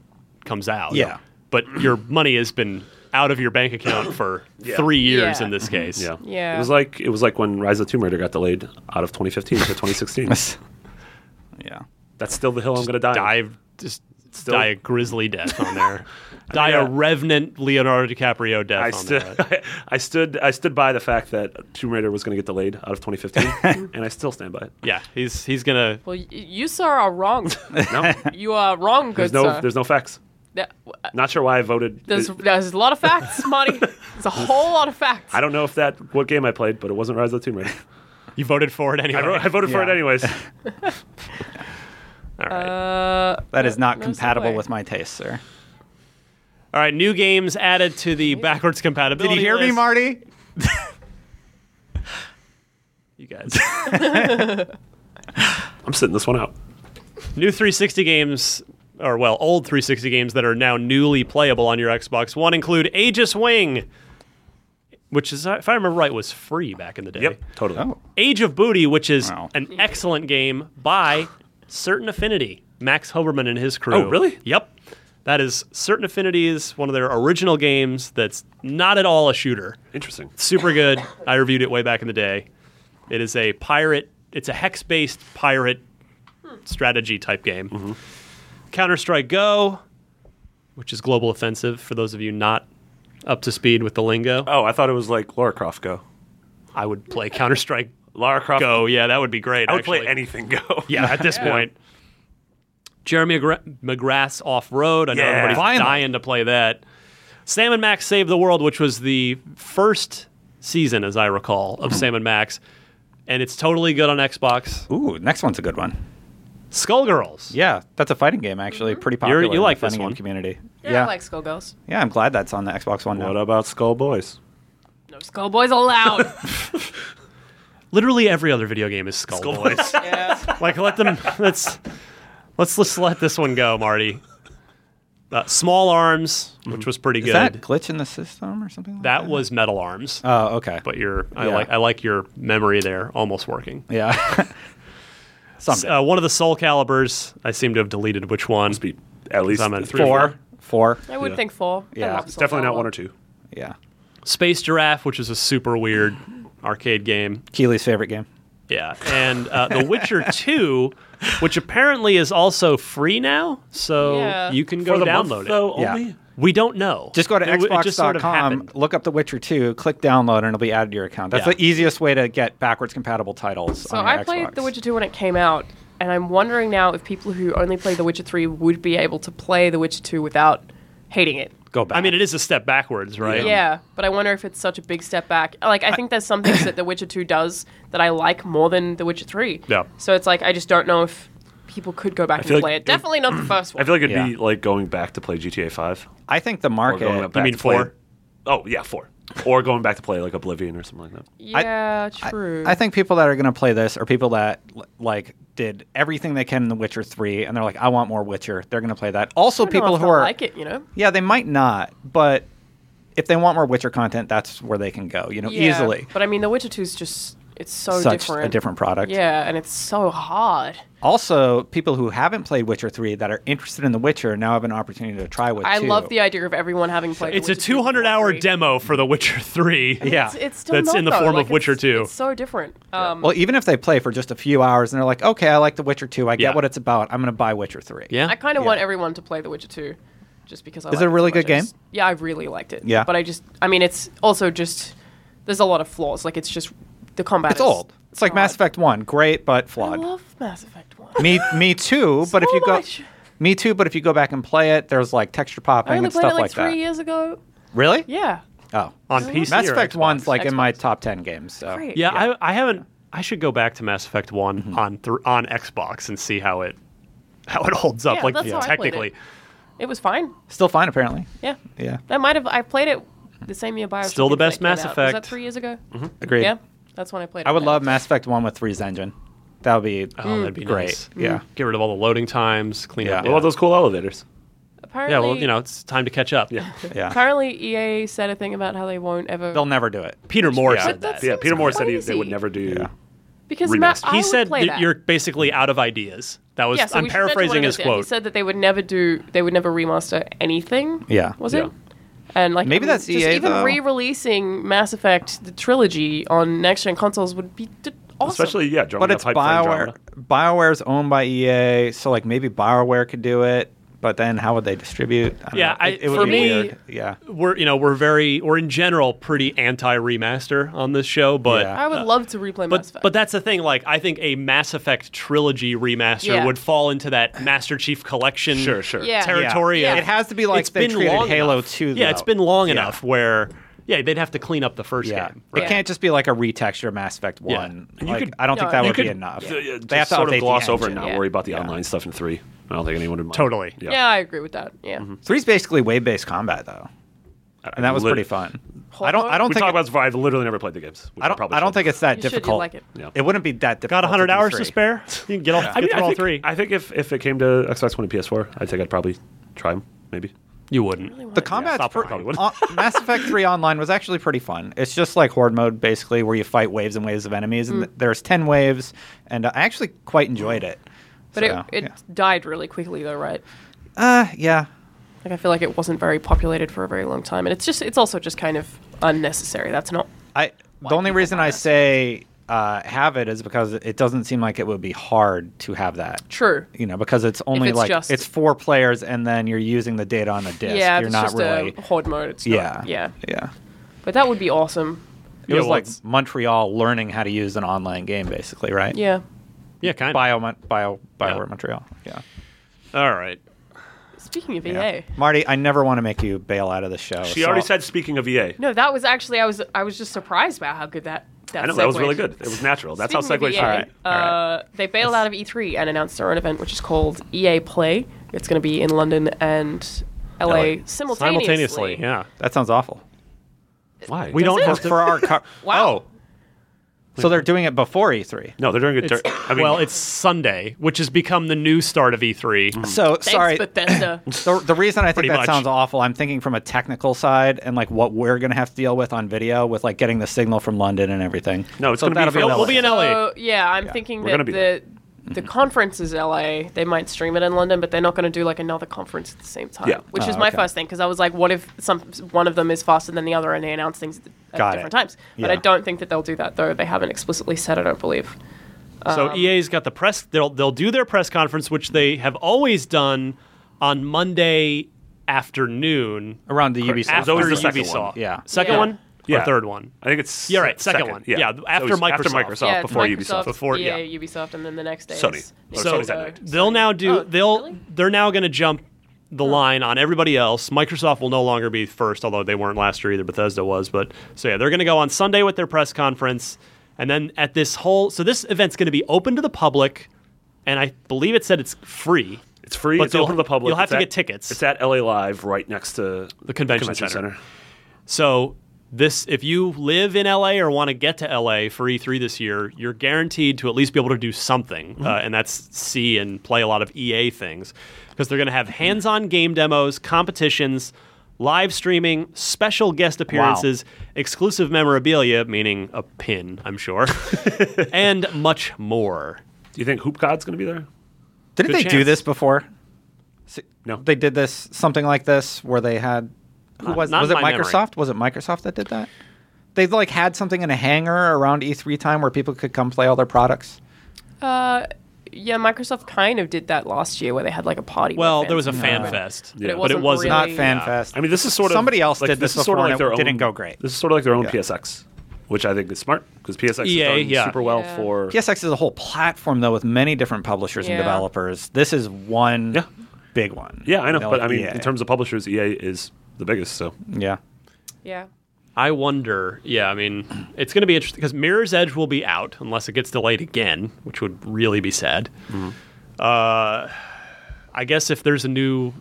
Speaker 3: comes out.
Speaker 5: Yeah.
Speaker 3: But your money has been out of your bank account for three years
Speaker 4: Yeah.
Speaker 3: in this case.
Speaker 6: Yeah.
Speaker 4: Yeah.
Speaker 6: It was like it was like when Rise of the Tomb Raider got delayed out of 2015 to 2016.
Speaker 5: Yeah.
Speaker 6: That's still the hill I'm going to die. on.
Speaker 3: Dive just
Speaker 6: Still-
Speaker 3: die a grisly death on there. die a
Speaker 6: yeah.
Speaker 3: revenant Leonardo DiCaprio death
Speaker 6: I
Speaker 3: on
Speaker 6: stood,
Speaker 3: there.
Speaker 6: I stood, I stood by the fact that Tomb Raider was going to get delayed out of 2015, and I still stand by it.
Speaker 3: Yeah, he's he's gonna
Speaker 4: Well, y- you sir are wrong.
Speaker 6: No,
Speaker 4: you are wrong, good
Speaker 6: there's no,
Speaker 4: sir.
Speaker 6: there's no facts.
Speaker 4: That- w- uh,
Speaker 6: Not sure why I voted.
Speaker 4: there's,
Speaker 6: It-
Speaker 4: there's a lot of facts, Marty. There's a whole lot of facts.
Speaker 6: I don't know if that what game I played, but it wasn't Rise of the Tomb Raider.
Speaker 3: you voted for it anyway.
Speaker 6: I, wrote, I voted for it
Speaker 5: Yeah.
Speaker 6: anyways.
Speaker 3: All right.
Speaker 4: Uh,
Speaker 5: That is not
Speaker 4: No
Speaker 5: compatible
Speaker 4: segue.
Speaker 5: with my taste, sir.
Speaker 3: All right, new games added to the backwards
Speaker 5: Did
Speaker 3: compatibility.
Speaker 5: you hear me,
Speaker 3: list.
Speaker 5: Marty?
Speaker 3: You guys.
Speaker 6: I'm sitting this one out.
Speaker 3: new 360 games or well old 360 games that are now newly playable on your xbox one include aegis wing which is if i remember right was free back in the day
Speaker 6: Yep, totally.
Speaker 5: Oh.
Speaker 3: age of booty which is
Speaker 5: Wow.
Speaker 3: an excellent game by certain affinity max hoberman and his crew
Speaker 6: Oh, really?
Speaker 3: yep that is certain affinities one of their original games that's not at all a shooter
Speaker 6: Interesting.
Speaker 3: super good. I reviewed it way back in the day. It is a pirate. It's a hex-based pirate strategy type game. Counter Strike Go, which is global offensive for those of you not up to speed with the lingo.
Speaker 6: Oh, I thought it was like Lara Croft Go.
Speaker 3: I would play Counter Strike
Speaker 6: Lara Croft
Speaker 3: Go. Yeah, that would be great.
Speaker 6: I would
Speaker 3: actually.
Speaker 6: play anything Go.
Speaker 3: Yeah, at this point. Jeremy Agra- McGrath's Off Road. I know
Speaker 6: Yeah.
Speaker 3: everybody's
Speaker 5: Finally.
Speaker 3: dying to play that. Sam and Max Save the World, which was the first season, as I recall, of Sam and Max, and it's totally good on Xbox.
Speaker 5: Ooh, next one's a good one.
Speaker 3: Skullgirls.
Speaker 5: Yeah, that's a fighting game actually, pretty popular.
Speaker 3: you
Speaker 5: in the
Speaker 3: like this
Speaker 5: fighting game
Speaker 3: one.
Speaker 5: community?
Speaker 4: Mm-hmm. Yeah, I like Skullgirls.
Speaker 5: Yeah, I'm glad that's on the Xbox One now.
Speaker 6: about Skull Boys?
Speaker 4: No Skullboys allowed.
Speaker 3: Literally every other video game is Skull, Boys. like let them. Let's let's just let this one go, Marty. Uh, Small Arms, which was pretty
Speaker 5: Is
Speaker 3: good.
Speaker 5: that glitch in the system or something? Like that,
Speaker 3: That was Metal Arms.
Speaker 5: Oh, okay.
Speaker 3: but your I
Speaker 5: Yeah.
Speaker 3: like I like your memory there, almost working.
Speaker 5: yeah. Someday.
Speaker 3: Uh, one of the Soul Calibers, I seem to have deleted which one.
Speaker 6: Be at least
Speaker 3: I'm at
Speaker 6: three or
Speaker 5: four, four.
Speaker 4: I would think four. I
Speaker 5: Yeah.
Speaker 4: love
Speaker 6: It's definitely not
Speaker 4: Skullgirls.
Speaker 6: one or two.
Speaker 5: Yeah.
Speaker 3: Space Giraffe, which is a super weird arcade game.
Speaker 5: Keely's favorite game.
Speaker 3: Yeah, and uh, The Witcher Two, which apparently is also free now, so
Speaker 4: Yeah.
Speaker 3: you can go
Speaker 6: For the
Speaker 3: download
Speaker 6: month,
Speaker 3: it.
Speaker 6: though,
Speaker 5: Yeah.
Speaker 6: only?
Speaker 3: We don't know.
Speaker 5: Just go to
Speaker 3: It w- it just sort of
Speaker 5: Xbox.com,
Speaker 3: happened.
Speaker 5: look up The Witcher 2, click download, and it'll be added to your account. That's
Speaker 3: Yeah.
Speaker 5: the easiest way to get backwards compatible titles.
Speaker 4: So
Speaker 5: on your
Speaker 4: I played
Speaker 5: Xbox.
Speaker 4: The Witcher 2 when it came out, and I'm wondering now if people who only play The Witcher 3 would be able to play The Witcher 2 without hating it.
Speaker 5: Go back.
Speaker 3: I mean, it is a step backwards, right?
Speaker 4: Yeah, but I wonder if it's such a big step back. Like, I think there's some things that The Witcher 2 does that I like more than The Witcher 3.
Speaker 3: Yeah.
Speaker 4: So it's like, I just don't know if people could go back
Speaker 6: feel
Speaker 4: and
Speaker 6: like
Speaker 4: play it. Definitely not the first one.
Speaker 6: I feel like it'd be
Speaker 5: Yeah.
Speaker 6: like going back to play GTA Five.
Speaker 5: I think the
Speaker 6: Or going
Speaker 5: market.
Speaker 6: back
Speaker 3: mean
Speaker 6: to play-
Speaker 3: four?
Speaker 6: Oh yeah, four. Or going back to play like Oblivion or something like that.
Speaker 4: yeah, true.
Speaker 5: I think people that are going to play this are people that l- like did everything they can in The Witcher 3, and they're like, I want more Witcher. They're going to play that. Also,
Speaker 4: I don't know
Speaker 5: people
Speaker 4: if
Speaker 5: who
Speaker 4: they'll
Speaker 5: are
Speaker 4: like it, you know?
Speaker 5: Yeah, they might not, but if they want more Witcher content, that's where they can go. You know,
Speaker 4: Yeah,
Speaker 5: easily.
Speaker 4: But I mean, The Witcher 2 is just, it's so
Speaker 5: Such
Speaker 4: different.
Speaker 5: a different product.
Speaker 4: Yeah, and it's so hard.
Speaker 5: Also, people who haven't played Witcher 3 that are interested in The Witcher now have an opportunity to try Witcher.
Speaker 4: I love the idea of everyone having played. The
Speaker 3: It's a
Speaker 4: Witcher 2 before
Speaker 3: 200 hour
Speaker 4: three.
Speaker 3: demo for The Witcher Three.
Speaker 5: Yeah.
Speaker 4: It's, it's still
Speaker 3: That's
Speaker 4: not,
Speaker 3: in the
Speaker 4: though.
Speaker 3: form of
Speaker 4: Like,
Speaker 3: Witcher
Speaker 4: it's-
Speaker 3: 2.
Speaker 4: It's so different. Um,
Speaker 5: Well, even if they play for just a few hours and they're like, okay, I like The Witcher 2, I get
Speaker 3: Yeah.
Speaker 5: what it's about, I'm going to buy Witcher 3.
Speaker 3: Yeah.
Speaker 4: I kind of want everyone to play The Witcher 2, just because I.
Speaker 5: Is
Speaker 4: like
Speaker 5: it a
Speaker 4: so
Speaker 5: really
Speaker 4: much.
Speaker 5: good
Speaker 4: I just-
Speaker 5: game?
Speaker 4: yeah, I really liked it.
Speaker 5: Yeah.
Speaker 4: but I just, I mean, it's also just there's a lot of flaws. Like it's just the combat.
Speaker 5: It's
Speaker 4: is
Speaker 5: old. It's like Mass
Speaker 4: hard.
Speaker 5: Effect 1, great but
Speaker 4: I
Speaker 5: flawed.
Speaker 4: love Mass Effect One.
Speaker 5: me me too, but if
Speaker 4: So
Speaker 5: you go
Speaker 4: much.
Speaker 5: Me too, but if you go back and play it, there's like texture
Speaker 4: I
Speaker 5: popping
Speaker 4: only
Speaker 5: and
Speaker 4: played
Speaker 5: stuff
Speaker 4: it like, three
Speaker 5: that.
Speaker 4: years ago.
Speaker 5: Really?
Speaker 4: Yeah,
Speaker 5: Oh.
Speaker 3: on PC.
Speaker 5: Mass
Speaker 3: or
Speaker 5: Effect
Speaker 3: Xbox?
Speaker 5: 1's like in my top 10 games, so.
Speaker 4: great.
Speaker 3: Yeah, I, I haven't. I should go back to Mass Effect One on thr on Xbox and see how it how it holds up.
Speaker 4: Yeah,
Speaker 3: like
Speaker 4: that's how I played it.
Speaker 3: technically,
Speaker 4: it was fine.
Speaker 5: Still fine apparently.
Speaker 4: Yeah,
Speaker 5: Yeah.
Speaker 4: that might have. I played it the same year Bioshock.
Speaker 3: Still the best
Speaker 4: Infinite
Speaker 3: Mass
Speaker 4: came out. Was
Speaker 3: Effect. Mm-hmm.
Speaker 4: that three years ago?
Speaker 5: Agreed.
Speaker 4: Yeah, that's when I played. it.
Speaker 5: I would
Speaker 4: Yeah. Mm.
Speaker 5: love Mass Effect 1 with Three's engine. That would be
Speaker 3: oh, that'd be
Speaker 5: Mm. great.
Speaker 3: nice.
Speaker 5: Yeah.
Speaker 3: Get rid of all the loading times. Clean
Speaker 5: Yeah.
Speaker 3: up.
Speaker 6: What about those cool elevators?
Speaker 4: Apparently,
Speaker 3: Yeah, well, you know, it's time to catch up.
Speaker 6: Yeah.
Speaker 5: Yeah.
Speaker 4: Apparently, EA said a thing about how they won't ever.
Speaker 5: They'll never do it.
Speaker 3: Peter Moore
Speaker 6: Yeah.
Speaker 3: said that.
Speaker 4: That
Speaker 6: yeah, Peter
Speaker 4: seems
Speaker 6: Moore said he, they
Speaker 4: crazy.
Speaker 6: would never do.
Speaker 5: Yeah.
Speaker 4: because Matt,
Speaker 6: remastered.
Speaker 4: I
Speaker 3: He
Speaker 4: would
Speaker 3: said
Speaker 4: play
Speaker 3: that
Speaker 4: that.
Speaker 3: you're basically out of ideas. That was
Speaker 4: Yeah, so
Speaker 3: I'm
Speaker 4: we should mention what
Speaker 3: paraphrasing
Speaker 4: it
Speaker 3: his
Speaker 4: is. He
Speaker 3: quote.
Speaker 4: said that they would never do. They would never remaster anything.
Speaker 5: Yeah.
Speaker 4: Was
Speaker 6: Yeah.
Speaker 4: it? And like
Speaker 5: Maybe
Speaker 4: I mean,
Speaker 5: that's
Speaker 4: just
Speaker 5: EA
Speaker 4: even
Speaker 5: though.
Speaker 4: re-releasing Mass Effect the trilogy on next gen consoles would be d- awesome.
Speaker 6: Especially yeah, drumming
Speaker 5: But
Speaker 6: up
Speaker 5: it's
Speaker 6: hype for
Speaker 5: BioWare.
Speaker 6: Andromeda.
Speaker 5: BioWare's owned by EA, so like maybe BioWare could do it, but then how would they distribute? I don't
Speaker 3: Yeah,
Speaker 5: know.
Speaker 3: I-
Speaker 5: it, it would
Speaker 3: for
Speaker 5: be
Speaker 3: me-
Speaker 5: weird. yeah.
Speaker 3: we're you know we're very we're in general pretty anti remaster on this show, but
Speaker 5: Yeah.
Speaker 4: I would love to replay
Speaker 3: But
Speaker 4: Mass Effect.
Speaker 3: but that's the thing. Like I think a Mass Effect trilogy remaster
Speaker 4: Yeah.
Speaker 3: would fall into that Master Chief collection.
Speaker 6: Sure, sure.
Speaker 4: Yeah.
Speaker 3: Territory.
Speaker 4: Yeah.
Speaker 3: of-
Speaker 5: It has to be like
Speaker 3: it's
Speaker 5: they
Speaker 3: been
Speaker 5: treated
Speaker 3: long
Speaker 5: Halo
Speaker 3: enough.
Speaker 5: 2,
Speaker 3: Yeah,
Speaker 5: though.
Speaker 3: it's been long
Speaker 5: Yeah.
Speaker 3: enough where yeah they'd have to clean up the first
Speaker 5: Yeah.
Speaker 3: game.
Speaker 5: It
Speaker 4: Right.
Speaker 5: can't just be like a retexture Mass Effect 1.
Speaker 6: And you
Speaker 5: Like,
Speaker 6: could-
Speaker 5: I don't
Speaker 4: No,
Speaker 5: think that
Speaker 4: you
Speaker 5: would be
Speaker 4: could-
Speaker 5: enough.
Speaker 6: Yeah, yeah,
Speaker 5: they have
Speaker 6: just
Speaker 5: to
Speaker 6: sort
Speaker 5: update
Speaker 6: of gloss
Speaker 5: the
Speaker 6: over and
Speaker 5: engine.
Speaker 6: not
Speaker 4: Yeah.
Speaker 6: worry about the online stuff in three. I don't think anyone would mind.
Speaker 3: Totally.
Speaker 4: yeah. I agree with that. Yeah.
Speaker 5: Three's basically wave based combat though, and that was pretty fun. I don't. I don't
Speaker 6: We
Speaker 5: think.
Speaker 6: talk about this, I've literally never played the games. which
Speaker 5: I don't.
Speaker 6: probably
Speaker 5: I don't
Speaker 6: should.
Speaker 5: think it's that
Speaker 4: You should, you'd
Speaker 5: difficult.
Speaker 4: like it.
Speaker 6: Yeah.
Speaker 5: It wouldn't be that difficult.
Speaker 3: Got 100
Speaker 5: to do
Speaker 3: hours to
Speaker 5: three.
Speaker 3: spare? You can get, all,
Speaker 6: I,
Speaker 3: get
Speaker 6: mean,
Speaker 3: through
Speaker 6: I
Speaker 3: all
Speaker 6: think,
Speaker 3: three.
Speaker 6: I think if, if it came to Xbox One and PS4, I think I'd probably try them. Maybe.
Speaker 3: you wouldn't.
Speaker 5: The combat's
Speaker 6: stop
Speaker 5: per-
Speaker 6: probably would.
Speaker 5: uh, Mass Effect 3 Online was actually pretty fun. It's just like horde mode, basically, where you fight waves and waves of enemies,
Speaker 4: Hmm.
Speaker 5: and th- there's 10 waves, and I actually quite enjoyed it.
Speaker 4: But
Speaker 5: So,
Speaker 4: it, it
Speaker 5: yeah.
Speaker 4: died really quickly though, right?
Speaker 5: Uh, yeah.
Speaker 4: Like I feel like it wasn't very populated for a very long time, and it's just it's also just kind of unnecessary. That's not.
Speaker 5: I the only reason I say uh, have it is because it doesn't seem like it would be hard to have that.
Speaker 4: True.
Speaker 5: You know, because it's only
Speaker 4: it's
Speaker 5: like
Speaker 4: just-
Speaker 5: it's four players, and then you're using the data on the disc.
Speaker 4: Yeah, if
Speaker 5: you're
Speaker 4: it's
Speaker 5: not
Speaker 4: just
Speaker 5: really.
Speaker 4: a horde mode. It's not- yeah.
Speaker 5: yeah, yeah.
Speaker 4: But that would be awesome.
Speaker 5: It
Speaker 3: Yeah,
Speaker 5: was
Speaker 3: well,
Speaker 5: like
Speaker 3: it's-
Speaker 5: Montreal learning how to use an online game, basically, right?
Speaker 4: Yeah.
Speaker 3: yeah, kind of.
Speaker 5: Bio, Mon- bio, bio,
Speaker 3: Yeah.
Speaker 5: Montreal. Yeah.
Speaker 3: All right.
Speaker 4: Speaking of E
Speaker 5: Yeah.
Speaker 4: EA.
Speaker 5: Marty, I never want to make you bail out of the show.
Speaker 6: She
Speaker 5: so-
Speaker 6: already said, speaking of EA.
Speaker 4: No, that was actually I was I was just surprised about how good that that
Speaker 6: I know, that was
Speaker 4: segued.
Speaker 6: really good. It was natural. That's how
Speaker 4: Speaking
Speaker 6: segues
Speaker 4: of EA,
Speaker 6: should
Speaker 5: Alright,
Speaker 6: be.
Speaker 4: Uh, they bailed out of E3 and announced their own event, which is called EA Play. It's going to be in London and LA, simultaneously.
Speaker 3: Simultaneously, yeah.
Speaker 5: That sounds awful.
Speaker 6: Why?
Speaker 3: We don't
Speaker 4: it?
Speaker 5: For,
Speaker 3: have to.
Speaker 5: for our car.
Speaker 4: Wow.
Speaker 5: Oh, so they're doing it before E3.
Speaker 6: No, they're doing it. Dur- I mean,
Speaker 3: well, it's Sunday, which has become the new start of E E3.
Speaker 5: So
Speaker 4: Thanks,
Speaker 5: sorry.
Speaker 4: Bethesda.
Speaker 5: The, the reason I think
Speaker 3: Pretty
Speaker 5: that
Speaker 3: much.
Speaker 5: sounds awful, I'm thinking from a technical side and like what we're gonna have to deal with on video with like getting the signal from London and everything.
Speaker 6: No, it's
Speaker 5: so
Speaker 6: gonna be
Speaker 5: that'll
Speaker 6: from-
Speaker 5: a
Speaker 3: We'll be in LA.
Speaker 4: So, yeah, I'm thinking
Speaker 6: We're gonna
Speaker 4: that
Speaker 6: be
Speaker 4: the the conference is LA. They might stream it in London, but they're not going to do like another conference at the same time.
Speaker 6: Yeah.
Speaker 4: which
Speaker 5: Oh,
Speaker 4: is my
Speaker 5: okay.
Speaker 4: first thing because I was like, what if some one of them is faster than the other and they announce things at, at
Speaker 5: Got it.
Speaker 4: different times? But I
Speaker 5: Yeah.
Speaker 4: don't think that they'll do that though. They haven't explicitly said. I don't believe.
Speaker 3: So EA's got the press. They'll they'll do their press conference, which they have always done on Monday afternoon.
Speaker 5: around the Ubisoft.
Speaker 3: after
Speaker 6: always the
Speaker 5: conference.
Speaker 6: second
Speaker 3: Ubisoft.
Speaker 6: one.
Speaker 5: Yeah.
Speaker 3: Second
Speaker 4: Yeah.
Speaker 3: one.
Speaker 6: Yeah.
Speaker 3: Or third one.
Speaker 6: I think it's.
Speaker 3: Yeah, right,
Speaker 6: se-
Speaker 3: second one. Yeah,
Speaker 6: It's
Speaker 3: after
Speaker 6: always After
Speaker 3: Microsoft.
Speaker 6: Microsoft,
Speaker 4: yeah, it's
Speaker 6: before
Speaker 4: Microsoft,
Speaker 6: Ubisoft.
Speaker 3: Before- yeah.
Speaker 4: EA, Ubisoft, and then the next day
Speaker 6: Sony.
Speaker 4: is
Speaker 6: Or
Speaker 3: So uh,
Speaker 6: Sony's that night.
Speaker 3: they'll now do.
Speaker 4: Oh,
Speaker 3: they'll
Speaker 4: really?
Speaker 3: they're now going to jump the line on everybody else. Microsoft will no longer be first, although they weren't last year either. Bethesda was, but so yeah, they're going to go on Sunday with their press conference, and then at this whole so this event's going to be open to the public, and I believe it said it's free.
Speaker 6: It's free.
Speaker 3: But
Speaker 6: it's
Speaker 3: you'll-
Speaker 6: open to the public.
Speaker 3: you'll have
Speaker 6: It's
Speaker 3: to
Speaker 6: at-
Speaker 3: get tickets.
Speaker 6: It's at LA Live, right next to
Speaker 3: The convention center. So this if you live in LA or want to get to LA for E3 this year, you're guaranteed to at least be able to do something, uh, and that's see and play a lot of EA things because they're going to have hands-on game demos, competitions, live streaming, special guest appearances, exclusive memorabilia, meaning a pin, I'm sure, and much more.
Speaker 6: Do you think Hoop God's going to be there?
Speaker 5: Didn't
Speaker 3: Good
Speaker 5: they do
Speaker 3: chance.
Speaker 5: this before?
Speaker 6: No. Uh,
Speaker 5: They did this something like this where they had who
Speaker 3: Not-
Speaker 5: was
Speaker 3: not
Speaker 5: was
Speaker 3: in
Speaker 5: it
Speaker 3: my memory.
Speaker 5: Microsoft? Was it Microsoft that did that? They like had something in a hangar around E3 time where people could come play all their products.
Speaker 4: Uh, yeah, Microsoft kind of did that last year where they had like a party.
Speaker 3: Well,
Speaker 4: with
Speaker 3: there was a
Speaker 4: fans.
Speaker 3: fan fest,
Speaker 6: But it
Speaker 3: but it
Speaker 4: wasn't
Speaker 3: wasn't
Speaker 5: Not
Speaker 4: Really?
Speaker 5: FanFest.
Speaker 6: I mean, this is sort of
Speaker 5: somebody else
Speaker 6: like,
Speaker 5: did this,
Speaker 6: is sort of
Speaker 5: before
Speaker 6: like
Speaker 5: and
Speaker 6: their
Speaker 5: it didn't
Speaker 6: own-
Speaker 5: go great.
Speaker 6: This is sort of like their own
Speaker 5: Yeah.
Speaker 6: PSX, which I think is smart because PSX
Speaker 3: EA,
Speaker 6: is done
Speaker 3: E yeah.
Speaker 6: super well
Speaker 4: Yeah.
Speaker 6: for
Speaker 5: PSX is a whole platform though with many different publishers
Speaker 4: Yeah.
Speaker 5: and developers. This is one
Speaker 6: Yeah.
Speaker 5: big one.
Speaker 6: Yeah, I know,
Speaker 5: You
Speaker 6: but
Speaker 5: like
Speaker 6: I
Speaker 3: E
Speaker 6: mean,
Speaker 5: EA.
Speaker 6: in terms of publishers, EA is the biggest. So
Speaker 5: yeah,
Speaker 4: Yeah.
Speaker 3: I wonder. Yeah, I mean, it's going to be interesting because Mirror's Edge will be out unless it gets delayed again, which would really be sad.
Speaker 5: Mm-hmm.
Speaker 3: Uh, I guess if there's a new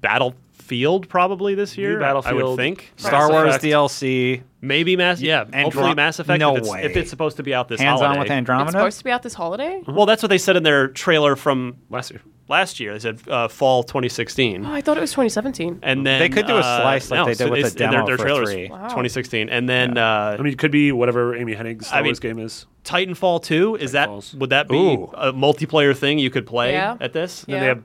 Speaker 3: Battlefield probably this year, I would
Speaker 6: Battlefield.
Speaker 3: think
Speaker 5: Star
Speaker 6: Mass
Speaker 5: Wars
Speaker 6: Effect.
Speaker 5: DLC
Speaker 3: maybe Mass. Yeah,
Speaker 5: Andro-
Speaker 3: hopefully Mass Effect.
Speaker 5: No
Speaker 3: if, it's,
Speaker 5: way.
Speaker 3: if it's supposed to be out this
Speaker 5: hands on
Speaker 3: holiday.
Speaker 5: with
Speaker 4: It's
Speaker 5: Andromeda.
Speaker 4: supposed to be out this holiday?
Speaker 3: Well, that's what they said in their trailer from
Speaker 6: last year,
Speaker 3: last year. They said uh, fall 2016.
Speaker 4: Oh, I thought it was 2017.
Speaker 3: And then
Speaker 5: They could do a
Speaker 3: uh,
Speaker 5: slice like
Speaker 3: no,
Speaker 5: they did
Speaker 3: so
Speaker 5: with
Speaker 3: it's-
Speaker 5: the
Speaker 3: their,
Speaker 5: demo
Speaker 3: their
Speaker 5: for
Speaker 3: trailers,
Speaker 5: three.
Speaker 4: Wow.
Speaker 3: 2016, and then uh,
Speaker 6: I mean, it could be whatever Amy Hennig's Star
Speaker 3: I mean-
Speaker 6: Wars game is.
Speaker 3: Titanfall 2 is that
Speaker 6: Titanfalls.
Speaker 3: would that be
Speaker 5: Ooh.
Speaker 3: a multiplayer thing you could play
Speaker 4: Yeah.
Speaker 3: at this?
Speaker 4: Yeah.
Speaker 6: They have. um,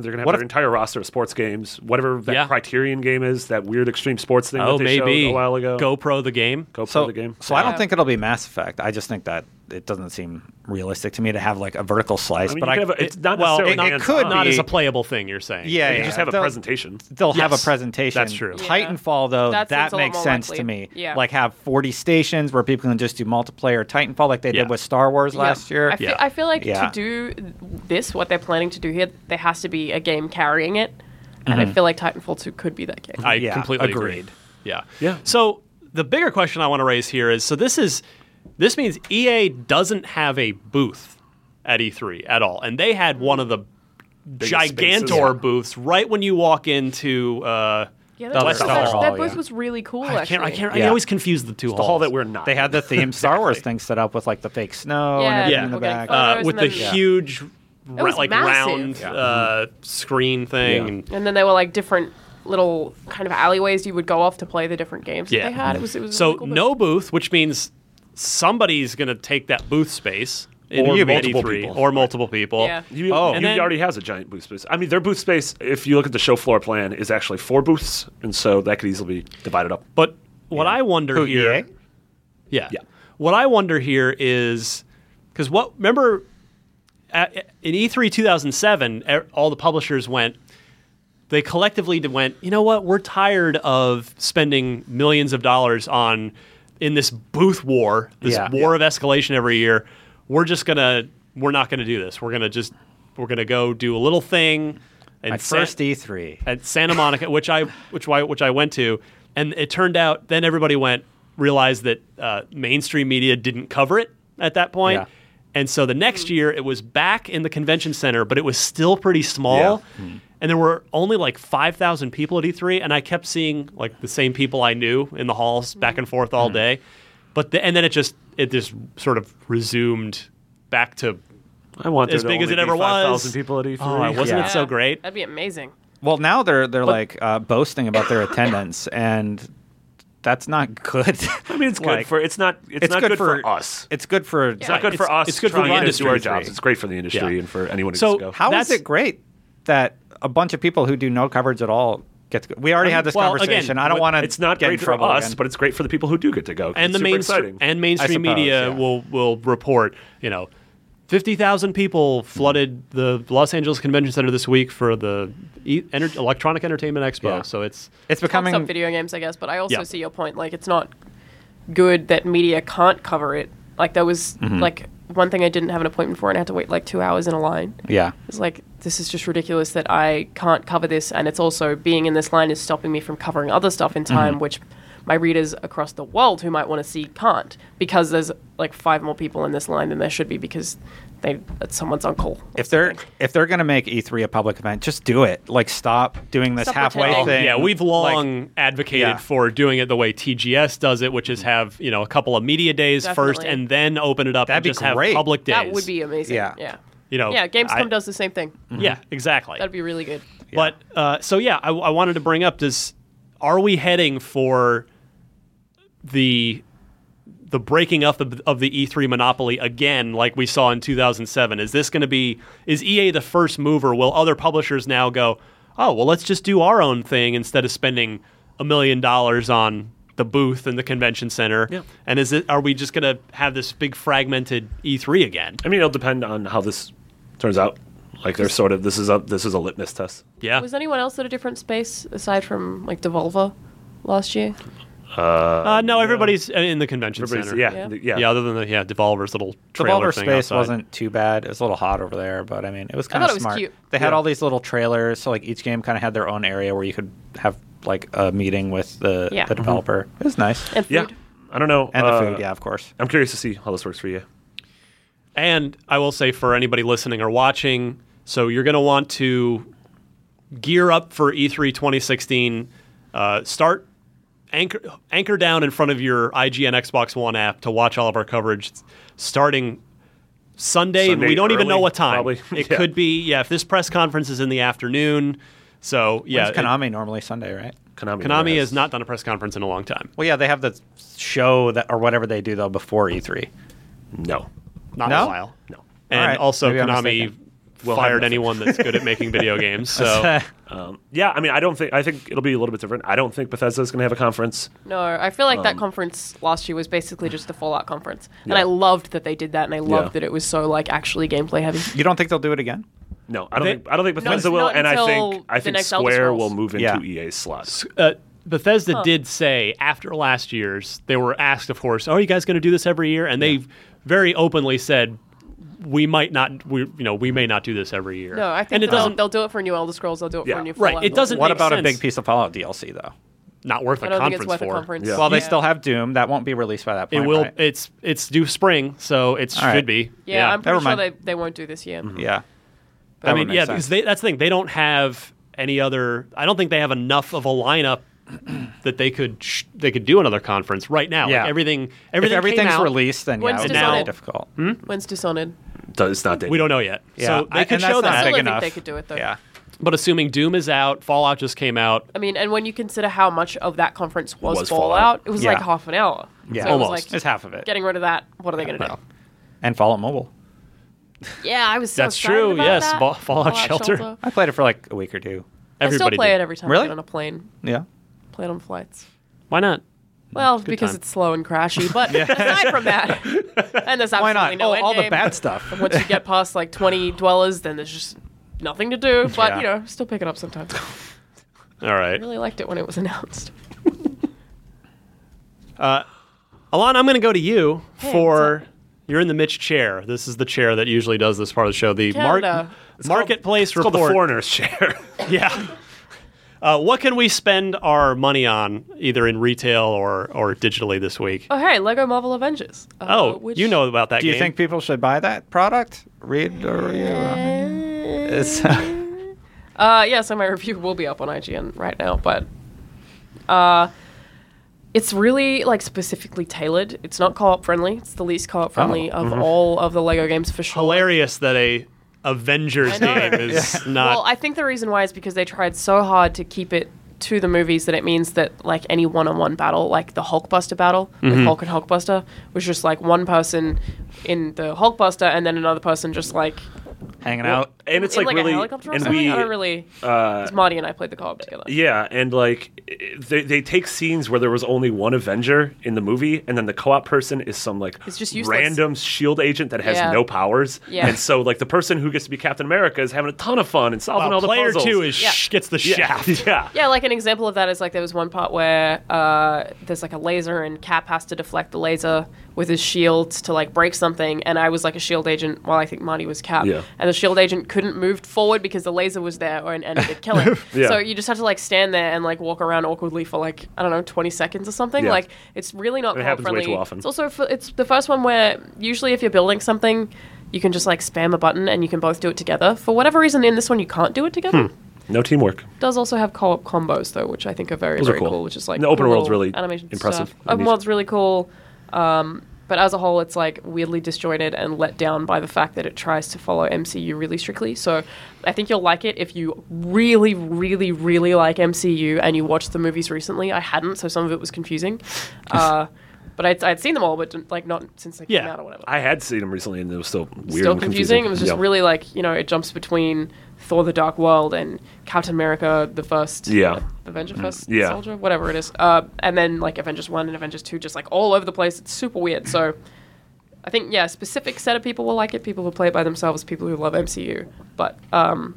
Speaker 6: They're gonna have
Speaker 5: What
Speaker 6: their
Speaker 5: if-
Speaker 6: entire roster of sports games, whatever that
Speaker 3: Yeah.
Speaker 6: Criterion game is, that weird extreme sports thing.
Speaker 3: Oh,
Speaker 6: that they showed
Speaker 3: maybe
Speaker 6: a while ago.
Speaker 3: GoPro the game.
Speaker 6: go
Speaker 5: so,
Speaker 6: play the game.
Speaker 5: so I don't
Speaker 4: Yeah.
Speaker 5: think it'll be Mass Effect. I just think that it doesn't seem realistic to me to have like a vertical slice.
Speaker 6: I mean,
Speaker 5: but
Speaker 6: you
Speaker 5: I,
Speaker 6: could have a- it's not
Speaker 3: well,
Speaker 6: necessarily
Speaker 3: it- it
Speaker 6: hands-on.
Speaker 5: could
Speaker 3: Not
Speaker 5: be-
Speaker 3: as a playable thing, you're saying.
Speaker 5: yeah,
Speaker 6: You
Speaker 5: yeah,
Speaker 6: just have a
Speaker 5: they'll-
Speaker 6: presentation.
Speaker 5: They'll have a
Speaker 3: Yes.
Speaker 5: presentation.
Speaker 3: That's true.
Speaker 4: Yeah.
Speaker 5: Titanfall though,
Speaker 4: That
Speaker 5: that,
Speaker 4: seems a lot
Speaker 5: makes
Speaker 4: more
Speaker 5: sense
Speaker 4: likely.
Speaker 5: to me.
Speaker 4: Yeah.
Speaker 5: Like have 40 stations where people can just do multiplayer Titanfall like they
Speaker 3: Yeah.
Speaker 5: did with Star Wars last year.
Speaker 4: I feel,
Speaker 3: Yeah.
Speaker 4: I feel like
Speaker 5: Yeah.
Speaker 4: to do this, what they're planning to do here, there has to be a game carrying it. And
Speaker 5: Mm-hmm.
Speaker 4: I feel like Titanfall 2 could be that game.
Speaker 3: I
Speaker 5: Yeah,
Speaker 3: completely
Speaker 5: agreed.
Speaker 3: agreed. Yeah.
Speaker 6: Yeah.
Speaker 3: So the bigger question I want to raise here is so this is this means EA doesn't have a booth at E3 at all. And they had one of the gigantor
Speaker 6: spaces. Yeah.
Speaker 3: booths right when you walk into uh
Speaker 4: yeah,
Speaker 5: Dollar
Speaker 4: that, booth was,
Speaker 5: Dollar
Speaker 4: actually-
Speaker 5: Hall,
Speaker 4: that booth
Speaker 5: yeah.
Speaker 4: was really cool,
Speaker 3: I
Speaker 4: Oh, actually.
Speaker 3: can't I can't I
Speaker 5: Yeah.
Speaker 3: always confuse the two
Speaker 6: The hall
Speaker 3: halls.
Speaker 6: that we're not.
Speaker 5: They had the themed Star Wars thing set up with like the fake snow and
Speaker 4: Yeah, Oh,
Speaker 5: everything in the
Speaker 4: people getting
Speaker 5: back.
Speaker 4: photos.
Speaker 3: uh,
Speaker 4: and
Speaker 3: with the
Speaker 4: then- Yeah.
Speaker 3: huge, ra-
Speaker 4: was
Speaker 3: like
Speaker 4: massive.
Speaker 3: round
Speaker 4: Yeah.
Speaker 3: uh, screen thing.
Speaker 6: Yeah.
Speaker 3: And
Speaker 4: And then there were like different little kind of alleyways you would go off to play the different games
Speaker 3: Yeah.
Speaker 4: that they had. It was, it was
Speaker 3: so
Speaker 4: really cool, but-
Speaker 3: no booth, which means somebody's going to take that booth space. in
Speaker 6: Or
Speaker 3: E3,
Speaker 6: multiple people.
Speaker 3: Or multiple people.
Speaker 4: Yeah.
Speaker 6: You,
Speaker 5: Oh.
Speaker 6: you
Speaker 3: And then-
Speaker 6: already has a giant booth space. I mean, their booth space, if you look at the show floor plan, is actually four booths, and so that could easily be divided up.
Speaker 3: But what I wonder
Speaker 5: Who, E
Speaker 3: here,
Speaker 5: EA?
Speaker 3: yeah.
Speaker 6: Yeah.
Speaker 3: What I wonder here is because what remember at, in E E3 2007, e- all the publishers went. They collectively d- went. You know what? We're tired of spending millions of dollars on in this booth war, this
Speaker 5: Yeah.
Speaker 3: war of escalation every year. We're just gonna. We're not gonna do this. We're gonna just. We're gonna go do a little thing. and
Speaker 5: My
Speaker 3: San-
Speaker 5: first E E3.
Speaker 3: at Santa Monica, which I which I which I went to, and it turned out then everybody went realized that uh, mainstream media didn't cover it at that point.
Speaker 5: Yeah.
Speaker 3: And so the next year it was back in the convention center, but it was still pretty small. And there were only like 5,000 people at E3 and I kept seeing like the same people I knew in the halls back and forth all day. But the, and then it just it just sort of resumed back to
Speaker 6: I want
Speaker 3: as
Speaker 6: there to
Speaker 3: big as
Speaker 6: only
Speaker 3: it ever
Speaker 6: be 5,000
Speaker 3: was.
Speaker 6: people at E E3.
Speaker 3: Oh, I wasn't
Speaker 5: Yeah.
Speaker 3: it so great?
Speaker 4: That'd be amazing.
Speaker 5: Well, now they're they're like uh, boasting about their attendance, and that's not good.
Speaker 6: I mean, it's good for it's not it's, not good, for, us.
Speaker 5: It's good for
Speaker 6: It's not good for us.
Speaker 3: it's good for
Speaker 6: trying
Speaker 3: the
Speaker 6: to do
Speaker 3: industry.
Speaker 6: our jobs. It's great for the industry
Speaker 3: Yeah.
Speaker 6: and for anyone who
Speaker 3: So,
Speaker 6: gets to go.
Speaker 3: how-
Speaker 5: How is
Speaker 3: That's-
Speaker 5: it great that a bunch of people who do no coverage at all get? To, go- we already had this
Speaker 3: well, again,
Speaker 5: conversation. I don't
Speaker 3: what-
Speaker 5: want to.
Speaker 6: it's not
Speaker 5: get
Speaker 6: great
Speaker 5: in
Speaker 6: for
Speaker 5: trouble
Speaker 6: us,
Speaker 5: again.
Speaker 6: but it's great for the people who do get to go.
Speaker 3: and
Speaker 6: it's
Speaker 3: the
Speaker 6: super
Speaker 3: mainstream
Speaker 6: exciting.
Speaker 3: and mainstream
Speaker 5: suppose,
Speaker 3: media
Speaker 5: yeah.
Speaker 3: will will report you know 50,000 people flooded the Los Angeles Convention Center this week for the e- Ener- Electronic Entertainment Expo.
Speaker 5: Yeah.
Speaker 3: So it's
Speaker 5: it's
Speaker 4: Coming,
Speaker 5: becoming.
Speaker 4: stop video games, I guess, but I also
Speaker 3: Yeah.
Speaker 4: see your point. Like, it's not good that media can't cover it. Like, there was
Speaker 3: Mm-hmm.
Speaker 4: like one thing I didn't have an appointment for, and I had to wait like two hours in a line.
Speaker 5: Yeah.
Speaker 4: It's like this is just ridiculous that I can't cover this, and it's also being in this line is stopping me from covering other stuff in time, which my readers across the world who might want to see can't because there's like five more people in this line than there should be because they that someone's on call.
Speaker 5: If they're if they're gonna make E3 a public event, just do it. Like stop doing this
Speaker 4: Stop
Speaker 5: halfway
Speaker 4: pretending.
Speaker 5: thing.
Speaker 3: yeah, we've long advocated
Speaker 5: yeah. Mm-hmm.
Speaker 3: for doing it the way TGS does it, which is have you know a couple of media days first
Speaker 4: Definitely.
Speaker 3: and then open it up
Speaker 5: That'd
Speaker 3: and
Speaker 5: be
Speaker 3: just
Speaker 5: great.
Speaker 3: have public days.
Speaker 4: that would be amazing.
Speaker 5: Yeah.
Speaker 4: Yeah.
Speaker 3: you know
Speaker 4: Yeah, Gamescom
Speaker 3: Oh, I- Mm-hmm.
Speaker 4: does the same thing.
Speaker 3: yeah exactly
Speaker 4: That'd be really good.
Speaker 3: But uh, so yeah, I, I wanted to bring up: does are we heading for the the breaking up of, of the E3 monopoly again, like we saw in 2007? Is this going to be is EA the first mover? Will other publishers now go? Oh well, let's just do our own thing instead of spending a million dollars on the booth and the convention center. And is it are we just going to have this big fragmented E3 again?
Speaker 6: I mean, it'll depend on how this turns out. Like, there's sort of this is a this is a litmus test.
Speaker 3: Yeah.
Speaker 4: Was anyone else at a different space aside from like Devolver last year?
Speaker 3: Uh, no, everybody's uh, in the convention
Speaker 6: Everybody's-
Speaker 3: center.
Speaker 6: yeah,
Speaker 4: Yeah.
Speaker 6: yeah,
Speaker 3: Yeah, other than the yeah, Devolver's little
Speaker 5: The
Speaker 3: trailer
Speaker 5: Devolver
Speaker 3: thing
Speaker 5: space
Speaker 3: outside.
Speaker 5: wasn't too bad. It was a little hot over there, but I mean, it was kind
Speaker 4: thought
Speaker 5: of
Speaker 4: it was
Speaker 5: smart.
Speaker 4: cute.
Speaker 5: They had all these little trailers, so like each game kind of had their own area where you could have like a meeting with the,
Speaker 4: Yeah.
Speaker 5: the
Speaker 4: Mhm.
Speaker 5: developer. It was nice.
Speaker 4: And food.
Speaker 6: Yeah, I don't know.
Speaker 5: And
Speaker 6: Uh,
Speaker 5: the food, yeah, of course.
Speaker 6: I'm curious to see how this works for you.
Speaker 3: And I will say for anybody listening or watching, so you're going to want to gear up for E E3 2016. Uh, start anchor anchor down in front of your IGN Xbox One app to watch all of our coverage starting Sunday.
Speaker 6: Sunday
Speaker 3: we don't even
Speaker 6: early,
Speaker 3: know what time.
Speaker 6: probably.
Speaker 3: It
Speaker 6: Yeah.
Speaker 3: could be yeah. If this press conference is in the afternoon, so yeah,
Speaker 5: It's
Speaker 3: it-
Speaker 5: Konami normally Sunday, right?
Speaker 6: Konami.
Speaker 3: Konami
Speaker 6: has-
Speaker 3: has not done a press conference in a long time.
Speaker 5: Well, yeah, they have the show that or whatever they do though before E E3.
Speaker 6: No.
Speaker 3: not
Speaker 5: No?
Speaker 3: a while.
Speaker 6: No.
Speaker 3: And
Speaker 5: Alright,
Speaker 3: also,
Speaker 5: maybe I'm
Speaker 3: Konami
Speaker 5: mistaken.
Speaker 3: fired anyone that's good at making video games. So
Speaker 6: Yeah, I mean, I don't think I think it'll be a little bit different. I don't think Bethesda's going to have a conference.
Speaker 4: No, I feel like
Speaker 3: Um,
Speaker 4: that conference last year was basically just a Fallout conference, and I loved that they did that, and I loved
Speaker 6: Yeah.
Speaker 4: that it was so like actually gameplay heavy.
Speaker 5: you don't think they'll do it again?
Speaker 6: No, I don't.
Speaker 3: They-
Speaker 6: think, I don't think Bethesda
Speaker 4: not
Speaker 6: will, and I
Speaker 4: until
Speaker 6: think I
Speaker 4: the
Speaker 6: think
Speaker 4: next Elder
Speaker 6: Square
Speaker 4: Scrolls.
Speaker 6: will move into
Speaker 5: Yeah.
Speaker 6: EA's slot.
Speaker 3: uh, Bethesda did say after last year's, they were asked, of course, "Oh, are you guys going to do this every year?" And they very openly said, "We might not. We you know we may not do this every year."
Speaker 4: No, I think
Speaker 3: and it
Speaker 4: they'll,
Speaker 3: doesn't.
Speaker 4: they'll do it for a new Elder Scrolls. They'll do it for
Speaker 6: Yeah.
Speaker 4: a new
Speaker 3: Right,
Speaker 4: Fallout.
Speaker 3: it
Speaker 4: they'll
Speaker 3: doesn't
Speaker 4: do
Speaker 5: What
Speaker 3: Makes
Speaker 5: about a
Speaker 3: sense.
Speaker 5: big piece of Fallout DLC though?
Speaker 3: Not worth
Speaker 4: I
Speaker 3: a
Speaker 4: don't think
Speaker 3: conference
Speaker 4: it's worth
Speaker 3: for.
Speaker 4: a conference.
Speaker 6: Yeah.
Speaker 5: Well, they
Speaker 4: Yeah.
Speaker 5: still have Doom. That won't be released by that
Speaker 3: It
Speaker 5: point.
Speaker 3: will.
Speaker 5: right?
Speaker 3: It's it's due spring, so it should
Speaker 5: Alright.
Speaker 3: be.
Speaker 4: Yeah, I'm
Speaker 5: Never
Speaker 4: pretty sure
Speaker 5: mind.
Speaker 4: they, they won't do this year.
Speaker 5: yeah.
Speaker 3: I
Speaker 5: That
Speaker 3: mean,
Speaker 5: would make
Speaker 3: yeah,
Speaker 5: sense.
Speaker 3: because they, that's the thing. They don't have any other. I don't think they have enough of a lineup that they could sh- they could do another conference right now. Like,
Speaker 5: Yeah.
Speaker 3: everything
Speaker 5: if
Speaker 3: everything came
Speaker 5: everything's
Speaker 3: out,
Speaker 5: released, then yeah,
Speaker 4: When's
Speaker 5: it would be
Speaker 3: Dishonored?
Speaker 5: really difficult.
Speaker 3: Hmm?
Speaker 4: When's Dishonored?
Speaker 6: Does it's not.
Speaker 3: We don't know yet.
Speaker 5: Yeah,
Speaker 3: so
Speaker 5: I-
Speaker 3: they could
Speaker 5: and that's
Speaker 3: show
Speaker 5: not
Speaker 3: that.
Speaker 4: Still, I
Speaker 5: big
Speaker 4: think
Speaker 5: enough.
Speaker 4: they could do it, though.
Speaker 5: Yeah,
Speaker 3: But assuming Doom is out, Fallout just came out.
Speaker 4: I mean, and when you consider how much of that conference was,
Speaker 6: Was
Speaker 4: Fallout,
Speaker 6: Fallout.
Speaker 4: it was
Speaker 5: Yeah.
Speaker 4: like half an hour.
Speaker 5: Yeah.
Speaker 4: so
Speaker 3: Almost.
Speaker 4: It was
Speaker 5: it's
Speaker 4: like,
Speaker 5: half of it.
Speaker 4: getting rid of that. What are they going to do?
Speaker 5: and Fallout Mobile.
Speaker 4: Yeah, I was so
Speaker 3: That's
Speaker 4: excited
Speaker 3: true,
Speaker 4: about
Speaker 3: yes,
Speaker 4: that.
Speaker 3: Fa- Fallout Shelter.
Speaker 5: I played it for like a week or two.
Speaker 4: I still
Speaker 3: Everybody
Speaker 4: play
Speaker 3: did.
Speaker 4: it every time I
Speaker 5: Really?
Speaker 4: get on a plane.
Speaker 5: Yeah.
Speaker 4: Play it on flights.
Speaker 3: Why not?
Speaker 4: Well, because
Speaker 3: time.
Speaker 4: it's slow and crashy, but aside from that, and there's absolutely
Speaker 5: Why not?
Speaker 4: no
Speaker 5: oh,
Speaker 4: end
Speaker 5: all the
Speaker 4: game.
Speaker 5: bad stuff.
Speaker 4: Once you get past like 20 dwellers, then there's just nothing to do. But
Speaker 5: Yeah.
Speaker 4: you know, still pick it up sometimes.
Speaker 3: All right,
Speaker 4: really liked it when it was announced.
Speaker 3: Alon, I'm going to go to you
Speaker 4: what's
Speaker 3: for. You're in the Mitch chair. This is the chair that usually does this part of the show. The mar-
Speaker 4: Canada.
Speaker 3: marketplace
Speaker 6: It's called
Speaker 3: report.
Speaker 6: the foreigner's chair.
Speaker 3: yeah. Uh, what can we spend our money on, either in retail or, or digitally this week?
Speaker 4: Oh, hey, Lego Marvel Avengers. Uh,
Speaker 3: oh,
Speaker 4: which-
Speaker 3: you know about that
Speaker 5: Do you
Speaker 3: game.
Speaker 5: think people should buy that product? Read or you it's,
Speaker 4: Uh, yeah, so my review will be up on IGN right now, but uh, it's really like specifically tailored. It's not co-op friendly. It's the least co-op friendly
Speaker 5: Oh,
Speaker 4: of
Speaker 5: mm-hmm.
Speaker 4: all of the Lego games for sure.
Speaker 3: Hilarious that a Avengers
Speaker 4: I know.
Speaker 3: game is not.
Speaker 6: Uh,
Speaker 4: Well, I think the reason why is because they tried so hard to keep it to the movies that it means that like any one-on-one battle, like the Hulkbuster battle
Speaker 6: Mm-hmm.
Speaker 4: with Hulk and Hulkbuster, was just like one person in the Hulkbuster and then another person just like
Speaker 5: hanging out.
Speaker 6: and it's
Speaker 4: in,
Speaker 6: like,
Speaker 4: like,
Speaker 6: really
Speaker 4: a helicopter or
Speaker 6: and
Speaker 4: something.
Speaker 6: we
Speaker 4: I don't really.
Speaker 6: uh,
Speaker 4: 'cause Marty and I played the co-op together.
Speaker 6: Yeah, and like i- they, they take scenes where there was only one Avenger in the movie, and then the co-op person is some like
Speaker 4: It's just useless.
Speaker 6: random Shield E agent that has
Speaker 4: Yeah.
Speaker 6: no powers.
Speaker 4: Yeah.
Speaker 6: and so like the person who gets to be Captain America is having a ton of fun and solving
Speaker 3: Well,
Speaker 6: all the
Speaker 3: player
Speaker 6: puzzles.
Speaker 3: two is
Speaker 4: Yeah.
Speaker 3: sh- gets the
Speaker 6: yeah,
Speaker 3: shaft.
Speaker 6: yeah.
Speaker 4: Yeah, like an example of that is like there was one part where uh, there's like a laser and Cap has to deflect the laser with his shield to like break something, and I was like a shield agent while I think Marty was Cap,
Speaker 6: Yeah.
Speaker 4: and the shield agent couldn't move forward because the laser was there or and ended up killing.
Speaker 6: Yeah.
Speaker 4: So you just have to like stand there and like walk around awkwardly for like I don't know 20 seconds or something.
Speaker 6: Yeah.
Speaker 4: Like it's really not
Speaker 6: It
Speaker 4: co-op
Speaker 6: happens way
Speaker 4: friendly.
Speaker 6: too often.
Speaker 4: It's also f- it's the first one where usually if you're building something, you can just like spam a button and you can both do it together. For whatever reason, in this one you can't do it together
Speaker 6: Hmm. No teamwork.
Speaker 4: does also have co-op combos though, which I think are very
Speaker 6: Those are
Speaker 4: very
Speaker 6: cool.
Speaker 4: cool. Which is like
Speaker 6: The open
Speaker 4: cool
Speaker 6: world's really
Speaker 4: animation
Speaker 6: impressive
Speaker 4: Stuff.
Speaker 6: and
Speaker 4: Open
Speaker 6: neat.
Speaker 4: world's really cool, um, but as a whole, it's like weirdly disjointed and let down by the fact that it tries to follow MCU really strictly. So I think you'll like it if you really, really, really like MCU and you watched the movies recently. I hadn't, so some of it was confusing. Uh, But I'd, I'd seen them all, but like not since they came
Speaker 3: Yeah.
Speaker 4: out or whatever
Speaker 6: I had seen him recently, and it was still weird.
Speaker 4: still
Speaker 6: and
Speaker 4: confusing. It was just
Speaker 6: Yeah.
Speaker 4: really like you know it jumps between Thor: The Dark World and Captain America: The First
Speaker 6: Yeah. Mm-hmm.
Speaker 4: Avenger First
Speaker 6: Yeah.
Speaker 4: Soldier, whatever it is. Uh, and then like Avengers One and Avengers Two, just like all over the place. It's super weird. So I think yeah, a specific set of people will like it. People who play it by themselves, people who love MCU. But um,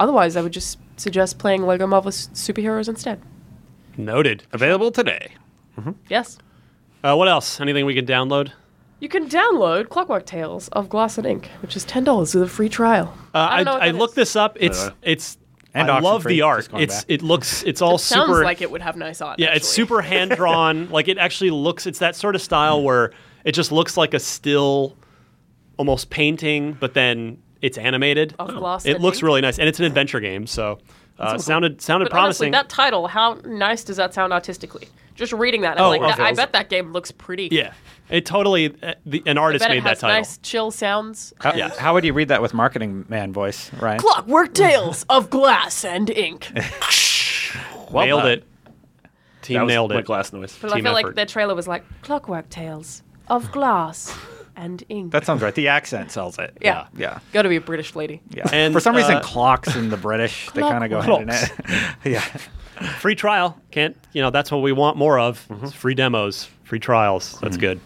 Speaker 4: otherwise, I would just suggest playing Lego Marvel S- Superheroes instead.
Speaker 3: Noted.
Speaker 5: Available today.
Speaker 4: Yes.
Speaker 3: Uh, what else? Anything we can download?
Speaker 4: You can download Clockwork Tales of Glass and Ink, which is ten dollars with a free trial.
Speaker 3: Uh, I,
Speaker 4: don't know what
Speaker 3: I
Speaker 4: that
Speaker 3: looked
Speaker 4: is.
Speaker 3: this up. It's
Speaker 6: Uh,
Speaker 3: it's.
Speaker 5: And
Speaker 3: I love
Speaker 5: Oxenfree,
Speaker 3: the art.
Speaker 5: just going
Speaker 3: It's
Speaker 5: back.
Speaker 3: it looks it's all
Speaker 4: Sounds
Speaker 3: super
Speaker 4: like it would have nice art.
Speaker 3: Yeah, it's
Speaker 4: actually.
Speaker 3: super hand drawn. like it actually looks. It's that sort of style where it just looks like a still, almost painting, but then it's animated. Oh.
Speaker 4: Of glass
Speaker 3: It
Speaker 4: and
Speaker 3: looks
Speaker 4: ink.
Speaker 3: really nice, and it's an adventure game. So uh, sounded sounded
Speaker 4: But
Speaker 3: promising.
Speaker 4: honestly, that title, how nice does that sound artistically? Just reading that, I'm
Speaker 3: Oh,
Speaker 4: like,
Speaker 3: well,
Speaker 4: "That- I
Speaker 6: Phil's-
Speaker 4: bet that game looks pretty.
Speaker 3: yeah, it totally. Uh, the, an
Speaker 4: I
Speaker 3: artist
Speaker 4: bet it
Speaker 3: made that
Speaker 4: has
Speaker 3: title. Oh,
Speaker 4: nice chill sounds.
Speaker 5: How,
Speaker 3: Yeah.
Speaker 5: how would you read that with marketing man voice, Ryan?
Speaker 4: Clockwork Tales of Glass and Ink.
Speaker 5: Well
Speaker 3: nailed
Speaker 5: done.
Speaker 3: it. Team
Speaker 6: that was
Speaker 3: nailed
Speaker 6: my
Speaker 3: it.
Speaker 6: glass noise.
Speaker 4: But I
Speaker 3: Team
Speaker 4: feel
Speaker 3: effort.
Speaker 4: like their trailer was like Clockwork Tales of Glass and Ink.
Speaker 5: That sounds right. The accent sells it.
Speaker 4: yeah.
Speaker 5: Yeah.
Speaker 4: Got to be a British lady.
Speaker 5: Yeah.
Speaker 3: And,
Speaker 5: for some reason,
Speaker 3: uh,
Speaker 5: clocks in the British they kind of go hand in hand. yeah.
Speaker 3: Free trial. Can't you know? That's what we want more of. It's free demos, free trials. That's good.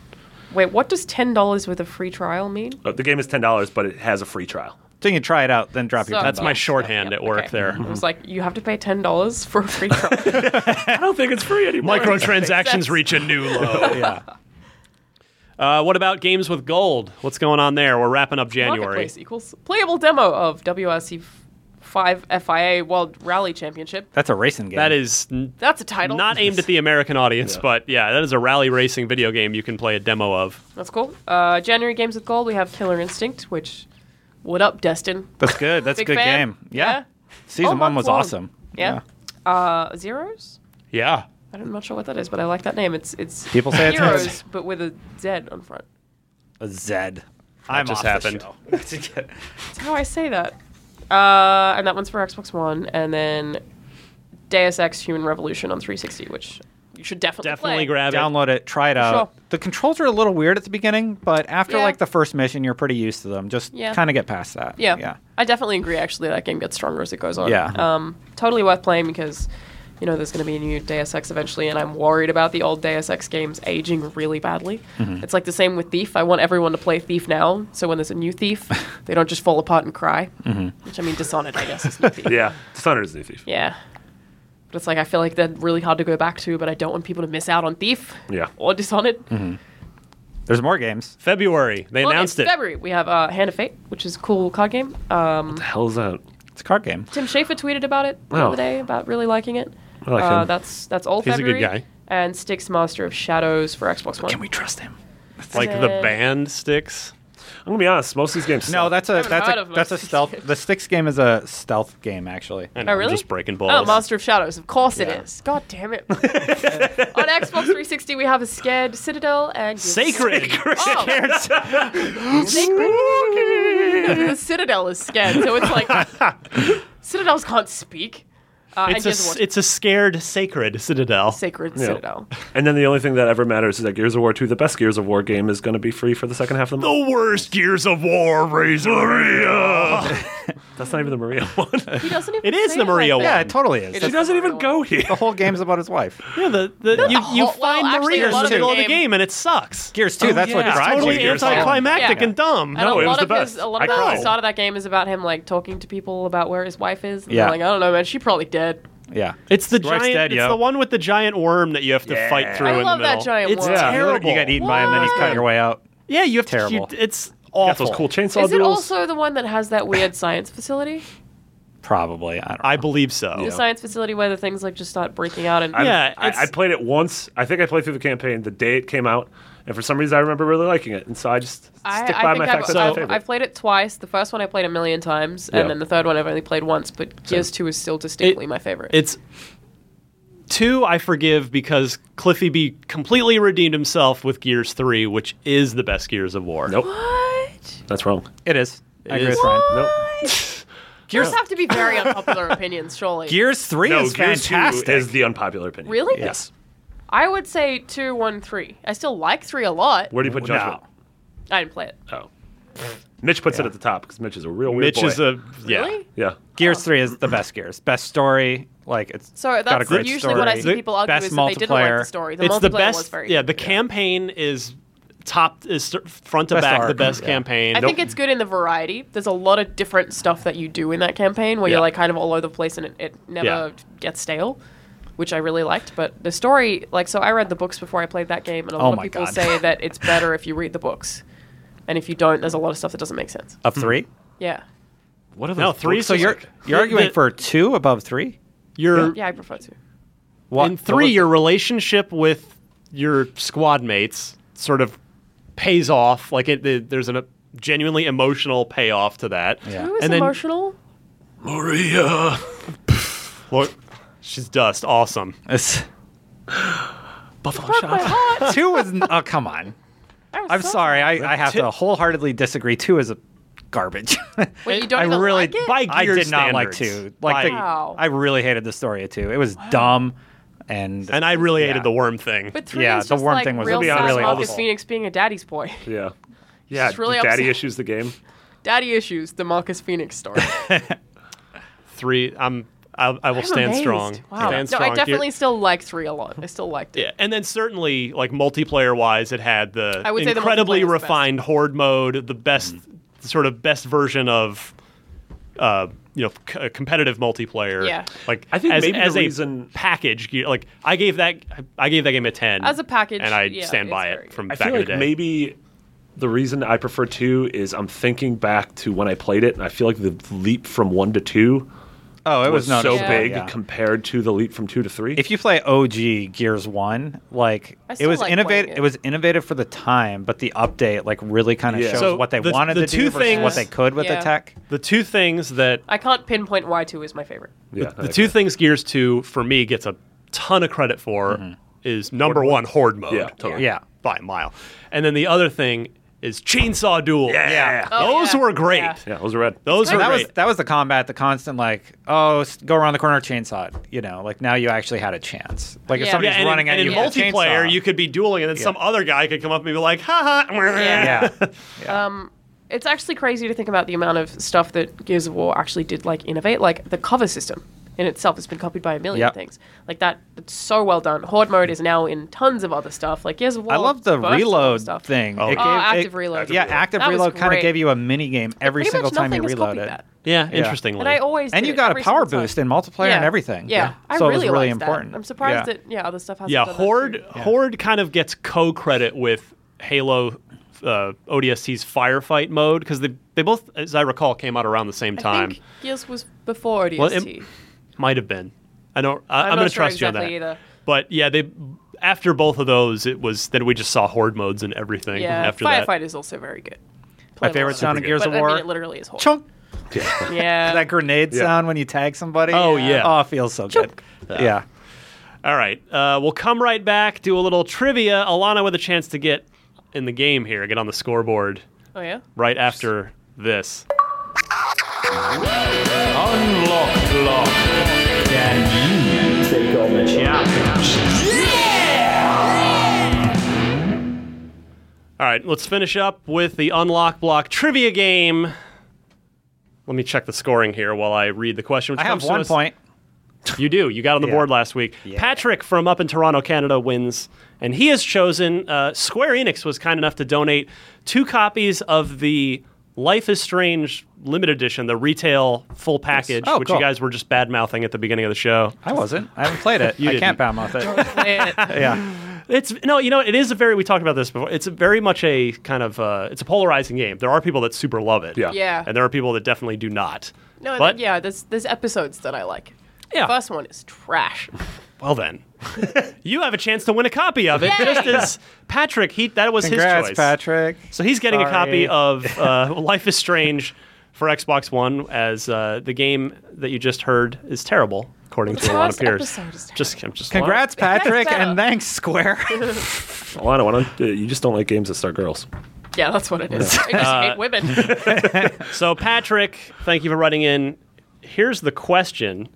Speaker 4: Wait, what does ten dollars with a free trial mean?
Speaker 6: Uh, the game is ten dollars, but it has a free trial.
Speaker 5: So you can try it out, then drop your.
Speaker 4: So-
Speaker 5: $10.
Speaker 3: That's my shorthand at work
Speaker 4: Okay.
Speaker 3: there. Mm-hmm.
Speaker 4: It was like you have to pay ten dollars for a free trial.
Speaker 6: I don't think it's free anymore.
Speaker 3: Microtransactions reach a new low.
Speaker 5: Yeah.
Speaker 3: Uh, what about games with gold? What's going on there? We're wrapping up January.
Speaker 4: Marketplace equals playable demo of WRC five FIA World Rally Championship.
Speaker 5: That's a racing game.
Speaker 3: That is n-
Speaker 4: That's a title.
Speaker 3: not aimed at the American audience, but yeah, that is a rally racing video game you can play a demo of.
Speaker 4: That's cool. Uh, January games with gold. We have Killer Instinct, which what up, Destin?
Speaker 5: That's good. That's a
Speaker 4: Big
Speaker 5: good
Speaker 4: fan?
Speaker 5: game. Yeah.
Speaker 4: Yeah.
Speaker 5: Season
Speaker 4: All
Speaker 5: one
Speaker 4: month
Speaker 5: was
Speaker 4: long.
Speaker 5: awesome.
Speaker 4: Yeah. Uh, zeros.
Speaker 3: Yeah.
Speaker 4: I'm not sure what that is, but I like that name. It's it's
Speaker 5: People say it's
Speaker 4: heroes,
Speaker 5: nice.
Speaker 4: but with a Z on front.
Speaker 5: A Zed.
Speaker 3: I'm just off the happened. show.
Speaker 4: That's how I say that. Uh, and that one's for Xbox One, and then Deus Ex Human Revolution on 360, which you should definitely
Speaker 3: Definitely
Speaker 4: play.
Speaker 3: grab it.
Speaker 5: Download it, try it out.
Speaker 4: sure.
Speaker 5: The controls are a little weird at the beginning, but after
Speaker 4: Yeah.
Speaker 5: like the first mission, you're pretty used to them. Just
Speaker 4: Yeah.
Speaker 5: kind of get past that.
Speaker 4: Yeah.
Speaker 5: Yeah.
Speaker 4: I definitely agree, actually. That game gets stronger as it goes on.
Speaker 5: Yeah.
Speaker 4: Um, totally worth playing because, you know, there's going to be a new Deus Ex eventually, and I'm worried about the old Deus Ex games aging really badly. It's like the same with Thief. I want everyone to play Thief now, so when there's a new Thief, they don't just fall apart and cry. Which, I mean, Dishonored, I guess, is new Thief.
Speaker 6: Yeah, Dishonored is the thief.
Speaker 4: Yeah. But it's like, I feel like they're really hard to go back to, but I don't want people to miss out on Thief
Speaker 6: Yeah.
Speaker 4: or Dishonored.
Speaker 5: There's more games.
Speaker 3: February. They
Speaker 4: Well,
Speaker 3: announced
Speaker 4: in
Speaker 3: it.
Speaker 4: February, we have uh, Hand of Fate, which is a cool card game. Um,
Speaker 6: Hell's out.
Speaker 5: It's a card game.
Speaker 4: Tim Schafer tweeted about it the
Speaker 6: Wow.
Speaker 3: Oh.
Speaker 4: other day about really liking it.
Speaker 6: I like
Speaker 4: uh,
Speaker 6: him.
Speaker 4: That's that's all.
Speaker 3: He's a good
Speaker 4: February.
Speaker 3: guy.
Speaker 4: And Styx Master of Shadows for Xbox One.
Speaker 5: Can we trust him?
Speaker 3: Like the
Speaker 4: Uh,
Speaker 3: band sticks.
Speaker 6: I'm gonna be honest. Most of these games.
Speaker 5: No,
Speaker 6: suck.
Speaker 5: that's a
Speaker 4: haven't
Speaker 5: that's
Speaker 4: heard
Speaker 5: a
Speaker 4: of
Speaker 5: that's a
Speaker 4: most of
Speaker 5: stealth.
Speaker 4: these.
Speaker 5: The Styx game is a stealth game actually.
Speaker 3: I know,
Speaker 4: Oh,
Speaker 3: I'm
Speaker 4: really?
Speaker 3: just breaking
Speaker 4: Oh,
Speaker 3: balls.
Speaker 4: Master of Shadows. Of course it is. God damn it. On Xbox 360, we have a scared Citadel and
Speaker 3: Sacred.
Speaker 4: Oh, the Citadel is scared, so it's like Citadels can't speak. Uh, and
Speaker 3: It's a,
Speaker 4: just
Speaker 3: s-
Speaker 4: watch
Speaker 3: it's a scared sacred citadel.
Speaker 4: Sacred
Speaker 6: Yeah.
Speaker 4: Citadel.
Speaker 6: And then the only thing that ever matters is that Gears of War 2, the best Gears of War game, is going to be free for the second half of the month.
Speaker 3: worst years of war, Razor.
Speaker 6: That's not even the Maria one.
Speaker 4: He doesn't even
Speaker 3: It is
Speaker 4: say
Speaker 3: the Maria
Speaker 4: like
Speaker 5: Yeah,
Speaker 4: that.
Speaker 5: it totally is.
Speaker 4: It
Speaker 5: That's-
Speaker 4: is.
Speaker 6: doesn't even go here.
Speaker 5: The whole game's about his wife.
Speaker 3: Yeah, the, the, you, you
Speaker 4: whole-
Speaker 3: find
Speaker 4: well, actually,
Speaker 3: Maria
Speaker 5: a lot
Speaker 3: in the
Speaker 5: of
Speaker 3: middle
Speaker 4: the
Speaker 3: of the
Speaker 4: game- Oh,
Speaker 3: game, and it sucks.
Speaker 5: Gears too. that's what
Speaker 6: yeah, it's
Speaker 5: drives
Speaker 3: totally
Speaker 5: you. Gears of War.
Speaker 3: anticlimactic
Speaker 4: Yeah.
Speaker 3: and dumb.
Speaker 4: And
Speaker 6: No,
Speaker 4: a
Speaker 6: it was
Speaker 4: lot
Speaker 6: the
Speaker 4: of his-
Speaker 6: best.
Speaker 4: a lot
Speaker 6: I
Speaker 4: of the
Speaker 6: cried.
Speaker 4: start of that game is about him like talking to people about where his wife is. And they're
Speaker 5: Yeah.
Speaker 4: like I don't know, man. She probably dead.
Speaker 5: Yeah.
Speaker 3: It's the
Speaker 5: His wife's
Speaker 3: giant.
Speaker 5: dead,
Speaker 3: it's
Speaker 5: yo.
Speaker 3: the one with the giant worm that you have to fight through
Speaker 4: I
Speaker 3: in
Speaker 4: love
Speaker 3: the
Speaker 4: that
Speaker 3: middle.
Speaker 4: giant
Speaker 3: it's
Speaker 4: worm. Yeah.
Speaker 3: terrible.
Speaker 5: You got eaten by him, then you cut your way out.
Speaker 3: Yeah, you have
Speaker 5: Terrible.
Speaker 3: To, you, it's
Speaker 6: Got
Speaker 3: awful.
Speaker 6: those cool chainsaw
Speaker 4: Is it
Speaker 6: duels.
Speaker 4: also the one that has that weird science facility?
Speaker 5: Probably. I don't.
Speaker 3: I believe so.
Speaker 4: The science facility where the things like just start breaking out and
Speaker 6: I-
Speaker 3: Yeah, it's-
Speaker 6: I, I played it once. I think I played through the campaign the day it came out, and for some reason I remember really liking it, and so I just stick by my fact
Speaker 4: I've,
Speaker 6: that it's my
Speaker 4: I've,
Speaker 6: favorite.
Speaker 4: I've played it twice. The first one I played a million times,
Speaker 6: Yeah.
Speaker 4: and then the third one I've only played once. But Gears Two is still distinctly my favorite.
Speaker 3: It's two. I forgive because Cliffy B completely redeemed himself with Gears Three, which is the best Gears of War.
Speaker 6: nope,
Speaker 4: what?
Speaker 6: that's wrong.
Speaker 5: It is. I agree
Speaker 3: is.
Speaker 5: with Ryan.
Speaker 6: Nope.
Speaker 4: Gears have to be very unpopular opinions, surely.
Speaker 5: Gears three
Speaker 6: No,
Speaker 5: is
Speaker 6: Gears
Speaker 5: fantastic.
Speaker 6: 2 is the unpopular opinion.
Speaker 4: Really?
Speaker 6: Yes.
Speaker 4: I would say two, one, three. I still like three a lot.
Speaker 6: Where do you put Judgment?
Speaker 4: I didn't play it.
Speaker 6: Oh. Mitch puts it at the top because Mitch is a real weird
Speaker 3: Mitch
Speaker 6: boy.
Speaker 3: is a yeah.
Speaker 4: Really?
Speaker 6: yeah.
Speaker 5: Gears three is the best Gears. Best story. Like it's
Speaker 4: So
Speaker 5: got a
Speaker 4: that's
Speaker 5: great
Speaker 4: usually
Speaker 5: story.
Speaker 4: what I see
Speaker 3: The
Speaker 4: people argue
Speaker 5: best
Speaker 4: is that they didn't like the
Speaker 5: multiplayer.
Speaker 4: story. The
Speaker 3: it's
Speaker 4: multiplayer
Speaker 3: the best.
Speaker 4: was very
Speaker 3: yeah,
Speaker 4: good.
Speaker 3: the campaign is top is st- front to
Speaker 5: Best
Speaker 3: back the
Speaker 5: arc,
Speaker 3: best
Speaker 5: yeah.
Speaker 3: campaign.
Speaker 4: I think it's good in the variety. There's a lot of different stuff that you do in that campaign where
Speaker 3: Yeah.
Speaker 4: you're like kind of all over the place and it, it never
Speaker 3: Yeah.
Speaker 4: gets stale, which I really liked. But the story, like, so I read the books before I played that game, and a lot of
Speaker 5: my
Speaker 4: people
Speaker 5: God.
Speaker 4: say that it's better if you read the books. And if you don't, there's a lot of stuff that doesn't make sense.
Speaker 5: of three.
Speaker 4: Yeah.
Speaker 6: What are those
Speaker 3: no three.
Speaker 6: books?
Speaker 3: So you're
Speaker 5: You're arguing for two above three.
Speaker 3: you're
Speaker 4: Yeah, I prefer to.
Speaker 5: What?
Speaker 3: in
Speaker 5: what
Speaker 3: three
Speaker 5: was-
Speaker 3: your relationship with your squad mates sort of pays off. Like it, the, there's a genuinely emotional payoff to that.
Speaker 5: Yeah.
Speaker 4: Who is
Speaker 3: And then-
Speaker 4: emotional?
Speaker 6: Maria.
Speaker 3: Look, she's dust. Awesome.
Speaker 5: It's-
Speaker 6: Buffalo
Speaker 4: Broke my
Speaker 6: shot.
Speaker 4: heart.
Speaker 5: two was. Oh come on.
Speaker 4: I'm,
Speaker 5: I'm
Speaker 4: so-
Speaker 5: sorry. I, I have
Speaker 3: Two-
Speaker 5: to wholeheartedly disagree. Two is a garbage.
Speaker 4: Wait, you don't
Speaker 5: I
Speaker 4: even
Speaker 5: really
Speaker 4: like it?
Speaker 3: By
Speaker 5: I
Speaker 3: Gears
Speaker 5: did not like two.
Speaker 3: standards.
Speaker 5: Like the,
Speaker 3: By-
Speaker 4: Wow.
Speaker 5: I really hated the story of two. It was dumb, and,
Speaker 3: And I really hated
Speaker 5: Yeah.
Speaker 3: the worm thing.
Speaker 4: But three
Speaker 5: Yeah,
Speaker 4: is
Speaker 5: the
Speaker 4: just
Speaker 5: worm
Speaker 4: like
Speaker 5: thing was
Speaker 4: real
Speaker 6: really
Speaker 4: sad
Speaker 6: awful.
Speaker 4: Marcus Phoenix being a daddy's boy.
Speaker 6: Yeah. Yeah.
Speaker 4: She's really
Speaker 6: Daddy
Speaker 4: upset.
Speaker 6: issues the game.
Speaker 4: Daddy issues, the Marcus Phoenix story.
Speaker 3: three, I'm. I, I will stand
Speaker 4: amazed.
Speaker 3: strong.
Speaker 4: Wow.
Speaker 3: Stand
Speaker 4: no,
Speaker 3: strong.
Speaker 4: I
Speaker 3: Gear-
Speaker 4: definitely still like three a lot. I still liked it.
Speaker 3: Yeah, and then certainly like multiplayer wise, it had the
Speaker 4: I would say the
Speaker 3: incredibly
Speaker 4: multiplayer is the best.
Speaker 3: refined horde mode, the best
Speaker 6: Mm-hmm.
Speaker 3: sort of best version of uh, you know c- uh, competitive multiplayer.
Speaker 4: Yeah.
Speaker 3: like
Speaker 6: I think
Speaker 3: as,
Speaker 6: maybe the
Speaker 3: as a
Speaker 6: reason-
Speaker 3: package, you- like I gave that I gave that game a ten
Speaker 4: As a package,
Speaker 3: and I
Speaker 4: yeah,
Speaker 3: stand
Speaker 4: it's
Speaker 3: by
Speaker 4: very
Speaker 3: it
Speaker 4: good.
Speaker 3: from
Speaker 6: I
Speaker 3: back
Speaker 6: feel
Speaker 3: in
Speaker 6: like
Speaker 3: the day.
Speaker 6: maybe the reason I prefer two is I'm thinking back to when I played it, and I feel like the leap from one to two
Speaker 5: oh, it was,
Speaker 6: was so
Speaker 5: noticeable,
Speaker 6: big
Speaker 5: yeah.
Speaker 6: compared to the leap from two to three.
Speaker 5: if you play OG Gears One, like
Speaker 4: I
Speaker 5: it
Speaker 4: still
Speaker 5: was
Speaker 4: like
Speaker 5: innovative.
Speaker 4: playing
Speaker 5: It.
Speaker 4: it.
Speaker 5: was innovative for the time, but the update like really kind of
Speaker 6: Yeah.
Speaker 5: shows
Speaker 3: So
Speaker 5: what they
Speaker 3: the-
Speaker 5: wanted
Speaker 3: the
Speaker 5: to do
Speaker 3: two
Speaker 5: versus
Speaker 3: things-
Speaker 5: what they could with
Speaker 4: Yeah.
Speaker 5: the tech.
Speaker 3: the two things that
Speaker 4: I can't pinpoint why two is my favorite.
Speaker 6: yeah,
Speaker 3: the two things Gears Two for me gets a ton of credit for is number one horde mode.
Speaker 6: Yeah, totally.
Speaker 5: Mm-hmm. Yeah.
Speaker 3: by a mile. And then the other thing is chainsaw duels.
Speaker 6: Yeah.
Speaker 4: Oh,
Speaker 3: those
Speaker 4: yeah.
Speaker 3: were great.
Speaker 4: Yeah.
Speaker 6: yeah, those are red.
Speaker 3: Those were
Speaker 5: that
Speaker 3: great.
Speaker 5: was that was the combat, the constant like, oh, s- go around the corner, chainsaw. it, You know, like now you actually had a chance. Like if
Speaker 4: Yeah.
Speaker 5: somebody's
Speaker 3: yeah, and,
Speaker 5: running
Speaker 3: in,
Speaker 5: at
Speaker 3: and
Speaker 5: you,
Speaker 3: in
Speaker 5: with a
Speaker 3: multiplayer,
Speaker 5: chainsaw.
Speaker 3: you could be dueling, and then some other guy could come up and be like, "Ha ha."
Speaker 5: yeah.
Speaker 4: It's actually crazy to think about the amount of stuff that Gears of War actually did like innovate. Like the cover system in itself has been copied by a million
Speaker 5: Yep.
Speaker 4: things. Like that, it's so well done. Horde mode is now in tons of other stuff. Like Gears of War.
Speaker 5: I love the
Speaker 4: birthed a lot of
Speaker 5: reload
Speaker 4: stuff.
Speaker 5: thing.
Speaker 3: Oh,
Speaker 5: It
Speaker 4: active reload. Active
Speaker 5: Yeah,
Speaker 4: reload.
Speaker 5: active
Speaker 4: That was
Speaker 5: reload kind of
Speaker 4: great.
Speaker 5: gave you a mini game every
Speaker 4: Pretty
Speaker 5: single
Speaker 4: much
Speaker 5: time
Speaker 4: nothing
Speaker 5: you
Speaker 4: has
Speaker 5: reload
Speaker 4: copied
Speaker 5: it.
Speaker 4: that.
Speaker 3: Yeah,
Speaker 5: Yeah.
Speaker 3: interestingly.
Speaker 4: And I always
Speaker 5: And
Speaker 4: did
Speaker 5: you
Speaker 4: it
Speaker 5: got a
Speaker 4: every
Speaker 5: power
Speaker 4: single time.
Speaker 5: boost in multiplayer and everything.
Speaker 4: Yeah, I
Speaker 5: so it was
Speaker 4: really,
Speaker 5: really
Speaker 4: liked that.
Speaker 5: important.
Speaker 4: I'm surprised
Speaker 5: Yeah.
Speaker 4: that yeah, other stuff hasn't.
Speaker 3: yeah,
Speaker 4: done that too.
Speaker 3: Horde Horde kind of gets co-credit with Halo uh, ODST's firefight mode because they they both, as I recall, came out around the same
Speaker 4: I
Speaker 3: time.
Speaker 4: think Gears was before ODST.
Speaker 3: Well, it might have been. I don't. I, I'm,
Speaker 4: not
Speaker 3: going to
Speaker 4: sure
Speaker 3: trust
Speaker 4: exactly
Speaker 3: you on that.
Speaker 4: either.
Speaker 3: But yeah, they after both of those, it was then we just saw horde modes and everything.
Speaker 4: yeah,
Speaker 3: after
Speaker 4: Firefight
Speaker 3: that,
Speaker 4: is also very good.
Speaker 5: My
Speaker 4: Played a
Speaker 5: favorite
Speaker 4: lot.
Speaker 5: sound in
Speaker 3: Super
Speaker 5: Gears
Speaker 4: But
Speaker 5: of
Speaker 4: I
Speaker 5: War.
Speaker 4: mean, it literally is horrible.
Speaker 5: Chunk.
Speaker 4: Yeah.
Speaker 5: that grenade
Speaker 6: Yeah.
Speaker 5: sound when you tag somebody.
Speaker 3: Oh, yeah. Uh,
Speaker 5: Oh, it feels so good. Yeah.
Speaker 3: all right, uh, we'll come right back. Do a little trivia. Alana with a chance to get in the game here, get on the scoreboard
Speaker 4: oh yeah.
Speaker 3: right after this. All right, let's finish up with the unlock block trivia game. Let me check the scoring here while I read the question. which
Speaker 5: I have
Speaker 3: comes to
Speaker 5: one
Speaker 3: us-
Speaker 5: point.
Speaker 3: You do. You got on the
Speaker 5: Yeah.
Speaker 3: board last week.
Speaker 5: Yeah.
Speaker 3: Patrick from up in Toronto, Canada wins, and he has chosen. Uh, Square Enix was kind enough to donate two copies of the Life is Strange limited edition, the retail full package,
Speaker 5: Oh,
Speaker 3: which
Speaker 5: cool.
Speaker 3: you guys were just bad mouthing at the beginning of the show.
Speaker 5: I wasn't. I haven't played it.
Speaker 3: You
Speaker 5: I can't
Speaker 3: didn't.
Speaker 5: badmouth it. yeah.
Speaker 3: It's no, you know, it is a very. We talked about this before. It's a very much a kind of. Uh, it's a polarizing game. There are people that super love it.
Speaker 6: Yeah.
Speaker 4: Yeah.
Speaker 3: And there are people that definitely do not.
Speaker 4: No,
Speaker 3: But-
Speaker 4: th- yeah, there's there's episodes that I like.
Speaker 3: Yeah.
Speaker 4: First one is trash.
Speaker 3: Well then, you have a chance to win a copy of it.
Speaker 4: Yay!
Speaker 3: Just as Patrick, he that was his
Speaker 5: Congrats,
Speaker 3: choice.
Speaker 5: Patrick.
Speaker 3: So he's getting a copy
Speaker 5: Sorry.
Speaker 3: of uh, Life is Strange for Xbox One, as uh, the game that you just heard is terrible, according to a lot of
Speaker 4: first
Speaker 3: peers.
Speaker 4: episode is terrible.
Speaker 3: Just, I'm just
Speaker 5: Congrats, Patrick,
Speaker 4: Thanks,
Speaker 5: and
Speaker 4: Bella.
Speaker 5: thanks, Square.
Speaker 6: Alana, why don't uh, you you just don't like games that star girls?
Speaker 4: Yeah, that's what it is. I just
Speaker 3: Uh,
Speaker 4: hate women.
Speaker 3: So, Patrick, thank you for writing in. Here's the question.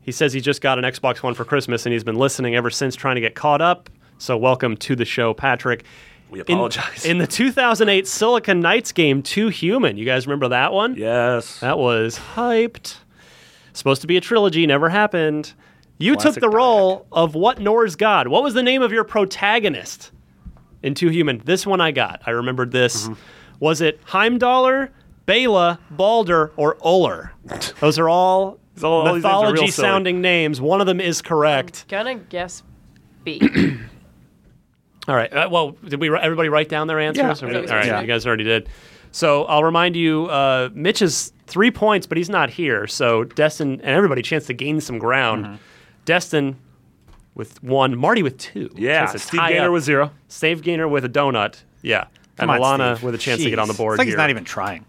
Speaker 3: He says he just got an Xbox One for Christmas and he's been listening ever since, trying to get caught up. So, welcome to the show, Patrick.
Speaker 6: We
Speaker 3: In-
Speaker 6: apologize.
Speaker 3: In, the 2008 Silicon Knights game, Too Human, you guys remember that one?
Speaker 6: yes.
Speaker 3: That was hyped. Supposed to be a trilogy, never happened. You
Speaker 6: Classic
Speaker 3: took the
Speaker 6: Direct.
Speaker 3: role of what Nor's god? What was the name of your protagonist in Two Human? This one I got. I remembered this.
Speaker 6: Mm-hmm.
Speaker 3: Was it Heimdallr, Bela, Balder, or Uller? Those are all,
Speaker 6: all- all these names are real silly.
Speaker 3: mythology sounding names. One of them is correct.
Speaker 4: Gonna guess B.
Speaker 3: All right. Uh, well, did we everybody write down their answers?
Speaker 5: Yeah.
Speaker 3: Or-
Speaker 5: Yeah.
Speaker 3: All right.
Speaker 5: Yeah.
Speaker 3: You guys already did. So I'll remind you, uh, Mitch is three points, but he's not here. So Destin and everybody chance to gain some ground.
Speaker 5: Mm-hmm.
Speaker 3: Destin with one, Marty with two.
Speaker 6: Yeah.
Speaker 3: Chance to
Speaker 6: Steve
Speaker 3: tie
Speaker 6: Gaynor
Speaker 3: up.
Speaker 6: with zero.
Speaker 3: Save Gainer with a donut. Yeah.
Speaker 5: Come on,
Speaker 3: and Alana
Speaker 5: Steve.
Speaker 3: with a chance to get on the
Speaker 5: Jeez.
Speaker 3: board
Speaker 5: It's like
Speaker 3: here.
Speaker 5: he's not even trying.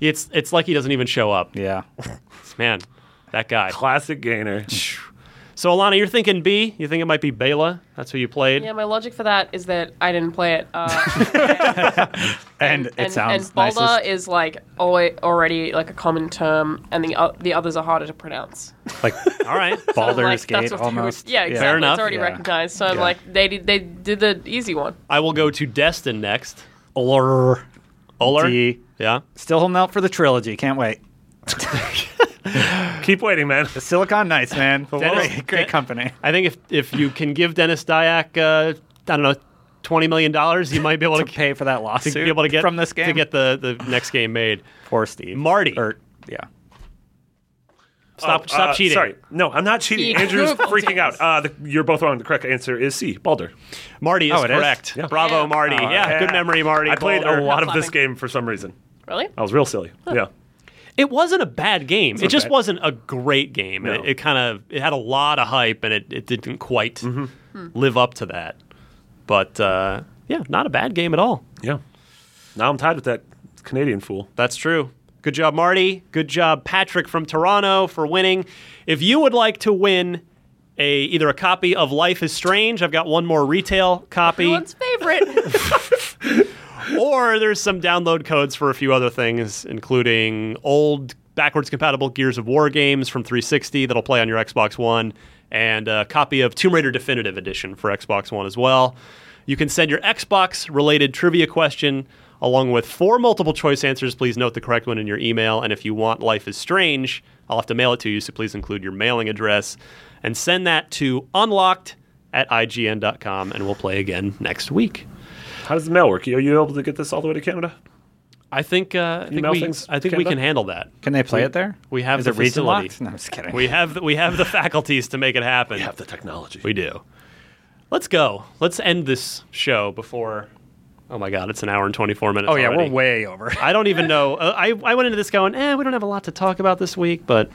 Speaker 3: It's it's like he doesn't even show up.
Speaker 5: Yeah.
Speaker 3: Man, that guy.
Speaker 6: Classic Gaynor.
Speaker 3: So Alana, you're thinking B. You think it might be Bela? That's who you played.
Speaker 4: Yeah, my logic for that is that I didn't play it. Uh,
Speaker 5: And, it
Speaker 4: and,
Speaker 5: sounds
Speaker 4: and Balder
Speaker 5: nicest.
Speaker 4: is like alwa already like a common term, and the o the others are harder to pronounce.
Speaker 5: like
Speaker 3: All right.
Speaker 4: So,
Speaker 5: Baldur's
Speaker 4: like,
Speaker 5: Gate
Speaker 4: that's what they would-
Speaker 5: almost.
Speaker 4: yeah, exactly.
Speaker 3: Fair enough.
Speaker 4: It's already
Speaker 5: Yeah.
Speaker 4: recognized. So I'm
Speaker 5: Yeah.
Speaker 4: like, they did, they did the easy one.
Speaker 3: I will go to Destin next. Oler. Oler.
Speaker 5: D.
Speaker 3: Yeah.
Speaker 5: Still holding out for the trilogy. Can't wait.
Speaker 6: Keep waiting, man.
Speaker 5: The Silicon Knights, man.
Speaker 3: Dennis-
Speaker 5: great, great
Speaker 3: Den-
Speaker 5: company.
Speaker 3: I think if if you can give Dennis Dyack, uh, I don't know, twenty million dollars, you might be able to,
Speaker 5: To pay for that
Speaker 3: to
Speaker 5: lawsuit
Speaker 3: be able to get
Speaker 5: from this game Oh,
Speaker 3: to get the, the next game made.
Speaker 5: poor Steve
Speaker 3: Marty.
Speaker 5: Or yeah,
Speaker 3: Stop
Speaker 6: Oh,
Speaker 3: stop
Speaker 6: uh,
Speaker 3: cheating.
Speaker 6: Sorry. No, I'm not cheating.
Speaker 4: He
Speaker 6: Andrew's
Speaker 4: Googled
Speaker 6: freaking
Speaker 4: it.
Speaker 6: out. Uh, the, you're both wrong. The correct answer is C, Balder.
Speaker 3: Marty is
Speaker 5: Oh, it is?
Speaker 3: correct.
Speaker 6: Yeah.
Speaker 3: Bravo,
Speaker 4: Yeah.
Speaker 3: Marty.
Speaker 5: Oh,
Speaker 3: yeah, good memory, Marty.
Speaker 6: Uh, I played
Speaker 3: Boulder.
Speaker 6: a lot of
Speaker 4: Not
Speaker 6: this
Speaker 4: clapping.
Speaker 6: game for some reason.
Speaker 4: Really?
Speaker 6: I was real silly. Yeah.
Speaker 3: It wasn't a bad game. It just
Speaker 6: bad.
Speaker 3: wasn't a great game.
Speaker 6: No.
Speaker 3: It, it kind of it had a lot of hype, and it, it didn't quite live up to that. But uh, yeah, not a bad game at all.
Speaker 6: Yeah. Now I'm tied with that Canadian fool.
Speaker 3: That's true. Good job, Marty. Good job, Patrick from Toronto, for winning. If you would like to win a either a copy of Life is Strange, I've got one more retail copy,
Speaker 4: Everyone's favorite.
Speaker 3: or there's some download codes for a few other things, including old backwards compatible Gears of War games from 360 that'll play on your Xbox One, and a copy of Tomb Raider Definitive Edition for Xbox One as well. You can send your Xbox related trivia question along with four multiple choice answers. Please note the correct one in your email. And if you want Life is Strange, I'll have to mail it to you, so please include your mailing address and send that to unlocked at ign.com, and we'll play again next week.
Speaker 6: How does the mail work? Are you able to get this all the way to Canada?
Speaker 3: I think uh, I think,
Speaker 6: Email
Speaker 3: we,
Speaker 6: things,
Speaker 3: I think we
Speaker 6: Canada?
Speaker 3: can handle that.
Speaker 5: can they play it there?
Speaker 3: we have
Speaker 5: is
Speaker 3: the
Speaker 5: it region
Speaker 3: facility.
Speaker 5: locked? No, I'm just kidding.
Speaker 3: We have the, we have the faculties to make it happen.
Speaker 6: have the technology.
Speaker 3: We do. Let's go. Let's end this show before Oh my God, it's an hour and 24 minutes.
Speaker 5: Oh yeah,
Speaker 3: already.
Speaker 5: we're way over.
Speaker 3: I don't even know. Uh, I, I went into this going, eh, we don't have a lot to talk about this week, but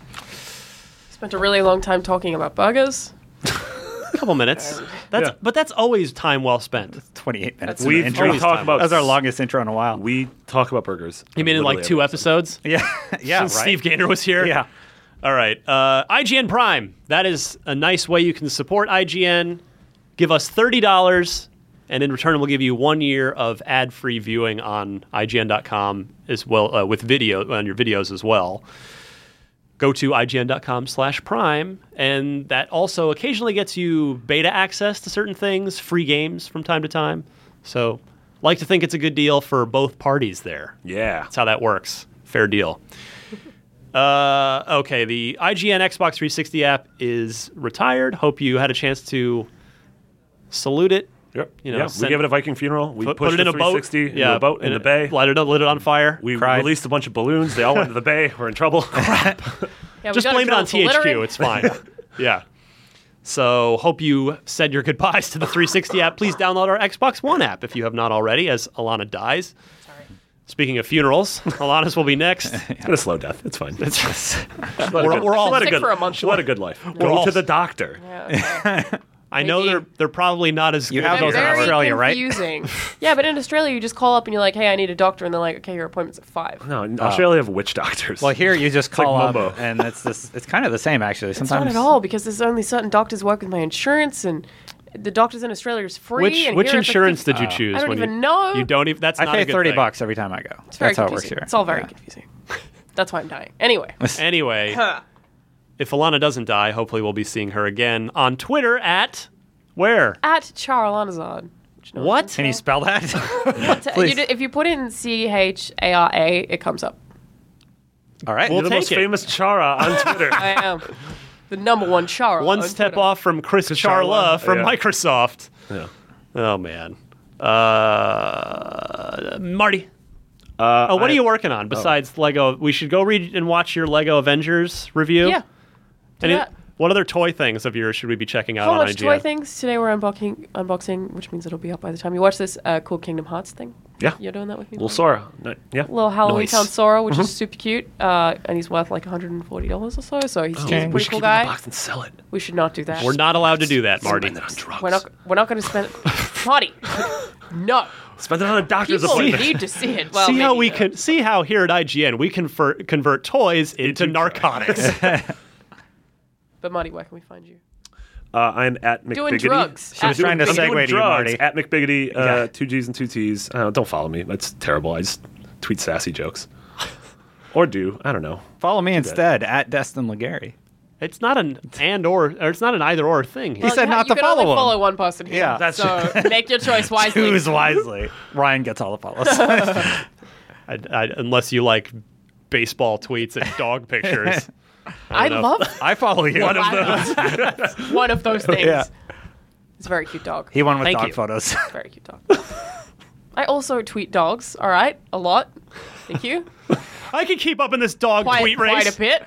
Speaker 4: Spent a really long time talking about burgers.
Speaker 3: a couple minutes. That's
Speaker 6: Yeah.
Speaker 3: But that's always time well spent.
Speaker 5: Twenty-eight minutes.
Speaker 6: We
Speaker 5: of intro.
Speaker 6: we talk about
Speaker 5: That was our longest intro in a while.
Speaker 6: We talk about burgers.
Speaker 3: You mean in like two episodes?
Speaker 5: yeah, yeah, right.
Speaker 3: Since Steve Gaynor was here?
Speaker 5: Yeah.
Speaker 3: All right. Uh, IGN Prime. That is a nice way you can support IGN. Give us $30, and in return, we'll give you one year of ad free viewing on IGN.com as well, uh, with video, on your videos as well. Go to IGN.com slash Prime, and that also occasionally gets you beta access to certain things, free games from time to time. So, like to think it's a good deal for both parties there.
Speaker 6: Yeah.
Speaker 3: That's how that works. Fair deal. Uh, okay, the IGN Xbox 360 app is retired. Hope you had a chance to salute it.
Speaker 6: Yep.
Speaker 3: You know,
Speaker 6: yeah. We
Speaker 3: send-
Speaker 6: gave it a Viking funeral. We
Speaker 3: Put,
Speaker 6: pushed
Speaker 3: put it in a
Speaker 6: the
Speaker 3: boat.
Speaker 6: 360 into a boat in
Speaker 3: and
Speaker 6: the bay.
Speaker 3: Light it up, lit it on fire.
Speaker 6: We
Speaker 5: Cried.
Speaker 6: released a bunch of balloons. They all went to the bay. We're in trouble.
Speaker 4: Yeah, we
Speaker 3: Just
Speaker 4: got
Speaker 3: blame it on
Speaker 4: in trouble for
Speaker 3: THQ.
Speaker 4: littering.
Speaker 3: It's fine. yeah. So hope you said your goodbyes to the 360 app. Please download our Xbox One app if you have not already, as Alana dies. Speaking of funerals, Alana's will be next.
Speaker 6: It's a slow death. It's fine. It's
Speaker 3: We're- we're all
Speaker 6: what a
Speaker 4: sick
Speaker 6: good,
Speaker 4: for a month.
Speaker 6: What a good life. Go
Speaker 3: all-
Speaker 6: to the doctor.
Speaker 3: I know
Speaker 4: Maybe-
Speaker 3: they're they're probably not as good
Speaker 5: have
Speaker 3: as
Speaker 4: They're
Speaker 5: those in
Speaker 4: very
Speaker 5: Australia, right?
Speaker 4: confusing. yeah, but in Australia, you just call up and you're like, "Hey, I need a doctor," and they're like, "Okay, your appointment's at 5.
Speaker 6: No, in Australia have witch doctors.
Speaker 5: Well, here you just
Speaker 6: like
Speaker 5: call up,
Speaker 6: Mumbo.
Speaker 5: and it's this. It's kind of the same actually.
Speaker 4: It's not
Speaker 5: Sometimes
Speaker 4: at all because there's only certain doctors work with my insurance, and the doctors in Australia is free.
Speaker 3: Which
Speaker 4: and
Speaker 3: which
Speaker 4: here it's like
Speaker 3: insurance
Speaker 4: fifty-
Speaker 3: did you choose?
Speaker 4: I don't
Speaker 3: when
Speaker 4: even
Speaker 3: you,
Speaker 4: know.
Speaker 3: You don't even. That's
Speaker 5: I
Speaker 3: not a
Speaker 5: pay
Speaker 3: good
Speaker 5: thirty
Speaker 3: thing.
Speaker 5: bucks every time I go.
Speaker 4: It's very
Speaker 5: That's how it
Speaker 4: confusing.
Speaker 5: works here.
Speaker 4: It's all very
Speaker 5: Yeah.
Speaker 4: confusing. That's why I'm dying. Anyway,
Speaker 3: Anyway, if Alana doesn't die, hopefully we'll be seeing her again on Twitter at where?
Speaker 4: at Charlanazad.
Speaker 3: What?
Speaker 5: Can you spell that?
Speaker 4: You
Speaker 5: Please.
Speaker 4: do, if you put in C H A R A, it comes up.
Speaker 5: all right.
Speaker 3: We'll
Speaker 6: You're the
Speaker 3: take
Speaker 6: most
Speaker 3: it.
Speaker 6: famous Chara on Twitter.
Speaker 4: I am the number one Chara.
Speaker 3: One
Speaker 4: on
Speaker 3: step
Speaker 4: Twitter.
Speaker 3: off from Chris Charla
Speaker 6: Charla,
Speaker 3: from
Speaker 6: yeah.
Speaker 3: Microsoft.
Speaker 6: Yeah.
Speaker 3: Oh man. Uh, Marty. oh, what
Speaker 6: Uh, I-
Speaker 3: are you working on besides Lego? We should go read and watch your Lego Avengers review.
Speaker 4: Yeah.
Speaker 3: Any-
Speaker 4: that.
Speaker 3: what other toy things of yours should we be checking out
Speaker 4: How
Speaker 3: on
Speaker 4: much
Speaker 3: IGN?
Speaker 4: toy things today? We're unboxing, unboxing, which means it'll be up by the time you watch this. Uh, cool Kingdom Hearts thing.
Speaker 6: Yeah.
Speaker 4: You're doing that with me.
Speaker 6: Little Sora. No- Yeah.
Speaker 4: little Halloween
Speaker 6: Nice.
Speaker 4: Town Sora, which is super cute, uh, and he's worth like $140 or so. So he's, he's a
Speaker 6: We
Speaker 4: pretty
Speaker 6: should
Speaker 4: cool
Speaker 6: keep it in
Speaker 4: guy.
Speaker 6: a box and sell it.
Speaker 4: We should not do that.
Speaker 3: We're not allowed to do that, Marty.
Speaker 6: Spend it on drugs.
Speaker 4: We're not. We're not going to spend. Marty, no.
Speaker 6: Spend it on a doctor's
Speaker 4: People
Speaker 6: appointment.
Speaker 4: need to see it. Well,
Speaker 3: see how
Speaker 4: maybe
Speaker 3: we
Speaker 4: not.
Speaker 3: can see how here at IGN we convert convert toys into narcotics.
Speaker 4: But Marty, where can we find you?
Speaker 6: Uh, I'm at McBiggity.
Speaker 4: Doing drugs. She
Speaker 5: was trying to
Speaker 6: I'm
Speaker 5: segue
Speaker 6: doing
Speaker 5: to you,
Speaker 6: drugs
Speaker 5: Marty.
Speaker 6: At McBiggity, uh,
Speaker 5: Yeah.
Speaker 6: two G's and two T's. Uh, don't follow me. That's terrible. I just tweet sassy jokes. or do. I don't know.
Speaker 5: Follow me instead at Destin Legary.
Speaker 3: it's not an and or, or it's not an either or thing. here.
Speaker 5: He said not
Speaker 4: you
Speaker 5: to
Speaker 4: can only
Speaker 5: follow him.
Speaker 4: follow one person here.
Speaker 5: Yeah.
Speaker 4: that's
Speaker 5: That's-
Speaker 4: so make your choice wisely.
Speaker 5: Choose wisely. Ryan gets all the follows.
Speaker 3: I, I, unless you like baseball tweets and dog pictures.
Speaker 4: I
Speaker 3: know.
Speaker 4: love
Speaker 5: I follow you.
Speaker 6: One of those.
Speaker 4: one of those things.
Speaker 5: Yeah.
Speaker 4: It's a very cute dog.
Speaker 5: He won with
Speaker 3: Thank
Speaker 5: dog
Speaker 3: you.
Speaker 5: photos.
Speaker 4: Very cute dog. I also tweet dogs. All right, a lot. Thank you.
Speaker 3: I can keep up in this dog
Speaker 4: Quite,
Speaker 3: tweet race.
Speaker 4: quite a bit.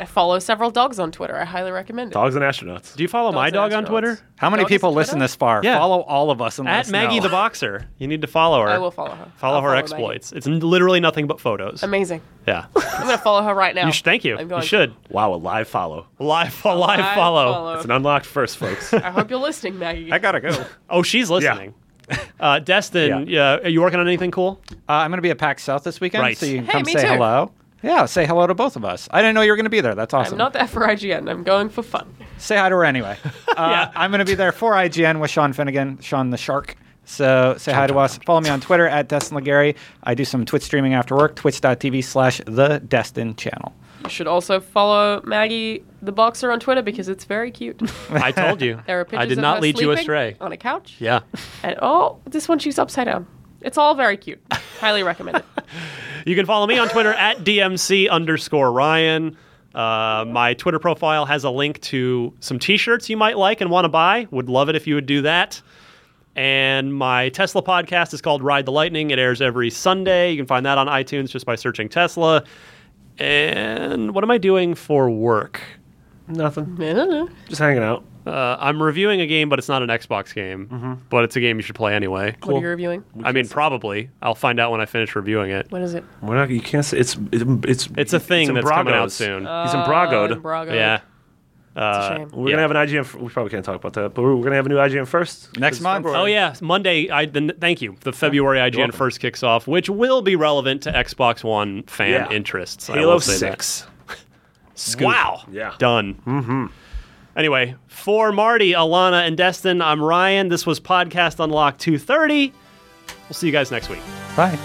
Speaker 4: I follow several dogs on Twitter. I highly recommend it.
Speaker 6: Dogs and astronauts.
Speaker 3: Do you follow my
Speaker 4: and
Speaker 3: dog on
Speaker 4: astronauts.
Speaker 3: Twitter?
Speaker 5: How many
Speaker 4: Dog is
Speaker 5: people
Speaker 4: Twitter?
Speaker 5: listen this far?
Speaker 3: Yeah.
Speaker 5: Follow all of us and let
Speaker 3: At
Speaker 5: us
Speaker 3: Maggie
Speaker 5: know.
Speaker 3: the Boxer. You need to follow her.
Speaker 4: I will follow her.
Speaker 3: Follow
Speaker 4: I'll
Speaker 3: her
Speaker 4: Maggie.
Speaker 3: exploits. It's n- literally nothing but photos.
Speaker 4: Amazing.
Speaker 3: yeah.
Speaker 4: I'm gonna follow her right now.
Speaker 3: You should, thank you.
Speaker 4: I'm
Speaker 3: You
Speaker 4: going.
Speaker 3: should.
Speaker 6: Wow, a live follow.
Speaker 3: Live, live, follow.
Speaker 6: It's an unlocked first, folks.
Speaker 4: I hope you're listening, Maggie.
Speaker 5: I gotta go.
Speaker 3: Oh, she's listening. Uh, Destin, yeah. are you working on anything cool?
Speaker 5: Uh, I'm going to be at PAX South this weekend,
Speaker 3: Right.
Speaker 5: so you can
Speaker 4: Hey,
Speaker 5: come
Speaker 4: me
Speaker 5: say
Speaker 4: too.
Speaker 5: hello. Yeah, say hello to both of us. I didn't know you were going to be there. That's awesome.
Speaker 4: I'm not there for IGN. I'm going for fun.
Speaker 5: Say hi to her anyway. Uh,
Speaker 3: Yeah.
Speaker 5: I'm going to be there for IGN with Sean Finnegan, Sean the Shark. So say hi to us. Follow me on Twitter at Destin Legary. I do some Twitch streaming after work, twitch.tv slash the Destin channel.
Speaker 4: You should also follow Maggie the Boxer on Twitter because it's very cute.
Speaker 3: I told you.
Speaker 4: There are pictures
Speaker 3: I did
Speaker 4: of
Speaker 3: not
Speaker 4: her
Speaker 3: lead you
Speaker 4: sleeping
Speaker 3: astray.
Speaker 4: on a couch.
Speaker 3: Yeah.
Speaker 4: And oh, this one she's upside down. It's all very cute. Highly recommend it.
Speaker 3: You can follow me on Twitter at DMC underscore Ryan. Uh, my Twitter profile has a link to some t shirts you might like and want to buy. Would love it if you would do that. And my Tesla podcast is called Ride the Lightning. It airs every Sunday. You can find that on iTunes just by searching Tesla. And what am I doing for work?
Speaker 6: Nothing.
Speaker 4: I don't know.
Speaker 6: Just hanging out.
Speaker 3: Uh, I'm reviewing a game, but it's not an Xbox game,
Speaker 6: Mm-hmm.
Speaker 3: but it's a game you should play anyway.
Speaker 4: What are you reviewing?
Speaker 3: I mean, probably. I'll find out when I finish reviewing it.
Speaker 4: What is it?
Speaker 6: We're not, you can't say it's it- it's
Speaker 3: It's a thing
Speaker 6: in
Speaker 3: that's coming out
Speaker 6: Brago's.
Speaker 3: soon.
Speaker 6: He's in Bragoed.
Speaker 4: Embrago.
Speaker 3: Yeah.
Speaker 4: Uh, It's a shame.
Speaker 6: We're
Speaker 3: Yeah.
Speaker 6: gonna have an IGN. f- We probably can't talk about that, but we're, we're gonna have a new IGN first
Speaker 5: Next
Speaker 6: It's
Speaker 5: month.
Speaker 6: February.
Speaker 3: Oh yeah, Monday. I the, thank you. The February IGN
Speaker 6: welcome.
Speaker 3: first kicks off, which will be relevant to Xbox One fan
Speaker 6: Yeah.
Speaker 3: interests. I
Speaker 6: Halo
Speaker 3: will say that.
Speaker 6: Six.
Speaker 3: Wow.
Speaker 6: Yeah.
Speaker 3: Done. Mm-hmm. Anyway, for Marty, Alana, and Destin, I'm Ryan. This was Podcast Unlock 230. We'll see you guys next week.
Speaker 5: Bye.